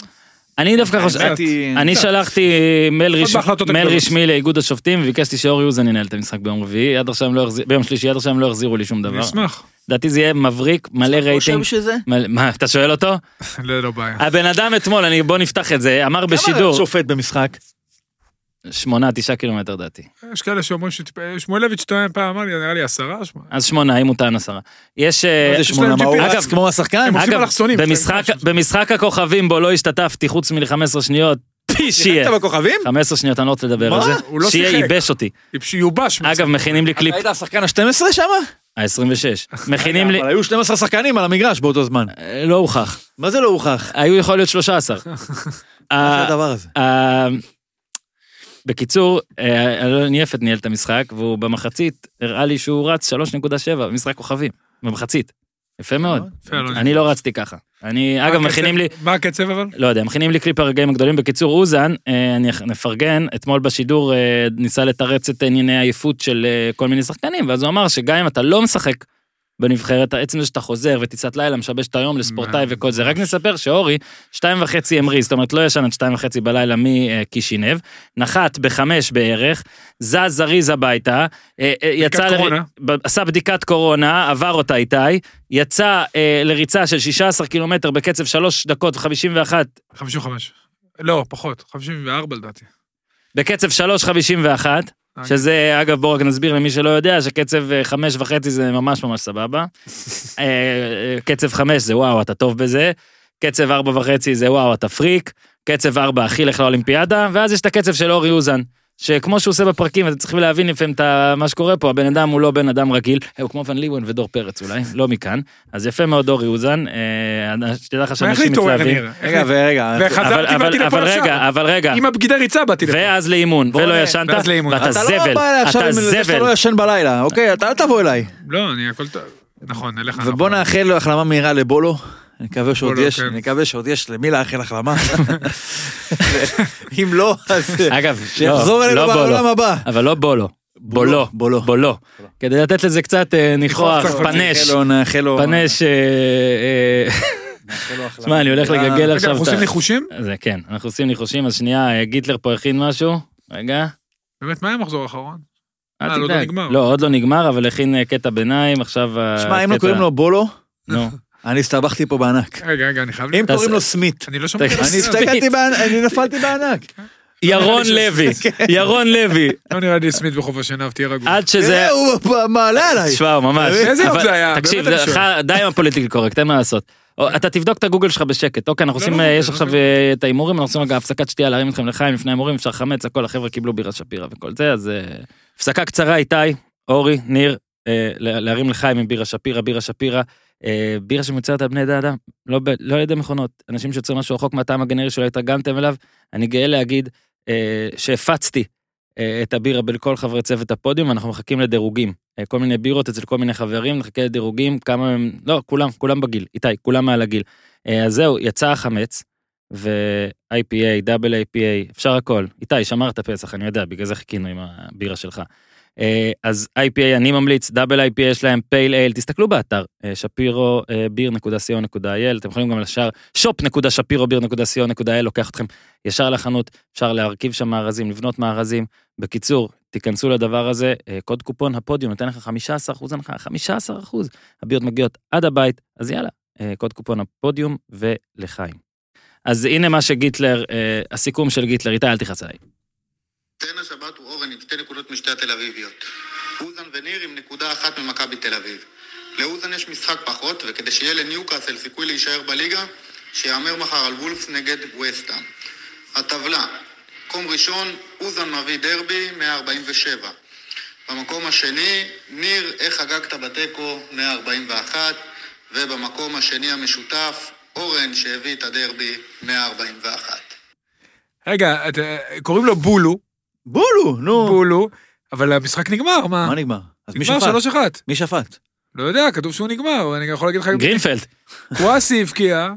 A: אני דווקא חושב,
D: האמת היא-
A: אני
C: קצת.
A: שלחתי מייל רש-
C: לא. בהחלטות
A: מייל
C: הגדולות.
A: רשמי לאיגוד השופטים וביקשתי שאור יוזן ינהל את המשחק ביום רביעי, עד עכשיו הם לא החזיר- ביום שלישי, עד עכשיו הם לא החזירו לי שום דבר.
C: אני אשמח.
A: לדעתי זה יהיה מבריק, מלא רייטינג.
D: בשביל זה?
A: מלא- מה, אתה שואל אותו?
C: לא לא בעיה.
A: הבן אדם אתמול, אני- בוא נפתח את זה, אמר
D: כמה
A: בשידור,
D: שופט במשחק?
A: שמונה, תשעה קילומטר דעתי.
C: יש כאלה שאומרים ששמואלביץ' טוען פעם אמר לי נראה לי עשרה. שמע.
A: אז שמונה, אם הוא טען עשרה. יש... אה,
D: זה שמונה
C: להם
D: מה הוא
C: GPS.
D: רץ כמו השחקן?
C: הם עושים
A: אגב,
C: אלכסונים,
A: במשחק-
C: יש להם
A: במשחק הכוכבים בו לא השתתפתי חוץ מל-15 שניות, פי שיהיה.
D: שיחקת בכוכבים?
A: 15 שניות אני לא רוצה לדבר
D: מה?
A: על זה.
C: הוא לא
A: שיהיה
C: שיחק.
A: ייבש אותי.
C: שיובש.
A: אגב, מכינים לי קליפ,
D: היית השחקן ה-12 שם?
A: ה-26. מכינים לי,
D: אבל היו 12 שחקנים על המגרש באותו זמן.
A: אה, לא הוכח.
D: מה זה לא הוכח?
A: היו יכול להיות אה, 13.
D: מה זה
A: ה-
D: הדבר הזה?
A: ה- אה, בקיצור, אה, אלון יפת ניהל את המשחק, והוא במחצית הראה לי שהוא רץ 3.7 במשחק כוכבים, במחצית. יפה מאוד.
C: יפה, אלון.
A: אני לא רצתי ככה. אני,
C: מה
A: אגב,
C: הקצב-
A: מכינים לי,
C: מה הקצב אבל?
A: לא יודע, מכינים לי קליפ הרגעים הגדולים. בקיצור, אוזן, אה, אני אח- נפרגן, אתמול בשידור אה, ניסה לתרץ את ענייני העייפות של אה, כל מיני שחקנים, ואז הוא אמר שגם אם אתה לא משחק בנבחרת, עצם זה שאתה חוזר וטיסת לילה, משבש את היום לספורטאי וכל זה. רק נספר שאורי, שתיים וחצי המריא, זאת אומרת, לא ישן עד שתיים וחצי בלילה אה, מקישינב, נחת בחמש בערך, זז זריז הביתה, אה, אה, יצא... לר-
C: קורונה.
A: ב- עשה בדיקת קורונה, עבר אותה איתי, יצא אה, לריצה של 16 קילומטר בקצב 3 דקות ו-51,
C: 55. לא, פחות, 54 לדעתי.
A: בקצב 3.51, שזה, אגב, בואו רק נסביר למי שלא יודע, שקצב אה, חמש וחצי זה ממש ממש סבבה. אה, אה, קצב חמש זה וואו, אתה טוב בזה. קצב ארבע וחצי זה וואו, אתה פריק. קצב ארבע, אחי, לך לאולימפיאדה. ואז יש את הקצב של אורי אוזן, שכמו שהוא עושה בפרקים, אתם צריכים להבין לפעמים את ה- מה שקורה פה, הבן אדם הוא לא בן אדם רגיל, אה, הוא כמו ון ליוון ודור פרץ אולי, לא מכאן. אז יפה מאוד, אורי אוזן, אה, שתדע לך
C: איך
A: שאנשים
C: להתעורר,
A: מתלהבים.
C: נראה?
D: רגע, ורגע.
C: וחזרתי
A: אבל-
C: באתי
A: אבל-
C: לפה
A: אבל
C: לשם.
A: רגע, אבל רגע.
C: עם הבגידה ריצה באתי לפה.
A: ואז לאימון,
D: בוא
A: ולא
D: נראה,
A: ישנת,
C: ואז לאימון.
A: ואתה
D: אתה לא
A: זבל,
D: בא אליי עכשיו
A: אתה
D: עם זה שאתה
A: זבל.
D: לא ישן בלילה, אוקיי? אתה אל תבוא אליי.
C: לא, אני הכל טוב. נכון, נלך. אנחנו.
D: ובוא נאחל לו החלמה מהירה לבולו. אני מקווה שעוד
C: בולו,
D: יש,
C: כן.
D: אני מקווה שעוד יש למי לאחל החלמה. אם לא, אז
A: אגב,
D: שיחזור
A: לא,
D: אלינו
A: לא
D: בעולם
A: בולו,
D: הבא.
A: אבל לא בולו, בולו,
D: בולו.
A: בולו. כדי לתת לזה קצת אה, ניחוח,
C: ניחוח צרפתי,
A: פנש,
D: נאחל לו, נאחל לו.
A: פנש, אה, אה,
D: נאחל לו החלמה.
A: שמע, אני הולך
D: אה,
A: לגלגל
C: רגע,
A: עכשיו
C: אנחנו
A: את
C: עושים
A: ה-
C: ניחושים?
A: זה כן, אנחנו עושים ניחושים, אז שנייה, אה, גיטלר פה הכין משהו, רגע,
C: באמת, מה היה המחזור האחרון? אה,
A: אל
C: עוד לא
A: תדאג.
C: נגמר.
A: לא, עוד לא נגמר, אבל הכין אה, קטע ביניים, עכשיו... ה-
D: שמע, אם לא
A: הקטע-
D: קוראים לו לא בולו,
A: נו.
D: אני הסתבכתי פה בענק.
C: רגע, רגע, אני חייב...
D: אם
A: תעשה-
D: קוראים לו סמית,
C: אני לא שומע.
A: תגיד,
D: אני
A: סמית.
D: הסתכלתי בענק, אני נפלתי בענק.
A: ירון לוי,
D: כן.
A: ירון לוי,
C: לא נראה לי סמית בחוף השנהב, תהיה רגוע.
A: עד שזה...
D: תראה, הוא מעלה עליי.
A: תשמע, הוא ממש.
C: איזה יום
A: אבל-
C: זה היה?
A: תקשיב,
C: באמת אני
A: זה-
C: שואל.
A: ח- די עם הפוליטיקלי קורקט, אין מה לעשות. או, אתה תבדוק את הגוגל שלך בשקט, אוקיי, אנחנו
C: לא,
A: עושים,
C: לא,
A: אה,
C: לא,
A: יש
C: לא,
A: עכשיו
C: לא.
A: אה, את ההימורים, אנחנו עושים רגע הפסקת שתייה, להרים אתכם לחיים לפני ההימורים, אפשר חמץ, הכל, החבר'ה קיבלו בירת שפירא וכל זה, אז אה, הפסקה קצרה, איתי, אורי, ניר, אה, לה- להרים לחיים עם בירה שפירא, בירה שפירא, אה, בירה שמיוצרת על בני ידי אדם, לא ב- לא על ידי מכונות, אנשים שיוצרים משהו רחוק מהטעם הגנרי שלא התרגלתם אליו, אני גאה להגיד אה, שהפצתי אה, את הבירה בין כל חברי צוות הפודיום, אנחנו מחכים לדירוגים. אה, כל מיני בירות אצל כל מיני חברים, נחכה לדירוגים, כמה הם, לא, כולם, כולם בגיל, איתי, כולם מעל הגיל. אה, אז זהו, יצא החמץ, ו-IPA, דאבל IPA, אפשר הכל. איתי, שמרת פסח, אני יודע, בגלל זה חיכינו עם הבירה שלך. אה, אז IPA, אני ממליץ, דאבל IPA יש להם פייל אייל, תסתכלו באתר, אה, שפירו אה, ביר.co.il, אתם יכולים גם לשער shop.שפירו.ביר.co.il, לוקח אתכם ישר לחנות, אפשר להרכיב שם מארזים, לבנות מארזים. בקיצור, תיכנסו לדבר הזה, אה, קוד קופון הפודיום נותן לך 15% הנחה, 15%. הבירות מגיעות עד הבית, אז יאללה, אה, קוד קופון הפודיום ולחיים. אז הנה מה שגיטלר, אה, הסיכום של גיטלר, איתי, אל תכעס עליי.
F: סצנה שבת הוא אורן עם שתי נקודות משתי התל אביביות. אוזן וניר עם נקודה אחת ממכבי תל אביב. לאוזן יש משחק פחות, וכדי שיהיה לניוקאסל סיכוי להישאר בליגה, שיאמר מחר על וולפס נגד ווסטהאם. הטבלה, מקום ראשון, אוזן מביא דרבי, 147. במקום השני, ניר, איך חגגת בתיקו, 141. ובמקום השני המשותף, אורן שהביא את הדרבי, 141.
C: רגע, את, אה, קוראים לו בולו,
D: בולו, נו.
C: בולו, אבל המשחק נגמר, מה?
D: מה נגמר? אז מי
C: נגמר
D: שפט?
C: 3-1.
D: מי שפט?
C: לא יודע, כתוב שהוא נגמר, אני גם יכול להגיד לך...
A: גרינפלד,
C: קוואסי הבקיע,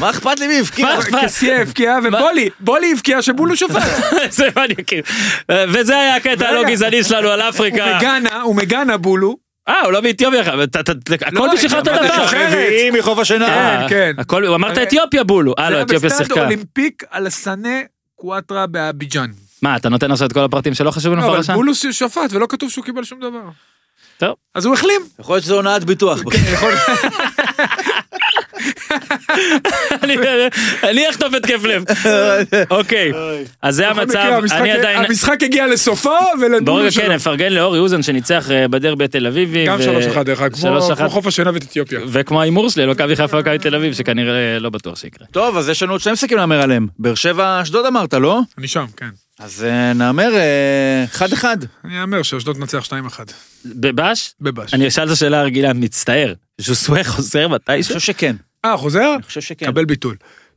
D: מה אכפת לי מי הבקיע?
A: מה אכפת?
C: קסיה הבקיע, ובולי, בולי הבקיע שבולו שופט.
A: זה מה אני מכיר. אה, וזה היה הקטע הלא
C: רגע.
A: גזעני שלנו על
C: הוא
A: אפריקה.
C: מגאנה, הוא מגאנה בולו.
A: אה, הוא לא מאתיופיה, אבל אתה- אתה- אתה- הכל בשבילך אותו
C: אמרת
A: דבר.
C: נבחרת.
D: רביעי מחוף
A: אה,
D: השינה.
C: לא, כן.
A: הכל, הוא אמרת
C: הרי-
A: אתיופיה בולו. אה, לא, אתיופיה
C: זה היה
A: שיחקה.
C: בסטנד אולימפיק על הסנה קואטרה באביג'אן.
A: מה, אתה נותן עכשיו את כל הפרטים שלא חשובים
C: לא, אבל
A: לפרשה?
C: בולו שופט, ולא כתוב שהוא קיבל שום דבר.
A: טוב.
C: אז הוא החלים.
D: יכול להיות שזו הונאת ביטוח.
A: אני- אני אחטוף התקף לב. אוקיי, אז זה
C: בכל
A: המצב,
C: מקרה, המשחק-
A: אני עדיין...
C: המשחק הגיע לסופו,
A: בואו
C: ולבולו שלו.
A: כן, נפרגן לאורי אוזן שניצח אה, בדרבי התל אביבי.
C: גם
A: ו-
C: 3-1 דרך אגב, כמו-
A: 3-1.
C: כמו חוף השנהב את אתיופיה.
A: וכמו ההימור שלי, מכבי חיפה מכבי תל אביב, שכנראה לא בטוח שיקרה.
D: טוב, אז יש לנו עוד שני משחקים להמר עליהם. באר שבע, אשדוד אמרת, לא?
C: אני שם, כן.
D: אז אה, נהמר אה, אחד-אחד.
C: אני אאמר שאשדוד נצח 2-1.
A: בבש?
C: בבש.
A: אני אשאל את השאלה הרגילה, מצטער. ז'וסווה חוזר
D: אני
A: מתישהו?
D: חושב שכן.
C: אה, חוזר?
D: אני חושב
A: כן.
D: שכן.
C: קבל ביטול.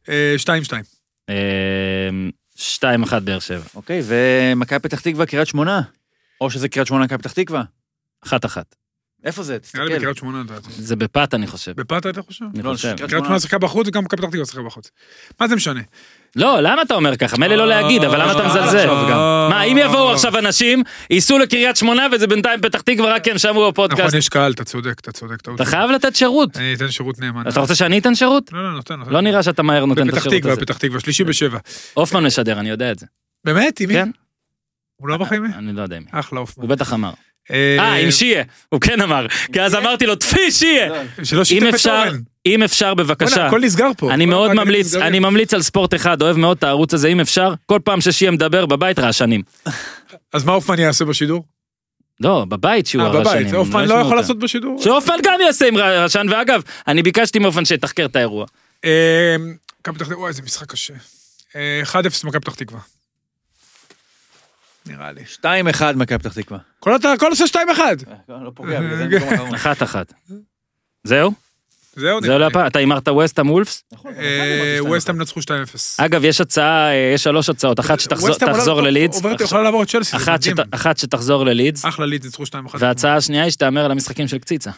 C: אה, 2-2.
A: אמ, 2-1 באר שבע.
D: אוקיי, ומכבי פתח תקווה, קריית שמונה. או שזה קריית שמונה, מכבי פתח תקווה.
A: 1-1.
D: איפה זה? תסתכל.
C: נראה לי בקריית שמונה לדעתי.
A: זה בפת, אני חושב.
C: בפאטה אתה חושב?
A: אני
D: לא,
A: חושב.
D: שקריית
C: קריית שמונה שיחקה בחוץ וגם מכבי פתח תקווה שיחקה בחוץ. מה זה משנה?
A: לא, למה אתה אומר ככה? מילא לא להגיד, אבל למה אתה
C: אה,
A: מזלזל?
C: אה, אה,
A: מה, אם יבואו עכשיו אנשים, ייסעו לקריית שמונה וזה בינתיים פתח תקווה, רק כי הם שמעו
C: נכון,
A: בפודקאסט.
C: יש קהל, אתה צודק, אתה צודק, טעות.
A: אתה חייב לתת שירות.
C: אני אתן שירות נאמן.
A: אתה רוצה שאני אתן שירות?
C: לא, לא, נותן, נותן.
A: לא נראה שאתה מהר נותן את
C: בפתח
A: השירות
C: תקווה,
A: הזה.
C: פתח תקווה, שלישי בשבע.
A: הופמן משדר, אני יודע את זה.
C: באמת, עם מי?
A: כן?
C: הוא לא בחיים?
A: אני לא יודע עם מי.
C: אחלה הופמן.
A: הוא בטח אמר. אה, עם שיה. הוא כן אמר. כי אז אמרתי לו, טפי שיה!
C: שלא
A: אם
C: שיתף את
A: אפשר,
C: אורן.
A: אם אפשר
C: בוא'נה,
A: בבקשה.
C: הכל נסגר פה.
A: אני
C: כל
A: מאוד
C: המעגלים
A: ממליץ,
C: נסגרים.
A: אני ממליץ על ספורט אחד, אוהב מאוד את הערוץ הזה, אם אפשר, כל פעם ששיהיה מדבר בבית רעשנים.
C: אז מה הופמן יעשה בשידור?
A: לא, בבית שיהיו
C: אה,
A: הרעשנים.
C: בבית. הופמן
A: יש
C: לא
A: לנו
C: יכול
A: אותם.
C: לעשות בשידור.
A: שהופמן גם יעשה עם רעשן, ואגב, אני ביקשתי מאופן שיתחקר את האירוע.
C: אה, מכבי פתח תקווה, וואי, איזה משחק קשה. אה, 1-0 מכבי פתח תקווה. נראה לי.
D: 2-1 מכבי פתח תקווה.
C: כל אתה, הכל עושה 2-1.
D: לא פוגע, בגלל זה במקום האחרון.
A: אחת אחת. זהו?
C: זהו,
A: זהו
C: נראה
A: לא
C: לי.
A: הפעם? אתה הימרת ווסטהאם וולפס?
C: אה, ווסטהאם נצחו 2-0.
A: אגב, יש הצעה, אה, יש שלוש הצעות, אחת
C: ווסטהאם עולה-
A: שתחזור ללידס,
C: נכון. עוברת- יכולה לעבור את צ'לסי, זה אה, נכון.
A: אחת
C: מדהים.
A: שת- אחת שתחזור ללידס,
C: אחלה לידס, ניצחו 2-1.
A: וההצעה השנייה היא שתהמר על המשחקים של קציצה.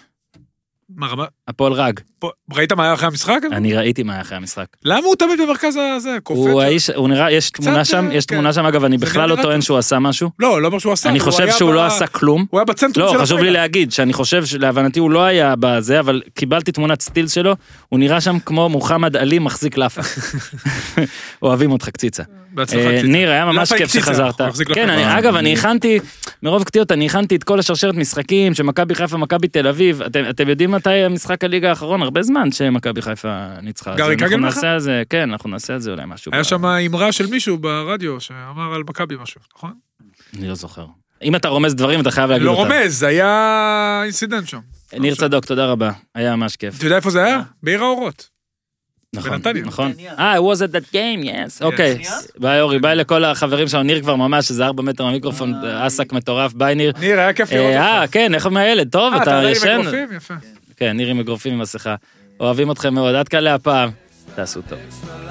C: מה, רמה-
A: הפועל רג.
C: פה- ראית מה היה אחרי המשחק?
A: אני ראיתי מה היה אחרי המשחק.
C: למה הוא תמיד במרכז הזה? קופץ?
A: הוא
C: שם?
A: האיש, הוא נראה, יש תמונה שם,
C: אה,
A: יש
C: כן.
A: תמונה שם, אגב, אני
C: זה
A: בכלל
C: נראה
A: לא טוען שהוא עשה משהו.
C: לא, לא אומר שהוא עשה.
A: אני
C: הוא
A: חושב
C: היה
A: שהוא לא
C: ב-
A: עשה כלום.
C: הוא היה בצנטרום
A: לא,
C: של
A: חשוב לי
C: הפגע.
A: להגיד שאני חושב שלהבנתי הוא לא היה בזה, אבל קיבלתי תמונת סטילס שלו, הוא נראה שם כמו מוחמד עלי מחזיק לאפה. אוהבים אותך קציצה.
C: בהצלחה,
A: אה,
C: קציצה.
A: ניר, היה ממש
C: לאפה
A: כיף
C: הקציצה,
A: שחזרת.
C: הוא מחזיק לאפה.
A: כן, אני-
C: אה,
A: אגב, אני הכנתי, מרוב קטיעות, אני הכנתי את כל השרשרת משחקים שמכבי חיפה, מכבי תל אביב. אתם- אתם יודעים מתי המשחק הליגה האחרון? הרבה זמן שמכבי חיפה ניצחה. אז
C: גרי
A: אנחנו
C: קגל
A: נעשה על זה- כן, אנחנו נעשה על זה אולי משהו.
C: היה
A: ב-
C: שם אמרה של מישהו ברדיו שאמר על מכבי משהו, נכון?
A: אני לא זוכר. אם אתה רומז דברים, אתה חייב להגיד
C: לא
A: אותם.
C: רומז, היה אינסידנט שם.
A: ניר צדוק, תודה רבה. היה ממש כיף.
C: אתה יודע איפה זה
A: אה.
C: היה? בעיר האורות.
A: נכון,
C: בנתניה.
A: נכון. אה, I was at that game, yes. אוקיי. ביי אורי, ביי לכל החברים שלנו, ניר כבר ממש איזה ארבע מטר מהמיקרופון,
C: אה,
A: אסק מטורף, ביי ניר.
C: ניר, היה כיף לראות אותך.
A: אה, כן, איך מהילד? טוב,
C: אה,
A: אתה
C: עדיין עם
A: ישן?
C: אגרופים? יפה.
A: כן, ניר עם אגרופים עם מסכה. אוהבים אתכם מאוד, עד כאן להפעם. תעשו טוב.
B: Extra